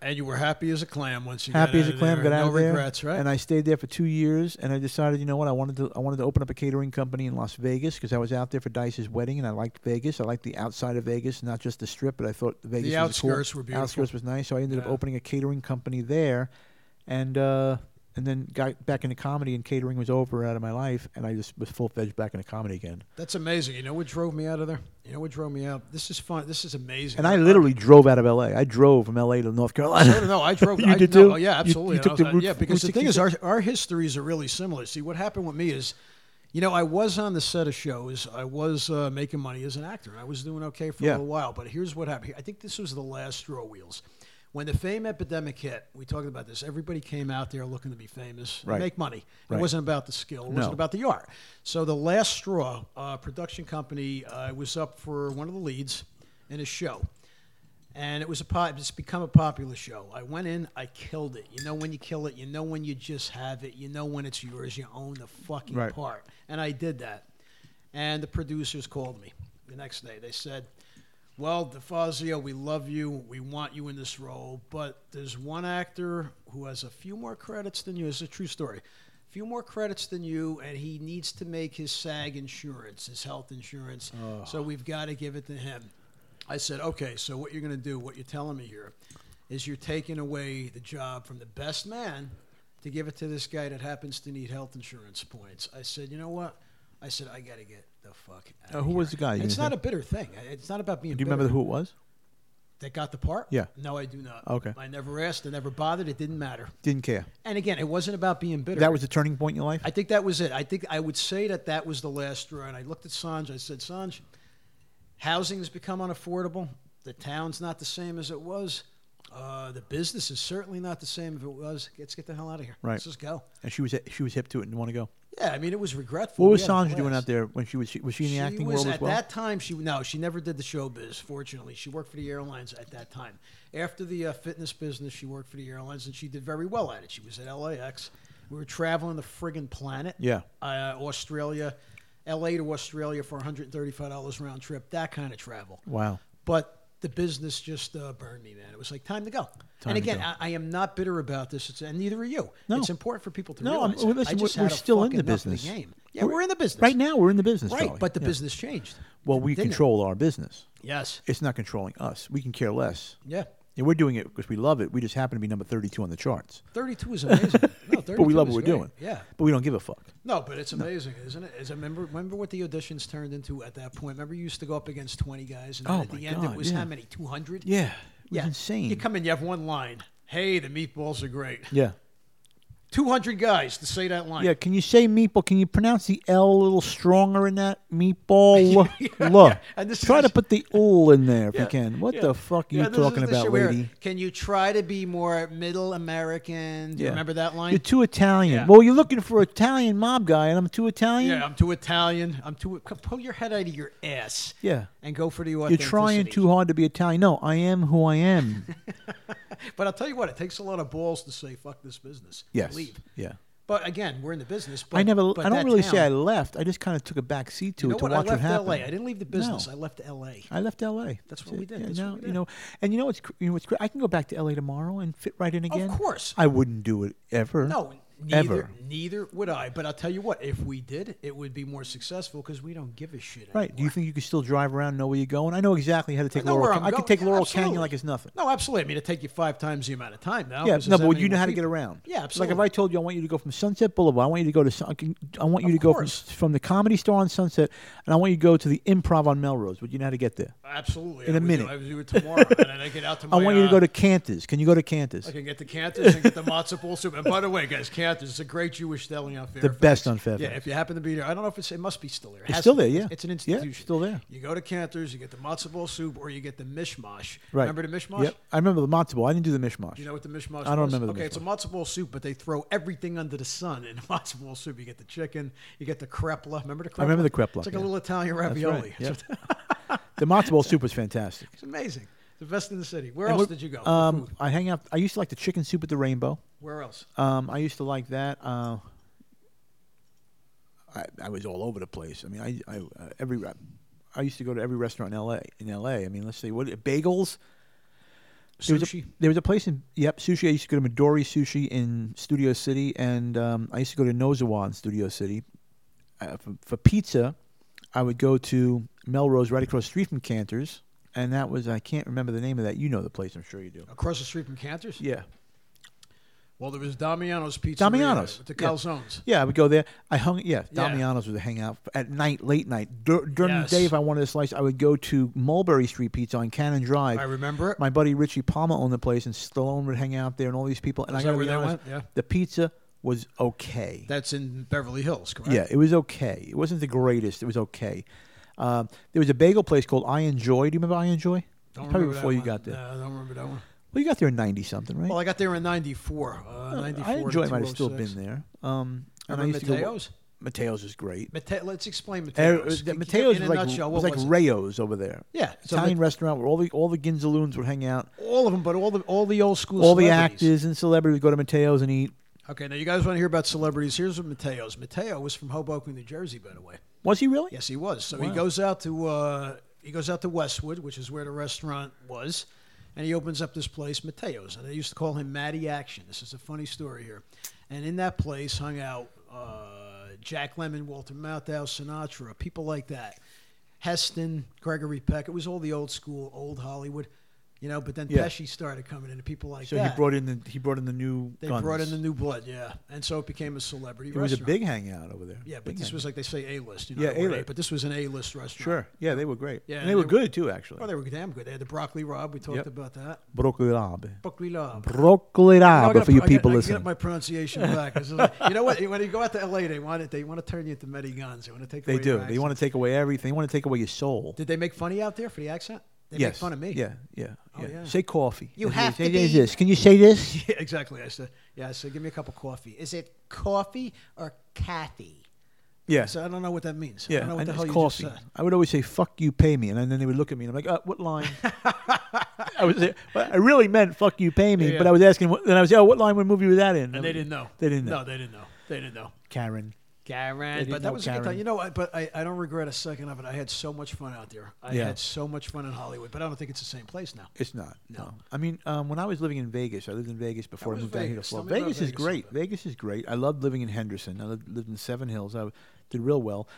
Speaker 3: And you were happy as a clam once you
Speaker 2: happy
Speaker 3: got
Speaker 2: as a
Speaker 3: out of
Speaker 2: clam.
Speaker 3: there.
Speaker 2: Got out
Speaker 3: no
Speaker 2: of there,
Speaker 3: regrets, right?
Speaker 2: And I stayed there for two years, and I decided, you know what, I wanted to, I wanted to open up a catering company in Las Vegas because I was out there for Dice's wedding, and I liked Vegas. I liked the outside of Vegas, not just the strip, but I thought Vegas was
Speaker 3: outskirts
Speaker 2: cool.
Speaker 3: were beautiful.
Speaker 2: Outskirts was nice, so I ended up
Speaker 3: Yeah.
Speaker 2: opening a catering company there, and uh, and then got back into comedy, and catering was over out of my life, and I just was full fledged back into comedy again.
Speaker 3: That's amazing. You know what drove me out of there? You know what drove me out? This is fun. This is amazing.
Speaker 2: And I literally drove out of L.A. I drove from L.A. to North Carolina.
Speaker 3: No, no, no, I drove.
Speaker 2: You
Speaker 3: I,
Speaker 2: did
Speaker 3: no,
Speaker 2: too?
Speaker 3: oh, yeah,
Speaker 2: You- you
Speaker 3: absolutely. And
Speaker 2: took
Speaker 3: I was-
Speaker 2: the Route-
Speaker 3: yeah, because the
Speaker 2: Route
Speaker 3: thing is, our, our histories are really similar. See, what happened with me is, you know, I was on the set of shows. I was uh, making money as an actor. I was doing okay for
Speaker 2: Yeah.
Speaker 3: a little while. But here's what happened. I think this was the last straw wheels. When the fame epidemic hit, we talked about this. Everybody came out there looking to be famous, and
Speaker 2: Right.
Speaker 3: make money.
Speaker 2: Right.
Speaker 3: It wasn't about the skill. It wasn't
Speaker 2: No.
Speaker 3: about the art. So the last straw, uh, production company, I was up for one of the leads in a show and it was a pop. It's become a popular show. I went in, I killed it. You know when you kill it. You know when you just have it. You know when it's yours. You own the fucking
Speaker 2: Right.
Speaker 3: part. And I did that. And the producers called me the next day. They said, "Well, DeFazio, we love you. We want you in this role, but there's one actor who has a few more credits than you. It's a true story." Few more credits than you, and he needs to make his SAG insurance, his health insurance.
Speaker 2: Oh.
Speaker 3: So we've got to give it to him. I said, okay, so what you're going to do, what you're telling me here, is you're taking away the job from the best man to give it to this guy that happens to need health insurance points. I said, you know what? I said, I got to get the fuck out
Speaker 2: Uh,
Speaker 3: of
Speaker 2: who
Speaker 3: here."
Speaker 2: was the guy? You
Speaker 3: It's
Speaker 2: gonna
Speaker 3: not a bitter thing. It's not about being
Speaker 2: Do you remember
Speaker 3: bitter.
Speaker 2: who it was?
Speaker 3: that got the part?
Speaker 2: Yeah.
Speaker 3: No, I do not.
Speaker 2: Okay.
Speaker 3: I never asked. I never bothered. It didn't matter.
Speaker 2: Didn't care.
Speaker 3: And again, it wasn't about being bitter.
Speaker 2: That was a turning point in your life.
Speaker 3: I think that was it. I think I would say that that was the last straw. And I looked at Sanj. I said, Sanj, housing has become unaffordable. The town's not the same as it was. Uh, the business is certainly not the same if it was. Let's get the hell out of here.
Speaker 2: Right.
Speaker 3: Let's just go.
Speaker 2: and she was she was hip to it and didn't want to go.
Speaker 3: Yeah, I mean, it was regretful.
Speaker 2: What
Speaker 3: We
Speaker 2: was
Speaker 3: had a
Speaker 2: Sandra doing
Speaker 3: blast.
Speaker 2: out there when she was she, was she in the
Speaker 3: She
Speaker 2: acting
Speaker 3: was
Speaker 2: world
Speaker 3: at
Speaker 2: as well?
Speaker 3: that time. She no, she never did the showbiz. Fortunately, she worked for the airlines at that time. After the uh, fitness business, she worked for the airlines, and she did very well at it. She was at LAX. We were traveling the friggin' planet.
Speaker 2: Yeah.
Speaker 3: uh, Australia, LA to Australia for 135 dollars round trip. That kind of travel.
Speaker 2: Wow.
Speaker 3: But the business just uh, burned me, man. It was like time to go.
Speaker 2: Time
Speaker 3: and
Speaker 2: to
Speaker 3: again,
Speaker 2: go.
Speaker 3: I, I am not bitter about this, it's, and neither are you.
Speaker 2: No.
Speaker 3: It's important for people to
Speaker 2: No, I'm-
Speaker 3: realize.
Speaker 2: well,
Speaker 3: that.
Speaker 2: listen,
Speaker 3: I just
Speaker 2: we're-
Speaker 3: had
Speaker 2: we're
Speaker 3: a
Speaker 2: still in
Speaker 3: fucking
Speaker 2: the
Speaker 3: enough of
Speaker 2: business.
Speaker 3: The game. Yeah, we're, in the business
Speaker 2: Right now, we're in the business.
Speaker 3: right?
Speaker 2: Charlie.
Speaker 3: But the
Speaker 2: Yeah.
Speaker 3: business changed.
Speaker 2: Well, we
Speaker 3: Didn't it?
Speaker 2: control our business.
Speaker 3: Yes.
Speaker 2: It's not controlling us. We can care less.
Speaker 3: Yeah.
Speaker 2: And we're doing it because we love it. We just happen to be number 32 on the charts.
Speaker 3: 32 is amazing. No, 32
Speaker 2: But we love
Speaker 3: is
Speaker 2: what we're
Speaker 3: great.
Speaker 2: doing.
Speaker 3: Yeah.
Speaker 2: But we don't give a fuck.
Speaker 3: No, but it's amazing, isn't it? As I remember, remember what the auditions turned into at that point. Remember, you used to go up against 20 guys, and then
Speaker 2: Oh,
Speaker 3: at the
Speaker 2: my
Speaker 3: end
Speaker 2: God,
Speaker 3: it was
Speaker 2: yeah.
Speaker 3: how many? 200.
Speaker 2: Yeah. It was insane.
Speaker 3: You come in, you have one line. Hey, the meatballs are great.
Speaker 2: yeah.
Speaker 3: 200 guys to say that line.
Speaker 2: Yeah. Can you say meatball? Can you pronounce the L a little stronger in that? Meatball. Look.
Speaker 3: And this
Speaker 2: Try
Speaker 3: is-
Speaker 2: to put the ool in there if
Speaker 3: Yeah.
Speaker 2: you can. What
Speaker 3: Yeah.
Speaker 2: the fuck are
Speaker 3: Yeah,
Speaker 2: you
Speaker 3: this is
Speaker 2: talking
Speaker 3: the
Speaker 2: about,
Speaker 3: shit where,
Speaker 2: lady?
Speaker 3: Can you try to be more middle American? Do you
Speaker 2: Yeah.
Speaker 3: remember that line?
Speaker 2: You're too Italian.
Speaker 3: Yeah.
Speaker 2: Well, you're looking for Italian mob guy, and I'm too Italian.
Speaker 3: yeah, I'm too Italian. I'm too. c- Pull your head out of your ass.
Speaker 2: Yeah.
Speaker 3: And go for the
Speaker 2: You're
Speaker 3: authenticity.
Speaker 2: trying too hard to be Italian. No, I am who I am.
Speaker 3: But I'll tell you what, it takes a lot of balls to say fuck this business. and
Speaker 2: yes.
Speaker 3: Leave.
Speaker 2: Yeah.
Speaker 3: But again, we're in the business. But,
Speaker 2: I never.
Speaker 3: But
Speaker 2: I
Speaker 3: that
Speaker 2: don't really
Speaker 3: town,
Speaker 2: say I left. I just kind of took a back seat to
Speaker 3: You know
Speaker 2: it to
Speaker 3: what?
Speaker 2: watch
Speaker 3: I left
Speaker 2: what happened.
Speaker 3: LA. I didn't leave the business.
Speaker 2: No.
Speaker 3: I left LA.
Speaker 2: I left LA.
Speaker 3: That's what
Speaker 2: it.
Speaker 3: we did.
Speaker 2: Yeah,
Speaker 3: That's what
Speaker 2: now-
Speaker 3: we
Speaker 2: You
Speaker 3: did.
Speaker 2: know, and you know what's cr- you know what's great. I can go back to LA tomorrow and fit right in again.
Speaker 3: course.
Speaker 2: I wouldn't do it ever.
Speaker 3: No, neither,
Speaker 2: ever.
Speaker 3: neither would I. But I'll tell you what, if we did, it would be more successful because we don't give a shit.
Speaker 2: Right? Do you
Speaker 3: anymore.
Speaker 2: think you could still drive around, know where you're going? I know exactly how to take
Speaker 3: know
Speaker 2: Laurel.
Speaker 3: where
Speaker 2: Ca-
Speaker 3: I'm
Speaker 2: I could
Speaker 3: going.
Speaker 2: take
Speaker 3: Yeah,
Speaker 2: Laurel Canyon
Speaker 3: absolutely.
Speaker 2: like it's nothing.
Speaker 3: No, absolutely. I mean, it'd take you five times the amount of time
Speaker 2: Yeah,
Speaker 3: now. 'cause
Speaker 2: no,
Speaker 3: there's that
Speaker 2: but
Speaker 3: many
Speaker 2: you know
Speaker 3: more
Speaker 2: how to get
Speaker 3: people.
Speaker 2: around.
Speaker 3: Yeah,
Speaker 2: It's Like
Speaker 3: absolutely.
Speaker 2: if I told you I want you to go from Sunset Boulevard, I want you to go to, Sun- I can- I want you
Speaker 3: Of
Speaker 2: to go from,
Speaker 3: course.
Speaker 2: s- from the Comedy Store on Sunset, and I want you to go to the Improv on Melrose. Would you know how to get there?
Speaker 3: absolutely
Speaker 2: in
Speaker 3: I
Speaker 2: a
Speaker 3: would
Speaker 2: minute.
Speaker 3: do, I would do it tomorrow, and then I get out to my.
Speaker 2: I want you to
Speaker 3: uh,
Speaker 2: go to Cantor's. Can you go to Cantor's?
Speaker 3: I can get the Cantus and get the matzo ball soup. And by the way, guys, Cantus is a great Jewish deli on Fairfax.
Speaker 2: best on Fairfax.
Speaker 3: Yeah, if you happen to be there, I don't know if it's it must be still there. It
Speaker 2: It's
Speaker 3: has
Speaker 2: still
Speaker 3: to be.
Speaker 2: there, yeah.
Speaker 3: It's an
Speaker 2: Yeah, it's
Speaker 3: institution.
Speaker 2: still there.
Speaker 3: You go to Cantor's, you get the matzo ball soup, or you get the mishmash.
Speaker 2: Right.
Speaker 3: Remember the mishmash?
Speaker 2: Yep. I remember the matzo ball. I didn't do the mishmash.
Speaker 3: You know what the mishmash?
Speaker 2: I don't
Speaker 3: was?
Speaker 2: remember the
Speaker 3: Okay, it's a matzo ball soup, but they throw everything under the sun in a matzo ball soup. You get the chicken, you get the crepla. Remember the crepla?
Speaker 2: I remember the crepla,
Speaker 3: It's like
Speaker 2: yeah.
Speaker 3: a little Italian
Speaker 2: That's
Speaker 3: ravioli.
Speaker 2: right. Yep. the matzo ball soup was fantastic.
Speaker 3: It's amazing. The best in the city. Where
Speaker 2: And
Speaker 3: else
Speaker 2: we're-
Speaker 3: did you go? for
Speaker 2: Um,
Speaker 3: food?
Speaker 2: I hang out. I used to like the chicken soup at the Rainbow.
Speaker 3: Where else?
Speaker 2: Um, I used to like that. Uh, I, I was all over the place. I mean, I, I uh, every re- I used to go to every restaurant in L.A. In L.A. I mean, let's see, what bagels. There was, a,
Speaker 3: Sushi.
Speaker 2: there was a place in yep sushi. I used to go to Midori Sushi in Studio City, and um, I used to go to Nozawa in Studio City. Uh, for, for pizza, I would go to Melrose right across the street from Cantor's, and that was I can't remember the name of that. You know the place, I'm sure you do.
Speaker 3: Across the street from Cantor's?
Speaker 2: Yeah,
Speaker 3: Well, there was Damiano's Pizza.
Speaker 2: Damiano's,
Speaker 3: With the
Speaker 2: yeah.
Speaker 3: calzones.
Speaker 2: Yeah, I would go there. I hung. Yeah,
Speaker 3: Yeah.
Speaker 2: Damiano's would hang out at night, late night. Dur- during
Speaker 3: Yes.
Speaker 2: the day, if I wanted a slice, I would go to Mulberry Street Pizza on Cannon Drive.
Speaker 3: I remember it.
Speaker 2: My buddy Richie Palma owned the place, and Stallone would hang out there, and all these people. And
Speaker 3: Is
Speaker 2: I got
Speaker 3: that
Speaker 2: to
Speaker 3: where
Speaker 2: be
Speaker 3: that
Speaker 2: honest,
Speaker 3: went? Yeah.
Speaker 2: the pizza was okay.
Speaker 3: That's in Beverly Hills, correct?
Speaker 2: yeah, it was okay. It wasn't the greatest. It was okay. Um, there was a bagel place called I Enjoy. Do you remember I Enjoy?
Speaker 3: Don't
Speaker 2: Probably
Speaker 3: remember that
Speaker 2: before you
Speaker 3: one.
Speaker 2: got there.
Speaker 3: No, I don't remember that one.
Speaker 2: Well, you got there in ninety something, right?
Speaker 3: Well, I got there in 94. Uh, 94
Speaker 2: Oh, I
Speaker 3: to
Speaker 2: enjoy. Might have still
Speaker 3: 206.
Speaker 2: been there. Um, and I
Speaker 3: Remember
Speaker 2: used to go.
Speaker 3: Mateo's?
Speaker 2: Mateo's is great.
Speaker 3: Mate- let's explain
Speaker 2: Er,
Speaker 3: Mateo's.
Speaker 2: the
Speaker 3: In-
Speaker 2: Mateo's
Speaker 3: in
Speaker 2: was
Speaker 3: a
Speaker 2: like,
Speaker 3: nutshell,
Speaker 2: was
Speaker 3: what
Speaker 2: like
Speaker 3: was it?
Speaker 2: Rayo's over there.
Speaker 3: Yeah, so
Speaker 2: Italian
Speaker 3: the-
Speaker 2: restaurant where all the all the Ginzaloons would hang out.
Speaker 3: all of them, but all the all the old school
Speaker 2: all the
Speaker 3: celebrities.
Speaker 2: actors and celebrities would go to Mateo's and eat.
Speaker 3: Okay, now you guys want to hear about celebrities? Here's what Mateo's. Mateo was from Hoboken, New Jersey, by the way.
Speaker 2: Was he really?
Speaker 3: Yes, he was. So he goes out to uh, he goes out to Westwood, which is where the restaurant was, and he opens up this place, Mateo's, and they used to call him Matty Action. This is a funny story here, and in that place hung out uh, Jack Lemmon, Walter Matthau, Sinatra, people like that, Heston, Gregory Peck. It was all the old school, old Hollywood, you know. But then
Speaker 2: Yeah.
Speaker 3: Pesci started coming in, and people like
Speaker 2: So
Speaker 3: that.
Speaker 2: he brought in the he brought in the new.
Speaker 3: they
Speaker 2: guns.
Speaker 3: brought in the new blood, yeah, and so it became a celebrity.
Speaker 2: It was a
Speaker 3: restaurant.
Speaker 2: big hangout over there.
Speaker 3: Yeah, but
Speaker 2: Big
Speaker 3: this
Speaker 2: hangout.
Speaker 3: was like they say A list, you know.
Speaker 2: Yeah,
Speaker 3: the word
Speaker 2: A-list.
Speaker 3: But this was an A list restaurant.
Speaker 2: sure. Yeah, they were great.
Speaker 3: Yeah,
Speaker 2: and
Speaker 3: and
Speaker 2: they were
Speaker 3: they-
Speaker 2: good too, actually.
Speaker 3: Well, Oh, they were damn good. They had the broccoli rob. We talked
Speaker 2: Yep.
Speaker 3: about that.
Speaker 2: Broccoli Rob.
Speaker 3: Broccoli rob.
Speaker 2: Broccoli
Speaker 3: You know, I
Speaker 2: Rob
Speaker 3: gotta-
Speaker 2: for you
Speaker 3: I gotta-
Speaker 2: people
Speaker 3: I gotta
Speaker 2: listening.
Speaker 3: Get my pronunciation back. This is like- you know what? When you go out to LA, they want it. They want to turn you into Medellin guns. They want to take.
Speaker 2: they
Speaker 3: away
Speaker 2: do.
Speaker 3: your
Speaker 2: They want
Speaker 3: accent.
Speaker 2: to take away everything. They want to take away your soul.
Speaker 3: Did they make funny out there for the accent? They
Speaker 2: yes.
Speaker 3: make fun of me. Oh,
Speaker 2: Yeah, yeah, yeah.
Speaker 3: yeah.
Speaker 2: Say coffee.
Speaker 4: You
Speaker 2: Is it-
Speaker 4: have to
Speaker 2: is it- is
Speaker 4: be-
Speaker 2: this. Can you say this?
Speaker 3: Yeah, exactly. I said. Yeah. I said, give me a cup of coffee. Is
Speaker 4: Is it coffee or Kathy?
Speaker 2: Yeah.
Speaker 3: so I don't know what that means. I
Speaker 2: Yeah,
Speaker 3: don't know what
Speaker 2: and
Speaker 3: the
Speaker 2: it's
Speaker 3: hell you
Speaker 2: coffee.
Speaker 3: just said.
Speaker 2: I would always say "fuck you, pay me," and then they would look at me and I'm like, uh, "What line?" I was, I really meant "fuck you, pay me,"
Speaker 3: Yeah,
Speaker 2: but
Speaker 3: yeah.
Speaker 2: I was asking, what- then I was, "Oh, what line? What movie was that in?"
Speaker 3: And they didn't know.
Speaker 2: They didn't
Speaker 3: No,
Speaker 2: know.
Speaker 3: they didn't know. They didn't know.
Speaker 2: Karen.
Speaker 3: Karen.
Speaker 2: didn't
Speaker 3: But that
Speaker 2: know
Speaker 3: was a good
Speaker 2: Karen.
Speaker 3: time. You know, I, but I, I don't regret a second of it. I had so much fun out there. I
Speaker 2: Yeah.
Speaker 3: had so much fun in Hollywood, but I don't think it's the same place now.
Speaker 2: It's not. No. I mean, um, when I was living in Vegas, I lived in Vegas before I
Speaker 3: was
Speaker 2: moved down here to
Speaker 3: Vegas. Tell
Speaker 2: Florida.
Speaker 3: me about
Speaker 2: Vegas is
Speaker 3: Vegas a
Speaker 2: great.
Speaker 3: little
Speaker 2: Vegas is great. I loved living in Henderson. I lived, lived in Seven Hills. I did real well.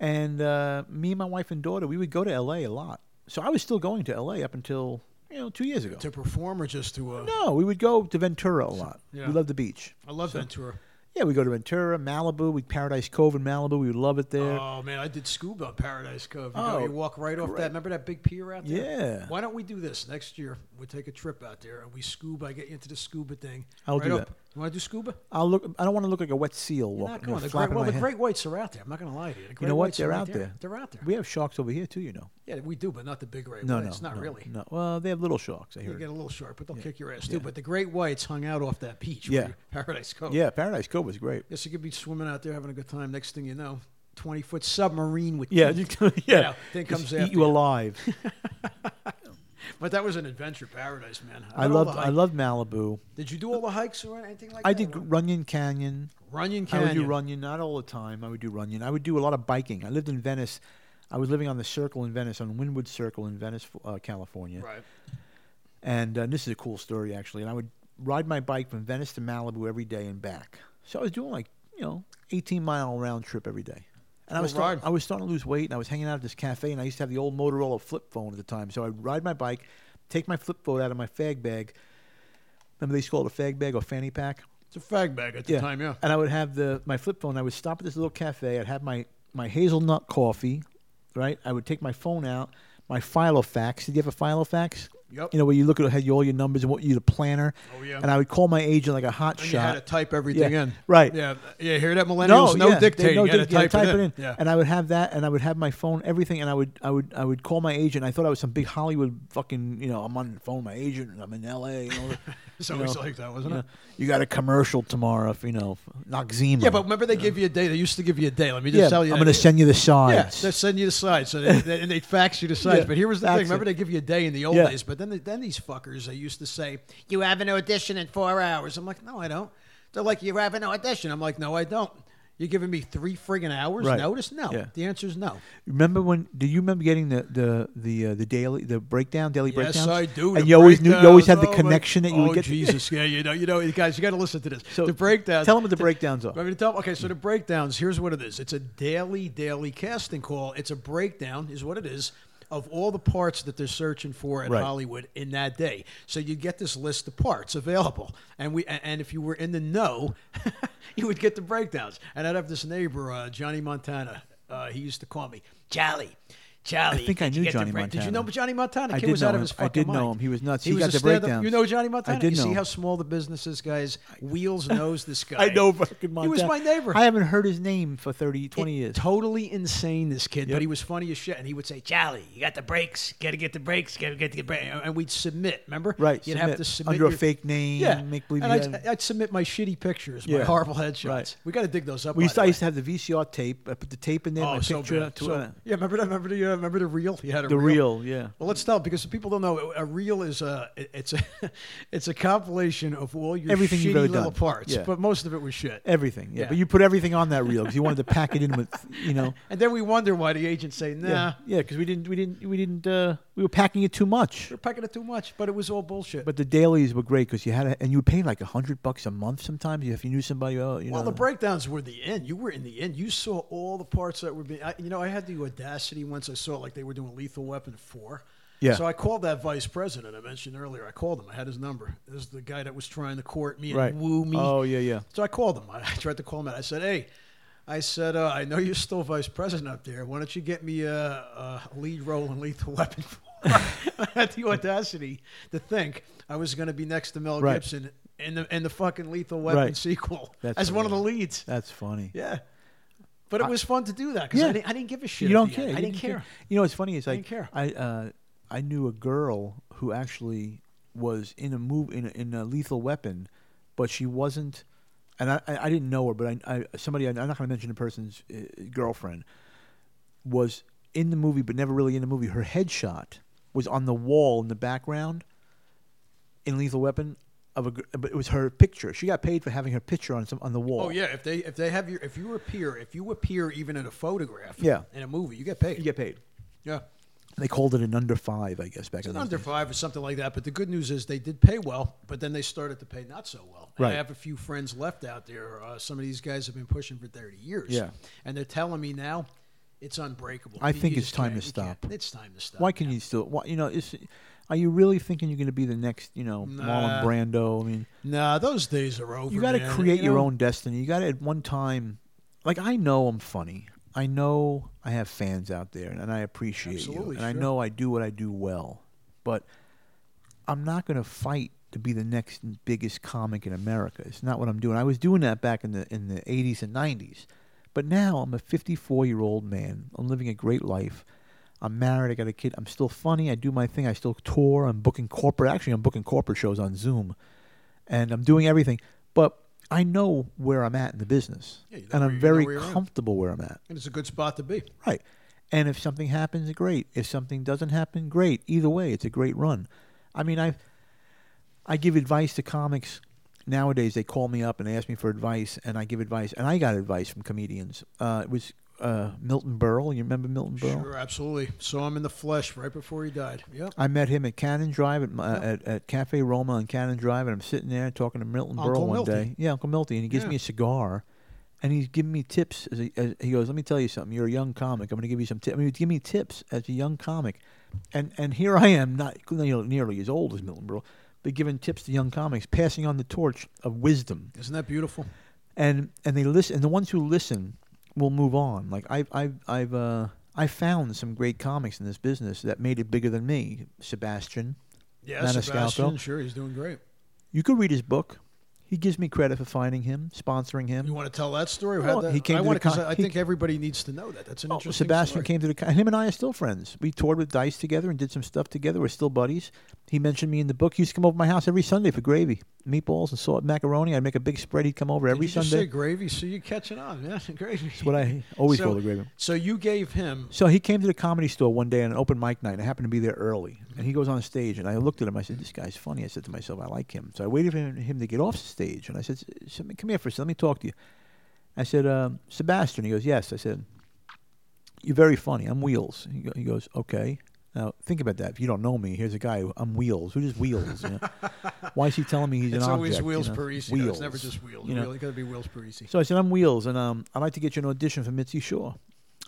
Speaker 2: And uh, me and my wife and daughter, we would go to LA a lot. So I was still going to LA up until, you know, two years ago.
Speaker 3: To perform or just to. Uh,
Speaker 2: No, we would go to Ventura a lot.
Speaker 3: Yeah.
Speaker 2: We love the beach.
Speaker 3: I love Ventura.
Speaker 2: Yeah, we go to Ventura, Malibu, we Paradise Cove in Malibu. We would love it there.
Speaker 3: Oh man, I did scuba at Paradise Cove. You, go-
Speaker 2: Oh,
Speaker 3: you walk right off that. Remember that big pier out there?
Speaker 2: Yeah.
Speaker 3: Why don't we do this next year? We take a trip out there and we scuba. I get you into the scuba thing.
Speaker 2: I'll
Speaker 3: right
Speaker 2: do
Speaker 3: up.
Speaker 2: that.
Speaker 3: You want to do scuba?
Speaker 2: I'll look. I don't want to look like a wet seal
Speaker 3: You're
Speaker 2: walking.
Speaker 3: not
Speaker 2: you know,
Speaker 3: going. The great,
Speaker 2: flapping
Speaker 3: well,
Speaker 2: my
Speaker 3: the
Speaker 2: hand.
Speaker 3: great whites are out there. I'm not going to lie to you. The great
Speaker 2: You know what?
Speaker 3: whites are
Speaker 2: They're
Speaker 3: right
Speaker 2: out there.
Speaker 3: They're out there.
Speaker 2: We have sharks over here too. You know.
Speaker 3: yeah, we do, but not the big great
Speaker 2: No,
Speaker 3: whites.
Speaker 2: no,
Speaker 3: not
Speaker 2: no,
Speaker 3: really.
Speaker 2: No, well, they have little sharks. I
Speaker 3: You
Speaker 2: hear.
Speaker 3: get a little sharp, but they'll kick your ass too. But the great whites hung out off that beach.
Speaker 2: Yeah.
Speaker 3: where you- Paradise Cove.
Speaker 2: Yeah, Paradise Cove was great.
Speaker 3: Yes, you could be swimming out there having a good time. Next thing you know, 20 foot submarine with
Speaker 2: Yeah,
Speaker 3: teeth.
Speaker 2: you- yeah.
Speaker 3: know, thing
Speaker 2: Just
Speaker 3: comes
Speaker 2: eat
Speaker 3: after
Speaker 2: you
Speaker 3: you.
Speaker 2: alive.
Speaker 3: But that was an adventure paradise, man.
Speaker 2: I
Speaker 3: did all
Speaker 2: loved.
Speaker 3: the
Speaker 2: I
Speaker 3: hike-
Speaker 2: loved Malibu.
Speaker 3: Did you do all the hikes or anything like that?
Speaker 2: I did Runyon Canyon.
Speaker 3: Runyon
Speaker 2: I
Speaker 3: Canyon.
Speaker 2: would do Runyon, not all the time. I would do Runyon. I would do a lot of biking. I lived in Venice. I was living on the Circle in Venice, on Windward Circle in Venice, uh, California.
Speaker 3: Right.
Speaker 2: And uh, this is a cool story, actually. And I would ride my bike from Venice to Malibu every day and back. So I was doing like, you know, 18 mile round trip every day. And I was,
Speaker 3: Cool
Speaker 2: start,
Speaker 3: ride.
Speaker 2: I was starting to lose weight, and I was hanging out at this cafe, and I used to have the old Motorola flip phone at the time. So I'd ride my bike, take my flip phone out of my fag bag. Remember they used to call it a fag bag or fanny pack?
Speaker 3: It's a fag bag at the time, yeah.
Speaker 2: And I would have the my flip phone. I would stop at this little cafe. I'd have my my hazelnut coffee, right? I would take my phone out, my Filofax. Did you have a Filofax?
Speaker 3: Yep.
Speaker 2: You know where you look at had all your numbers and what you the planner.
Speaker 3: Oh, yeah.
Speaker 2: And I would call my agent like a hot
Speaker 3: And
Speaker 2: shot.
Speaker 3: you had to type everything
Speaker 2: Yeah,
Speaker 3: in.
Speaker 2: right.
Speaker 3: Yeah. Yeah. Hear that, millennials? No,
Speaker 2: yeah, they-
Speaker 3: dictating. you had
Speaker 2: dic-
Speaker 3: to
Speaker 2: yeah,
Speaker 3: type,
Speaker 2: it in.
Speaker 3: Yeah.
Speaker 2: And I would have that, and I would have my phone, everything, and I would, I would, I would call my agent. I thought I was some big Hollywood fucking, you know, I'm on the phone, with my agent, and I'm in L.A. You know,
Speaker 3: It's
Speaker 2: you
Speaker 3: always
Speaker 2: know,
Speaker 3: like that,
Speaker 2: you,
Speaker 3: wasn't
Speaker 2: know,
Speaker 3: it?
Speaker 2: you got a commercial tomorrow, if you know, Noxzema.
Speaker 3: Yeah, but remember they give you a day. They used to give you a day. Let me just
Speaker 2: Yeah,
Speaker 3: tell you.
Speaker 2: I'm
Speaker 3: that.
Speaker 2: going to send you the
Speaker 3: Yeah,
Speaker 2: sides.
Speaker 3: they send you the sides, so they, they, and they fax you the sides.
Speaker 2: Yeah,
Speaker 3: but here was the
Speaker 2: fax
Speaker 3: thing:
Speaker 2: it.
Speaker 3: remember, they give you a day in the old
Speaker 2: Yeah.
Speaker 3: days, but then they, then these fuckers they used to say, "You have an audition in four hours." I'm like, "No, I don't." They're like, "You have an audition." I'm like, "No, I don't." You're giving me three friggin' hours
Speaker 2: Right.
Speaker 3: notice? No,
Speaker 2: Yeah.
Speaker 3: the answer is no.
Speaker 2: Remember when? Do you remember getting the the the uh, the daily the breakdown daily
Speaker 3: Yes,
Speaker 2: breakdowns?
Speaker 3: I do.
Speaker 2: And
Speaker 3: The
Speaker 2: you always knew you always had the
Speaker 3: breakdowns. Oh, my-
Speaker 2: connection that you
Speaker 3: oh,
Speaker 2: would get.
Speaker 3: Jesus, yeah, you know, you know, guys, you got to listen to this.
Speaker 2: So,
Speaker 3: the breakdowns.
Speaker 2: tell 'em what the breakdowns are.
Speaker 3: I mean, tell, okay, so the breakdowns. Here's what it is. It's a daily, daily casting call. It's a breakdown, is what it is. Of all the parts that they're searching for at
Speaker 2: Right.
Speaker 3: Hollywood in that day, so you get this list of parts available, and we and, and if you were in the know, you would get the breakdowns. And I'd have this neighbor, uh, Johnny Montana. Uh, he used to call me Jolly, Jolly.
Speaker 2: think I
Speaker 3: did you
Speaker 2: knew
Speaker 3: get the
Speaker 2: Johnny
Speaker 3: break- Did you
Speaker 2: Montana.
Speaker 3: know Johnny Montana?
Speaker 2: I
Speaker 3: kid
Speaker 2: did
Speaker 3: was
Speaker 2: know
Speaker 3: out
Speaker 2: him.
Speaker 3: of his
Speaker 2: I
Speaker 3: fucking
Speaker 2: did know
Speaker 3: mind.
Speaker 2: him. He was nuts. He got
Speaker 3: a
Speaker 2: the
Speaker 3: stand-up-
Speaker 2: breakdowns.
Speaker 3: You know Johnny Montana?
Speaker 2: I did
Speaker 3: you
Speaker 2: know
Speaker 3: see
Speaker 2: him.
Speaker 3: how small the business is, guys? Wheels knows this guy.
Speaker 2: I know fucking Montana.
Speaker 3: He was my neighbor.
Speaker 2: I haven't heard his name for 30, 20
Speaker 3: It-
Speaker 2: years.
Speaker 3: Totally insane, this kid,
Speaker 2: Yep.
Speaker 3: but he was funny as shit. And he would say, Jolly, you got the brakes. Got to get the brakes. Got to get the brakes. And we'd submit, remember?
Speaker 2: Right,
Speaker 3: You'd have
Speaker 2: submit.
Speaker 3: to submit.
Speaker 2: Under a
Speaker 3: your-
Speaker 2: fake name,
Speaker 3: Yeah.
Speaker 2: make believe
Speaker 3: and
Speaker 2: you
Speaker 3: I'd,
Speaker 2: had-
Speaker 3: I'd submit my shitty pictures, my
Speaker 2: Yeah.
Speaker 3: horrible headshots.
Speaker 2: Right.
Speaker 3: We got to dig those up.
Speaker 2: we
Speaker 3: by
Speaker 2: used
Speaker 3: the
Speaker 2: to, I
Speaker 3: way. Oh,
Speaker 2: used to have the VCR tape. I put the tape in there, my
Speaker 3: so
Speaker 2: picture.
Speaker 3: bad.
Speaker 2: to
Speaker 3: So-
Speaker 2: uh,
Speaker 3: yeah, remember that? Remember the uh, remember the reel? You had a
Speaker 2: the
Speaker 3: reel.
Speaker 2: reel, yeah.
Speaker 3: Well, let's tell because people don't know a reel is a it's a it's a compilation of all your
Speaker 2: Everything
Speaker 3: shitty
Speaker 2: you've ever
Speaker 3: little
Speaker 2: done.
Speaker 3: parts,
Speaker 2: Yeah.
Speaker 3: but most of it was shit.
Speaker 2: Everything, yeah.
Speaker 3: Yeah.
Speaker 2: But you put everything on that reel because you wanted to pack it in with, you know.
Speaker 3: And then we wonder why the agents say, "Nah,
Speaker 2: Yeah, yeah, because we didn't, we didn't, we didn't, uh, we were packing it too much.
Speaker 3: you're packing it too much," but it was all bullshit.
Speaker 2: But the dailies were great because you had, a, and you would pay like a hundred bucks a month sometimes if you knew somebody. Oh, you
Speaker 3: well,
Speaker 2: know.
Speaker 3: the breakdowns were the end. You were in the end. You saw all the parts that were being. I, you know, I had the audacity once I saw like they were doing Lethal Weapon four.
Speaker 2: Yeah.
Speaker 3: So I called that vice president I mentioned earlier. I called him. I had his number. This is the guy that was trying to court me
Speaker 2: Right.
Speaker 3: and woo me.
Speaker 2: Oh, yeah, yeah.
Speaker 3: So I called him. I tried to call him out. I said, "Hey, I said uh, I know you're still vice president up there. Why don't you get me a, a lead role in Lethal Weapon?" 4?" I had the audacity to think I was going to be next to Mel
Speaker 2: Right.
Speaker 3: Gibson in the in the fucking Lethal Weapon
Speaker 2: Right.
Speaker 3: sequel
Speaker 2: That's
Speaker 3: as one of the
Speaker 2: hilarious.
Speaker 3: leads.
Speaker 2: That's funny.
Speaker 3: Yeah, but it was fun to do that because
Speaker 2: Yeah.
Speaker 3: I, didn't, I didn't give a shit.
Speaker 2: You
Speaker 3: at
Speaker 2: don't
Speaker 3: the
Speaker 2: care.
Speaker 3: end. I
Speaker 2: You
Speaker 3: didn't care.
Speaker 2: You know what's funny is I
Speaker 3: didn't care.
Speaker 2: I uh, I knew a girl who actually was in a move in a, in a Lethal Weapon, but she wasn't, and I I I didn't know her, but I, I somebody I'm not going to mention the person's uh, girlfriend was in the movie, but never really in the movie. Her headshot was on the wall in the background in Lethal Weapon. of a, gr- but it was her picture. She got paid for having her picture on some on the wall.
Speaker 3: Oh yeah, if they if they have your if you appear if you appear even in a photograph,
Speaker 2: Yeah.
Speaker 3: in a movie, you get paid.
Speaker 2: you get paid.
Speaker 3: yeah.
Speaker 2: They called it an under five, I guess, back
Speaker 3: It's
Speaker 2: in
Speaker 3: an
Speaker 2: the
Speaker 3: under five or something like that. But the good news is they did pay well, but then they started to pay not so well. And
Speaker 2: Right.
Speaker 3: I have a few friends left out there. Uh, some of these guys have been pushing for thirty years.
Speaker 2: Yeah.
Speaker 3: and they're telling me now it's unbreakable.
Speaker 2: I think it's
Speaker 3: just
Speaker 2: time
Speaker 3: can't-
Speaker 2: to
Speaker 3: you can't-
Speaker 2: stop.
Speaker 3: It's time to stop.
Speaker 2: Why can you still? Why, you know, is, are you really thinking you're going to be the next, you know, Marlon
Speaker 3: Nah.
Speaker 2: Brando? I mean,
Speaker 3: Nah, those days are over.
Speaker 2: you got to
Speaker 3: man.
Speaker 2: create
Speaker 3: You
Speaker 2: your
Speaker 3: know?
Speaker 2: own destiny. You got to at one time, like I know I'm funny. I know I have fans out there, and, I appreciate you,
Speaker 3: Absolutely,
Speaker 2: and I
Speaker 3: sure.
Speaker 2: know I do what I do well. But I'm not going to fight to be the next biggest comic in America. It's not what I'm doing. I was doing that back in the in the 80s and 90s, but now I'm a 54 year old man. I'm living a great life. I'm married. I got a kid. I'm still funny. I do my thing. I still tour. I'm booking corporate. Actually, I'm booking corporate shows on Zoom, and I'm doing everything. But I know where I'm at in the business,
Speaker 3: Yeah, you know
Speaker 2: and
Speaker 3: where-
Speaker 2: I'm
Speaker 3: you know
Speaker 2: very
Speaker 3: where you're at.
Speaker 2: comfortable where I'm at.
Speaker 3: And it's a good spot to be.
Speaker 2: Right. And if something happens, great. If something doesn't happen, great. Either way, it's a great run. I mean, I I give advice to comics nowadays. They call me up and ask me for advice, and I give advice. And I got advice from comedians. Uh, it was uh, Milton Berle. You remember Milton Berle?
Speaker 3: Sure, absolutely. Saw him in the flesh right before he died. Yeah.
Speaker 2: I met him at Cannon Drive at, my,
Speaker 3: Oh.
Speaker 2: at at Cafe Roma on Cannon Drive, and I'm sitting there talking to Milton
Speaker 3: Uncle
Speaker 2: Berle one
Speaker 3: Milty.
Speaker 2: day. Yeah, Uncle Milty, and he gives
Speaker 3: Yeah.
Speaker 2: me a cigar, and he's giving me tips. As, a, as he goes, "Let me tell you something. You're a young comic. I'm going to give you some tips. I mean, give me tips as a young comic." And and here I am, not you know, nearly as old as Milton Berle, but giving tips to young comics, passing on the torch of wisdom
Speaker 3: Isn't that beautiful?
Speaker 2: and and they listen and the ones who listen will move on like i've i've i've uh i found some great comics in this business that made it bigger than me sebastian
Speaker 3: Yeah,
Speaker 2: Maniscalco.
Speaker 3: Sebastian. Sure, he's doing great.
Speaker 2: you could read his book he gives me credit for finding him sponsoring him
Speaker 3: You want to tell that story?
Speaker 2: Well,
Speaker 3: How that-
Speaker 2: he came
Speaker 3: I
Speaker 2: to
Speaker 3: wanna-
Speaker 2: the con-
Speaker 3: 'cause I, I
Speaker 2: he-
Speaker 3: think everybody needs to know that. That's an
Speaker 2: Oh,
Speaker 3: interesting.
Speaker 2: Sebastian
Speaker 3: story.
Speaker 2: came to the con- him and I are still friends. We toured with Dice together and did some stuff together. We're still buddies. He mentioned me in the book. He used to come over to my house every Sunday for gravy, meatballs, and salt macaroni. I'd make a big spread. He'd come over
Speaker 3: Did
Speaker 2: every
Speaker 3: you just
Speaker 2: Sunday.
Speaker 3: say gravy, so you're catching on. Yeah, gravy. That's
Speaker 2: what I always
Speaker 3: so,
Speaker 2: call the gravy.
Speaker 3: So you gave him.
Speaker 2: So he came to the comedy store one day on an open mic night. And I happened to be there early, and he goes on stage, and I looked at him. I said, "This guy's funny." I said to myself, "I like him." So I waited for him, him to get off stage, and I said, "S- s- "Come here for a second. Let me talk to you." I said, um, "Sebastian." He goes, "Yes." I said, "You're very funny. I'm Wheels." He, go, he goes, "Okay." Now think about that. If you don't know me, here's a guy. Who, I'm Wheels. Who does Wheels? You know? Why is he telling me he's
Speaker 3: It's
Speaker 2: an
Speaker 3: always
Speaker 2: object? you
Speaker 3: Wheels
Speaker 2: know?
Speaker 3: Parisi. though. It's never just Wheels.
Speaker 2: you know?
Speaker 3: Really, got to be Wheels Parisi.
Speaker 2: So I said, I'm Wheels, and um, I'd like to get you an audition for Mitzi Shaw.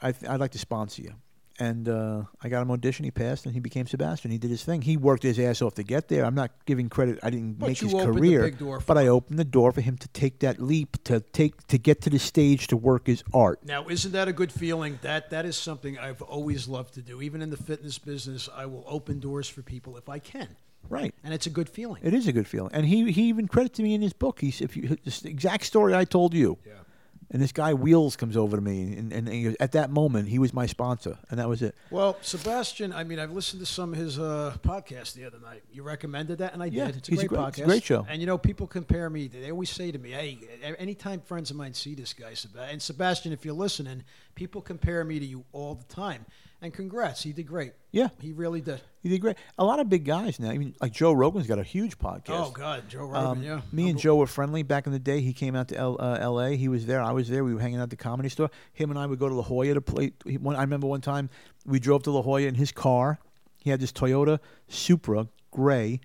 Speaker 2: I th- I'd like to sponsor you. And uh, I got him audition. He passed, and he became Sebastian. He did his thing. He worked his ass off to get there. I'm not giving credit. I didn't
Speaker 3: But
Speaker 2: make
Speaker 3: you
Speaker 2: his
Speaker 3: opened the
Speaker 2: career,
Speaker 3: big door for
Speaker 2: but I opened the door for him to take that leap, to take to get to the stage to work his art.
Speaker 3: Now, isn't that a good feeling? That that is something I've always loved to do. Even in the fitness business, I will open doors for people if I can,
Speaker 2: Right.
Speaker 3: and it's a good feeling.
Speaker 2: It is a good feeling. And he, he even credited me in his book. He said, if you, this exact story I told you.
Speaker 3: Yeah.
Speaker 2: And this guy Wheels comes over to me, and, and, and he goes, at that moment he was my sponsor, and that was it.
Speaker 3: Well, Sebastian, I mean, I've listened to some of his uh, podcasts the other night. You recommended that, and I
Speaker 2: Yeah,
Speaker 3: did. It's a
Speaker 2: he's
Speaker 3: great,
Speaker 2: great-
Speaker 3: podcast.
Speaker 2: it's a great show.
Speaker 3: And you know, people compare me. They always say to me, "Hey, a- anytime friends of mine see this guy, Sebastian, and Sebastian, if you're listening, people compare me to you all the time." And congrats, he did great.
Speaker 2: Yeah.
Speaker 3: he really did.
Speaker 2: He did great. A lot of big guys now. I mean, like Joe Rogan's got a huge podcast.
Speaker 3: Oh God, Joe Rogan.
Speaker 2: Um,
Speaker 3: yeah, Oh,
Speaker 2: Me and
Speaker 3: Unbe-
Speaker 2: Joe were friendly back in the day. He came out to L- uh, L.A. He was there. I was there. We were hanging out at the comedy store. Him and I would go to La Jolla to play. He, one, I remember one time we drove to La Jolla in his car. He had this Toyota Supra gray,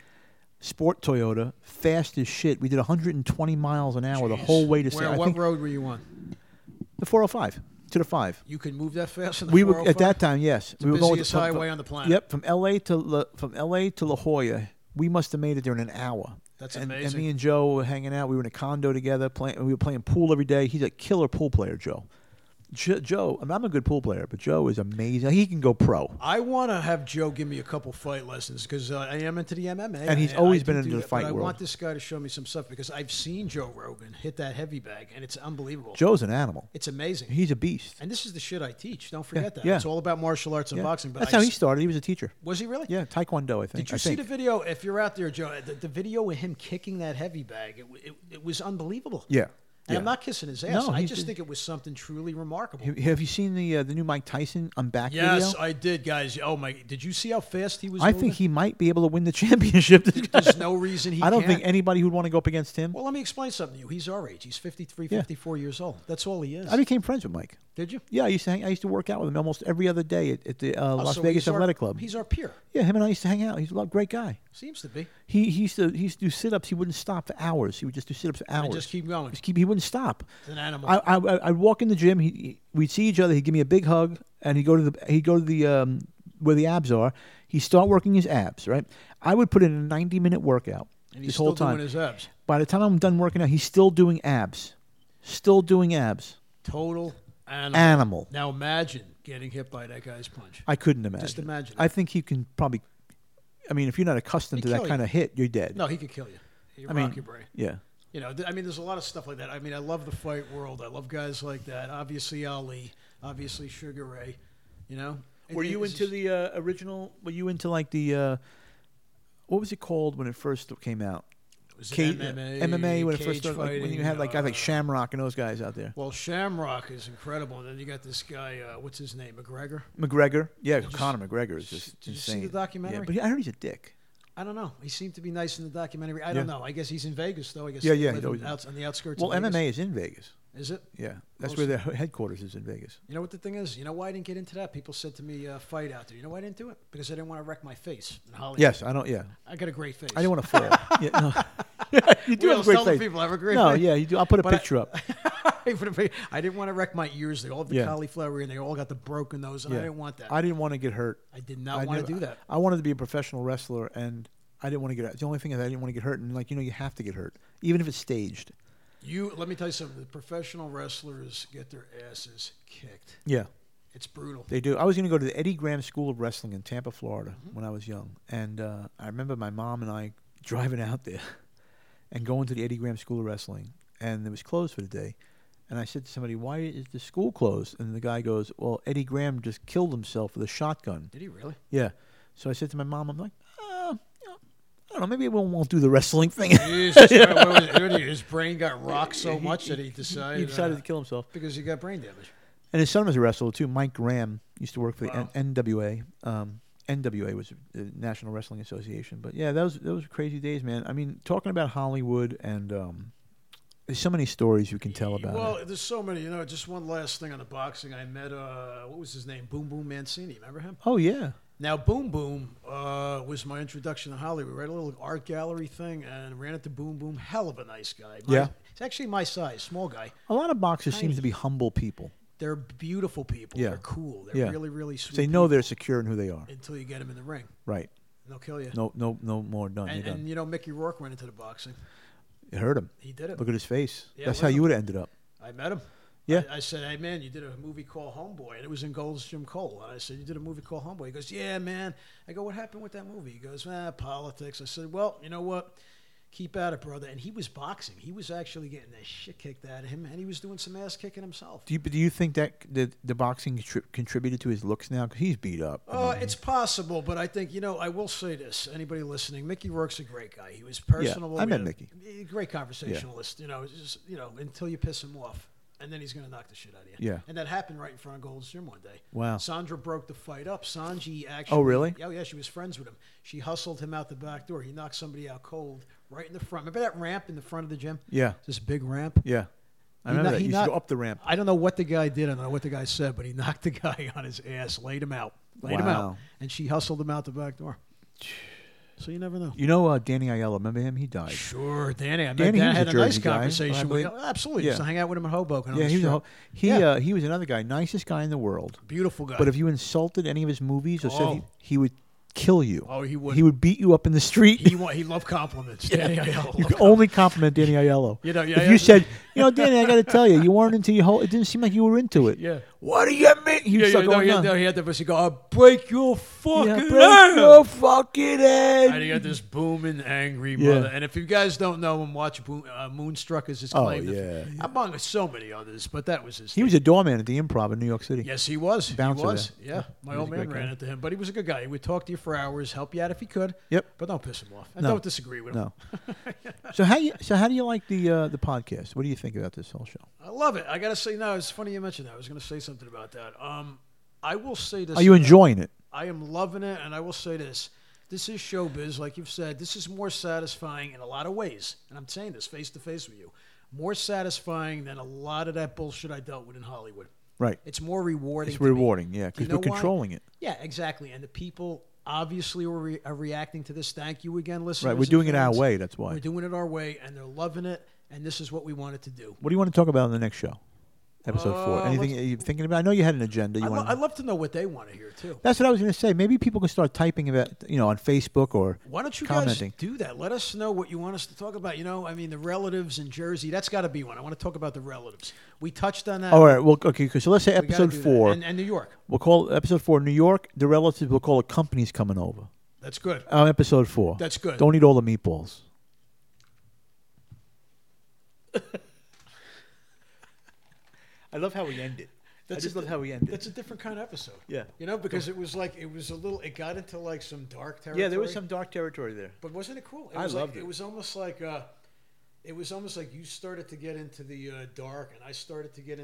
Speaker 2: sport Toyota, fast as shit. We did 120 miles an hour the whole way to San.
Speaker 3: Where,
Speaker 2: I
Speaker 3: what
Speaker 2: think
Speaker 3: road were you on?
Speaker 2: the 405 to the five.
Speaker 3: You could move that fast. On the
Speaker 2: We were at
Speaker 3: 405?
Speaker 2: that time, yes. we were
Speaker 3: the
Speaker 2: going
Speaker 3: busiest
Speaker 2: from-
Speaker 3: highway
Speaker 2: from-
Speaker 3: on the planet.
Speaker 2: Yep, from L.A. to La, from L.A. to La Jolla, we must have made it there in an hour.
Speaker 3: That's
Speaker 2: and, And
Speaker 3: amazing.
Speaker 2: me and Joe were hanging out. We were in a condo together. Playing, we were playing pool every day. He's a killer pool player, Joe. Jo- Joe, I mean, I'm a good pool player, but Joe is amazing. He can go pro,
Speaker 3: I want to have Joe give me a couple fight lessons because uh, I am into the MMA,
Speaker 2: And he's
Speaker 3: I-
Speaker 2: always
Speaker 3: I do
Speaker 2: been
Speaker 3: do
Speaker 2: into the
Speaker 3: that, but
Speaker 2: fight
Speaker 3: I
Speaker 2: world.
Speaker 3: want this guy to show me some stuff because I've seen Joe Rogan hit that heavy bag, and it's unbelievable.
Speaker 2: Joe's an animal.
Speaker 3: it's amazing.
Speaker 2: He's a beast.
Speaker 3: and this is the shit I teach. Don't forget that.
Speaker 2: yeah.
Speaker 3: It's all about martial arts and
Speaker 2: Yeah.
Speaker 3: boxing. But
Speaker 2: That's
Speaker 3: I
Speaker 2: how
Speaker 3: s-
Speaker 2: he started. He was a teacher.
Speaker 3: was he really?
Speaker 2: Yeah, Taekwondo, I think.
Speaker 3: Did you
Speaker 2: I
Speaker 3: see
Speaker 2: think.
Speaker 3: the video? If you're out there, Joe, the, the video of him kicking that heavy bag, it, w- it, it was unbelievable.
Speaker 2: Yeah.
Speaker 3: And I'm
Speaker 2: Yeah.
Speaker 3: not kissing his ass.
Speaker 2: No,
Speaker 3: I
Speaker 2: he's
Speaker 3: just
Speaker 2: just-
Speaker 3: think it was something truly remarkable.
Speaker 2: Have- Have you seen the uh, the new Mike Tyson I'm back
Speaker 3: yes,
Speaker 2: video?
Speaker 3: I did, guys. Oh my! Did you see how fast he was?
Speaker 2: I
Speaker 3: moving?
Speaker 2: think he might be able to win the championship.
Speaker 3: There's no reason he.
Speaker 2: I don't think
Speaker 3: can't.
Speaker 2: anybody who'd want to go up against him.
Speaker 3: Well, let me explain something to you. He's our age. He's 53,
Speaker 2: Yeah.
Speaker 3: 54 years old. That's all he is.
Speaker 2: I became friends with Mike.
Speaker 3: did you?
Speaker 2: Yeah, I used to hang, I used to work out with him almost every other day at, at the uh,
Speaker 3: Oh,
Speaker 2: Las
Speaker 3: so
Speaker 2: Vegas
Speaker 3: he's our-
Speaker 2: Athletic Club.
Speaker 3: He's our peer.
Speaker 2: Yeah, him and I used to hang out. He's a lo- great guy.
Speaker 3: Seems to be.
Speaker 2: He, he used to he used to do sit ups. He wouldn't stop for hours. He would just do sit ups for hours.
Speaker 3: just keep going.
Speaker 2: Just keep- he wouldn't stop.
Speaker 3: He's an animal.
Speaker 2: I, I I- I'd walk in the gym. He, he- we'd see each other. He'd give me a big hug, and he'd go to the he'd go to the um, where the abs are. He'd start working his abs. Right. I would put in a ninety minute workout
Speaker 3: And he's
Speaker 2: this whole
Speaker 3: still
Speaker 2: time.
Speaker 3: doing his uh abs.
Speaker 2: By the time I'm done working out, he's still doing abs. Still doing abs.
Speaker 3: Total animal.
Speaker 2: Animal.
Speaker 3: Now imagine getting hit by that guy's punch.
Speaker 2: I couldn't imagine.
Speaker 3: Just imagine
Speaker 2: I think he can probably. I mean, if you're not accustomed to
Speaker 3: He'd kill
Speaker 2: that
Speaker 3: you.
Speaker 2: kind of hit, you're dead.
Speaker 3: No, he could kill you.
Speaker 2: I
Speaker 3: He rock
Speaker 2: mean,
Speaker 3: your brain.
Speaker 2: yeah.
Speaker 3: You know, th- I mean, there's a lot of stuff like that. I mean, I love the fight world. I love guys like that. Obviously, Ali. Obviously, Sugar Ray. You know. It-
Speaker 2: Were
Speaker 3: it-
Speaker 2: you
Speaker 3: it's
Speaker 2: into
Speaker 3: just-
Speaker 2: the uh, original? Were you into like the uh, what was it called when it first came out?
Speaker 3: was it
Speaker 2: K-
Speaker 3: MMA,
Speaker 2: MMA when it
Speaker 3: cage
Speaker 2: first started, like, when you
Speaker 3: fighting,
Speaker 2: had like guys like
Speaker 3: uh,
Speaker 2: Shamrock and those guys out there.
Speaker 3: Well, Shamrock is incredible. And then you got this guy. Uh, what's his name? McGregor.
Speaker 2: McGregor, yeah, Conor McGregor is just
Speaker 3: did you see the
Speaker 2: insane.
Speaker 3: documentary?
Speaker 2: Yeah, but he- I heard he's a dick.
Speaker 3: I don't know. He seemed to be nice in the documentary. I don't
Speaker 2: Yeah.
Speaker 3: know. I guess he's in Vegas though. I guess
Speaker 2: Yeah,
Speaker 3: they
Speaker 2: yeah,
Speaker 3: live
Speaker 2: he's
Speaker 3: in-
Speaker 2: always-
Speaker 3: outs- on the outskirts.
Speaker 2: Well,
Speaker 3: of Vegas.
Speaker 2: MMA is in Vegas.
Speaker 3: Oh, is it?
Speaker 2: Yeah, that's
Speaker 3: Most-
Speaker 2: where their he- headquarters is in Vegas.
Speaker 3: You know what the thing is? You know why I didn't get into that? People said to me, uh, "Fight out there." You know why I didn't do it? Because I didn't want to wreck my face in Hollywood.
Speaker 2: Yes, I don't. Yeah,
Speaker 3: I got a great face.
Speaker 2: I didn't want to fall. yeah, no. you do have a
Speaker 3: Wheels,
Speaker 2: great
Speaker 3: tell the
Speaker 2: face.
Speaker 3: people I have a great
Speaker 2: no,
Speaker 3: face.
Speaker 2: yeah, you do. I'll put a
Speaker 3: But I-
Speaker 2: picture up.
Speaker 3: want. I didn't want to wreck my ears. They all have the
Speaker 2: Yeah.
Speaker 3: cauliflower and they all got the broken nose, and I
Speaker 2: Yeah.
Speaker 3: didn't want that.
Speaker 2: I didn't want to get hurt.
Speaker 3: I did not wanna
Speaker 2: never-
Speaker 3: do that.
Speaker 2: I wanted to be a professional wrestler, and I didn't want to get. The only thing is, I didn't want to get hurt, and like you know, you have to get hurt, even if it's staged.
Speaker 3: you let me tell you something. The professional wrestlers get their asses kicked.
Speaker 2: Yeah,
Speaker 3: It's brutal.
Speaker 2: they do. I was going to go to the Eddie Graham School of Wrestling in Tampa, Florida,
Speaker 3: Mm-hmm.
Speaker 2: when I was young, and uh, I remember my mom and I driving out there and going to the Eddie Graham School of Wrestling, and it was closed for the day. And I said to somebody, "Why is the school closed?" And the guy goes, "Well, Eddie Graham just killed himself with a shotgun."
Speaker 3: Did he really?
Speaker 2: Yeah. So I said to my mom, I'm like, uh, you know, I don't know, maybe we won't do the wrestling thing.
Speaker 3: Jesus, wait, wait, wait, dude, his brain got rocked so much that he decided.
Speaker 2: he decided
Speaker 3: uh,
Speaker 2: to kill himself.
Speaker 3: because he got brain damage.
Speaker 2: And his son was a wrestler too. Mike Graham used to work for the N- NWA. Um, NWA was the National Wrestling Association. But yeah, those those were crazy days, man. I mean, talking about Hollywood and um, there's so many stories you can tell about.
Speaker 3: Well,
Speaker 2: it.
Speaker 3: there's so many. You know, just one last thing on the boxing. I met uh, what was his name? Boom Boom Mancini. Remember him?
Speaker 2: Oh yeah,
Speaker 3: Now, Boom Boom uh, was my introduction to Hollywood. Right, a little art gallery thing, and ran into Boom Boom. Hell of a nice guy. My-
Speaker 2: Yeah.
Speaker 3: he's actually my size, small guy.
Speaker 2: a lot of boxers seem to be humble people.
Speaker 3: They're beautiful people.
Speaker 2: Yeah.
Speaker 3: They're cool. They're
Speaker 2: Yeah.
Speaker 3: really, really sweet.
Speaker 2: They know they're secure in who they are.
Speaker 3: people until you get them in the ring,
Speaker 2: Right.
Speaker 3: and they'll kill you.
Speaker 2: No, no, no more done.
Speaker 3: and,
Speaker 2: You're done.
Speaker 3: and you know, Mickey Rourke went into the boxing.
Speaker 2: it hurt him.
Speaker 3: He did it.
Speaker 2: Look at his face.
Speaker 3: Yeah,
Speaker 2: That's
Speaker 3: look
Speaker 2: how
Speaker 3: at
Speaker 2: you
Speaker 3: him.
Speaker 2: would have ended up.
Speaker 3: I met him.
Speaker 2: Yeah.
Speaker 3: I, I said, hey, man, you did a movie called Homeboy, and it was in Gold's Jim Cole. And I said, you did a movie called Homeboy. He goes, yeah, man. I go, what happened with that movie? He goes, ah, politics. I said, well, you know what? Keep at it, brother. And he was boxing. He was actually getting the shit kicked out of him, and he was doing some ass kicking himself.
Speaker 2: Do you, do you think that the, the boxing tri- contributed to his looks now? 'Cause he's beat up. I
Speaker 3: Uh,
Speaker 2: mean,
Speaker 3: it's possible, but I think you know. I will say this: anybody listening, Mickey Rourke's a great guy. He was personable.
Speaker 2: I
Speaker 3: We
Speaker 2: met
Speaker 3: had a-
Speaker 2: Mickey.
Speaker 3: a Great conversationalist. You know, it's just you know, until you piss him off, and then he's going to knock the shit out of you.
Speaker 2: Yeah.
Speaker 3: And that happened right in front of Gold's Gym one day.
Speaker 2: Wow.
Speaker 3: Sandra broke the fight up. Sanji actually.
Speaker 2: really?
Speaker 3: Oh yeah, she was friends with him. She hustled him out the back door. He knocked somebody out cold right in the front. Remember that ramp in the front of the gym?
Speaker 2: Yeah.
Speaker 3: This big ramp.
Speaker 2: yeah. I
Speaker 3: He
Speaker 2: remember
Speaker 3: kno-
Speaker 2: that.
Speaker 3: he
Speaker 2: You
Speaker 3: kno-
Speaker 2: should go up the ramp.
Speaker 3: I don't know what the guy did. I don't know what the guy said, but he knocked the guy on his ass, laid him out, laid him out,
Speaker 2: Wow.
Speaker 3: and she hustled him out the back door. So you never know.
Speaker 2: You know uh, Danny Aiello, remember him? He died.
Speaker 3: Sure, Danny. I met
Speaker 2: Danny, he
Speaker 3: Dan
Speaker 2: was a
Speaker 3: had a nice
Speaker 2: Jersey guy, I
Speaker 3: conversation with
Speaker 2: believe.
Speaker 3: him. Oh, Absolutely, used
Speaker 2: Yeah.
Speaker 3: to hang out with him in Hoboken. on
Speaker 2: Yeah,
Speaker 3: the
Speaker 2: he was, a,
Speaker 3: strip.
Speaker 2: whole- he,
Speaker 3: Yeah.
Speaker 2: uh, he was another guy, nicest guy in the world.
Speaker 3: beautiful guy.
Speaker 2: But if you insulted any of his movies or said he,
Speaker 3: Oh.
Speaker 2: he would kill you.
Speaker 3: Oh, he would.
Speaker 2: He would beat you up in the street.
Speaker 3: he wa- he loved compliments. Danny, I love
Speaker 2: you could
Speaker 3: compliments.
Speaker 2: only compliment Danny Aiello.
Speaker 3: You know, yeah,
Speaker 2: if
Speaker 3: yeah.
Speaker 2: you said, you know, Danny, I got to tell you, you weren't into your whole. It didn't seem like you were into it.
Speaker 3: Yeah.
Speaker 2: What do you mean? He
Speaker 3: yeah,
Speaker 2: was
Speaker 3: yeah,
Speaker 2: like,
Speaker 3: no,
Speaker 2: oh,
Speaker 3: he, had,
Speaker 2: no.
Speaker 3: no, he had the voice. He go, "I'll break your fucking
Speaker 2: Yeah, break
Speaker 3: arm."
Speaker 2: your fucking
Speaker 3: And he
Speaker 2: head.
Speaker 3: got this booming, angry
Speaker 2: Yeah.
Speaker 3: mother. And if you guys don't know him, watch Boom, uh, Moonstruck is his
Speaker 2: Oh,
Speaker 3: claim. to-
Speaker 2: yeah, yeah.
Speaker 3: Among so many others, but that was his.
Speaker 2: He
Speaker 3: thing.
Speaker 2: was a doorman at the Improv in New York City.
Speaker 3: Yes, he was.
Speaker 2: Bouncer
Speaker 3: he was.
Speaker 2: there.
Speaker 3: Yeah.
Speaker 2: Yeah,
Speaker 3: My
Speaker 2: he was
Speaker 3: old
Speaker 2: a
Speaker 3: man
Speaker 2: great
Speaker 3: ran
Speaker 2: guy.
Speaker 3: into him, but he was a good guy. He would talk to you for hours, help you out if he could.
Speaker 2: Yep.
Speaker 3: But don't piss him off. And
Speaker 2: No.
Speaker 3: don't disagree with him.
Speaker 2: No. so how you so how do you like the uh, the podcast? What do you think think about this whole show?
Speaker 3: I love it. I gotta say, no, it's funny you mentioned that. I was gonna say something about that. Um, I will say this.
Speaker 2: Are you enjoying it?
Speaker 3: I am loving it, and I will say this. This is showbiz, like you've said. This is more satisfying in a lot of ways, and I'm saying this face to face with you. More satisfying than a lot of that bullshit I dealt with in Hollywood.
Speaker 2: Right.
Speaker 3: It's more rewarding.
Speaker 2: It's
Speaker 3: to me.
Speaker 2: rewarding, yeah, because
Speaker 3: You know
Speaker 2: we're
Speaker 3: why?
Speaker 2: controlling it.
Speaker 3: Yeah, exactly. And the people obviously were re- are reacting to this. Thank you again, listeners.
Speaker 2: Right, we're
Speaker 3: and
Speaker 2: doing it our
Speaker 3: fans.
Speaker 2: way. That's why.
Speaker 3: We're doing it our way, and they're loving it. And this is what we wanted to do.
Speaker 2: What do you want to talk about in the next show? Episode four.
Speaker 3: Uh,
Speaker 2: Anything
Speaker 3: let's-
Speaker 2: you're thinking about? I know you had an agenda. You
Speaker 3: I'd, lo-
Speaker 2: want.
Speaker 3: I'd love to know what they want to hear too.
Speaker 2: That's what I was going to say. Maybe people can start typing about you know on Facebook or
Speaker 3: Why don't you
Speaker 2: commenting.
Speaker 3: guys do that? Let us know what you want us to talk about. You know, I mean, the relatives in Jersey. That's got to be one. I want to talk about the relatives. We touched on that.
Speaker 2: All right. Well, okay. 'cause So let's say
Speaker 3: We gotta
Speaker 2: episode
Speaker 3: do that.
Speaker 2: four.
Speaker 3: and, and New York.
Speaker 2: We'll call episode four New York. The relatives. We'll call it companies coming over.
Speaker 3: That's good.
Speaker 2: Uh, episode four.
Speaker 3: That's good.
Speaker 2: Don't eat all the meatballs. I love how we end it.
Speaker 3: That's just a- love
Speaker 2: how we end
Speaker 3: That's a different kind of episode.
Speaker 2: Yeah.
Speaker 3: You know, because it was like it was a little. It got into like some dark territory.
Speaker 2: dark territory there.
Speaker 3: But wasn't it cool? It
Speaker 2: I
Speaker 3: was like-
Speaker 2: loved it.
Speaker 3: It was almost like uh, it was almost like you started to get into the uh, dark, and I started to get into.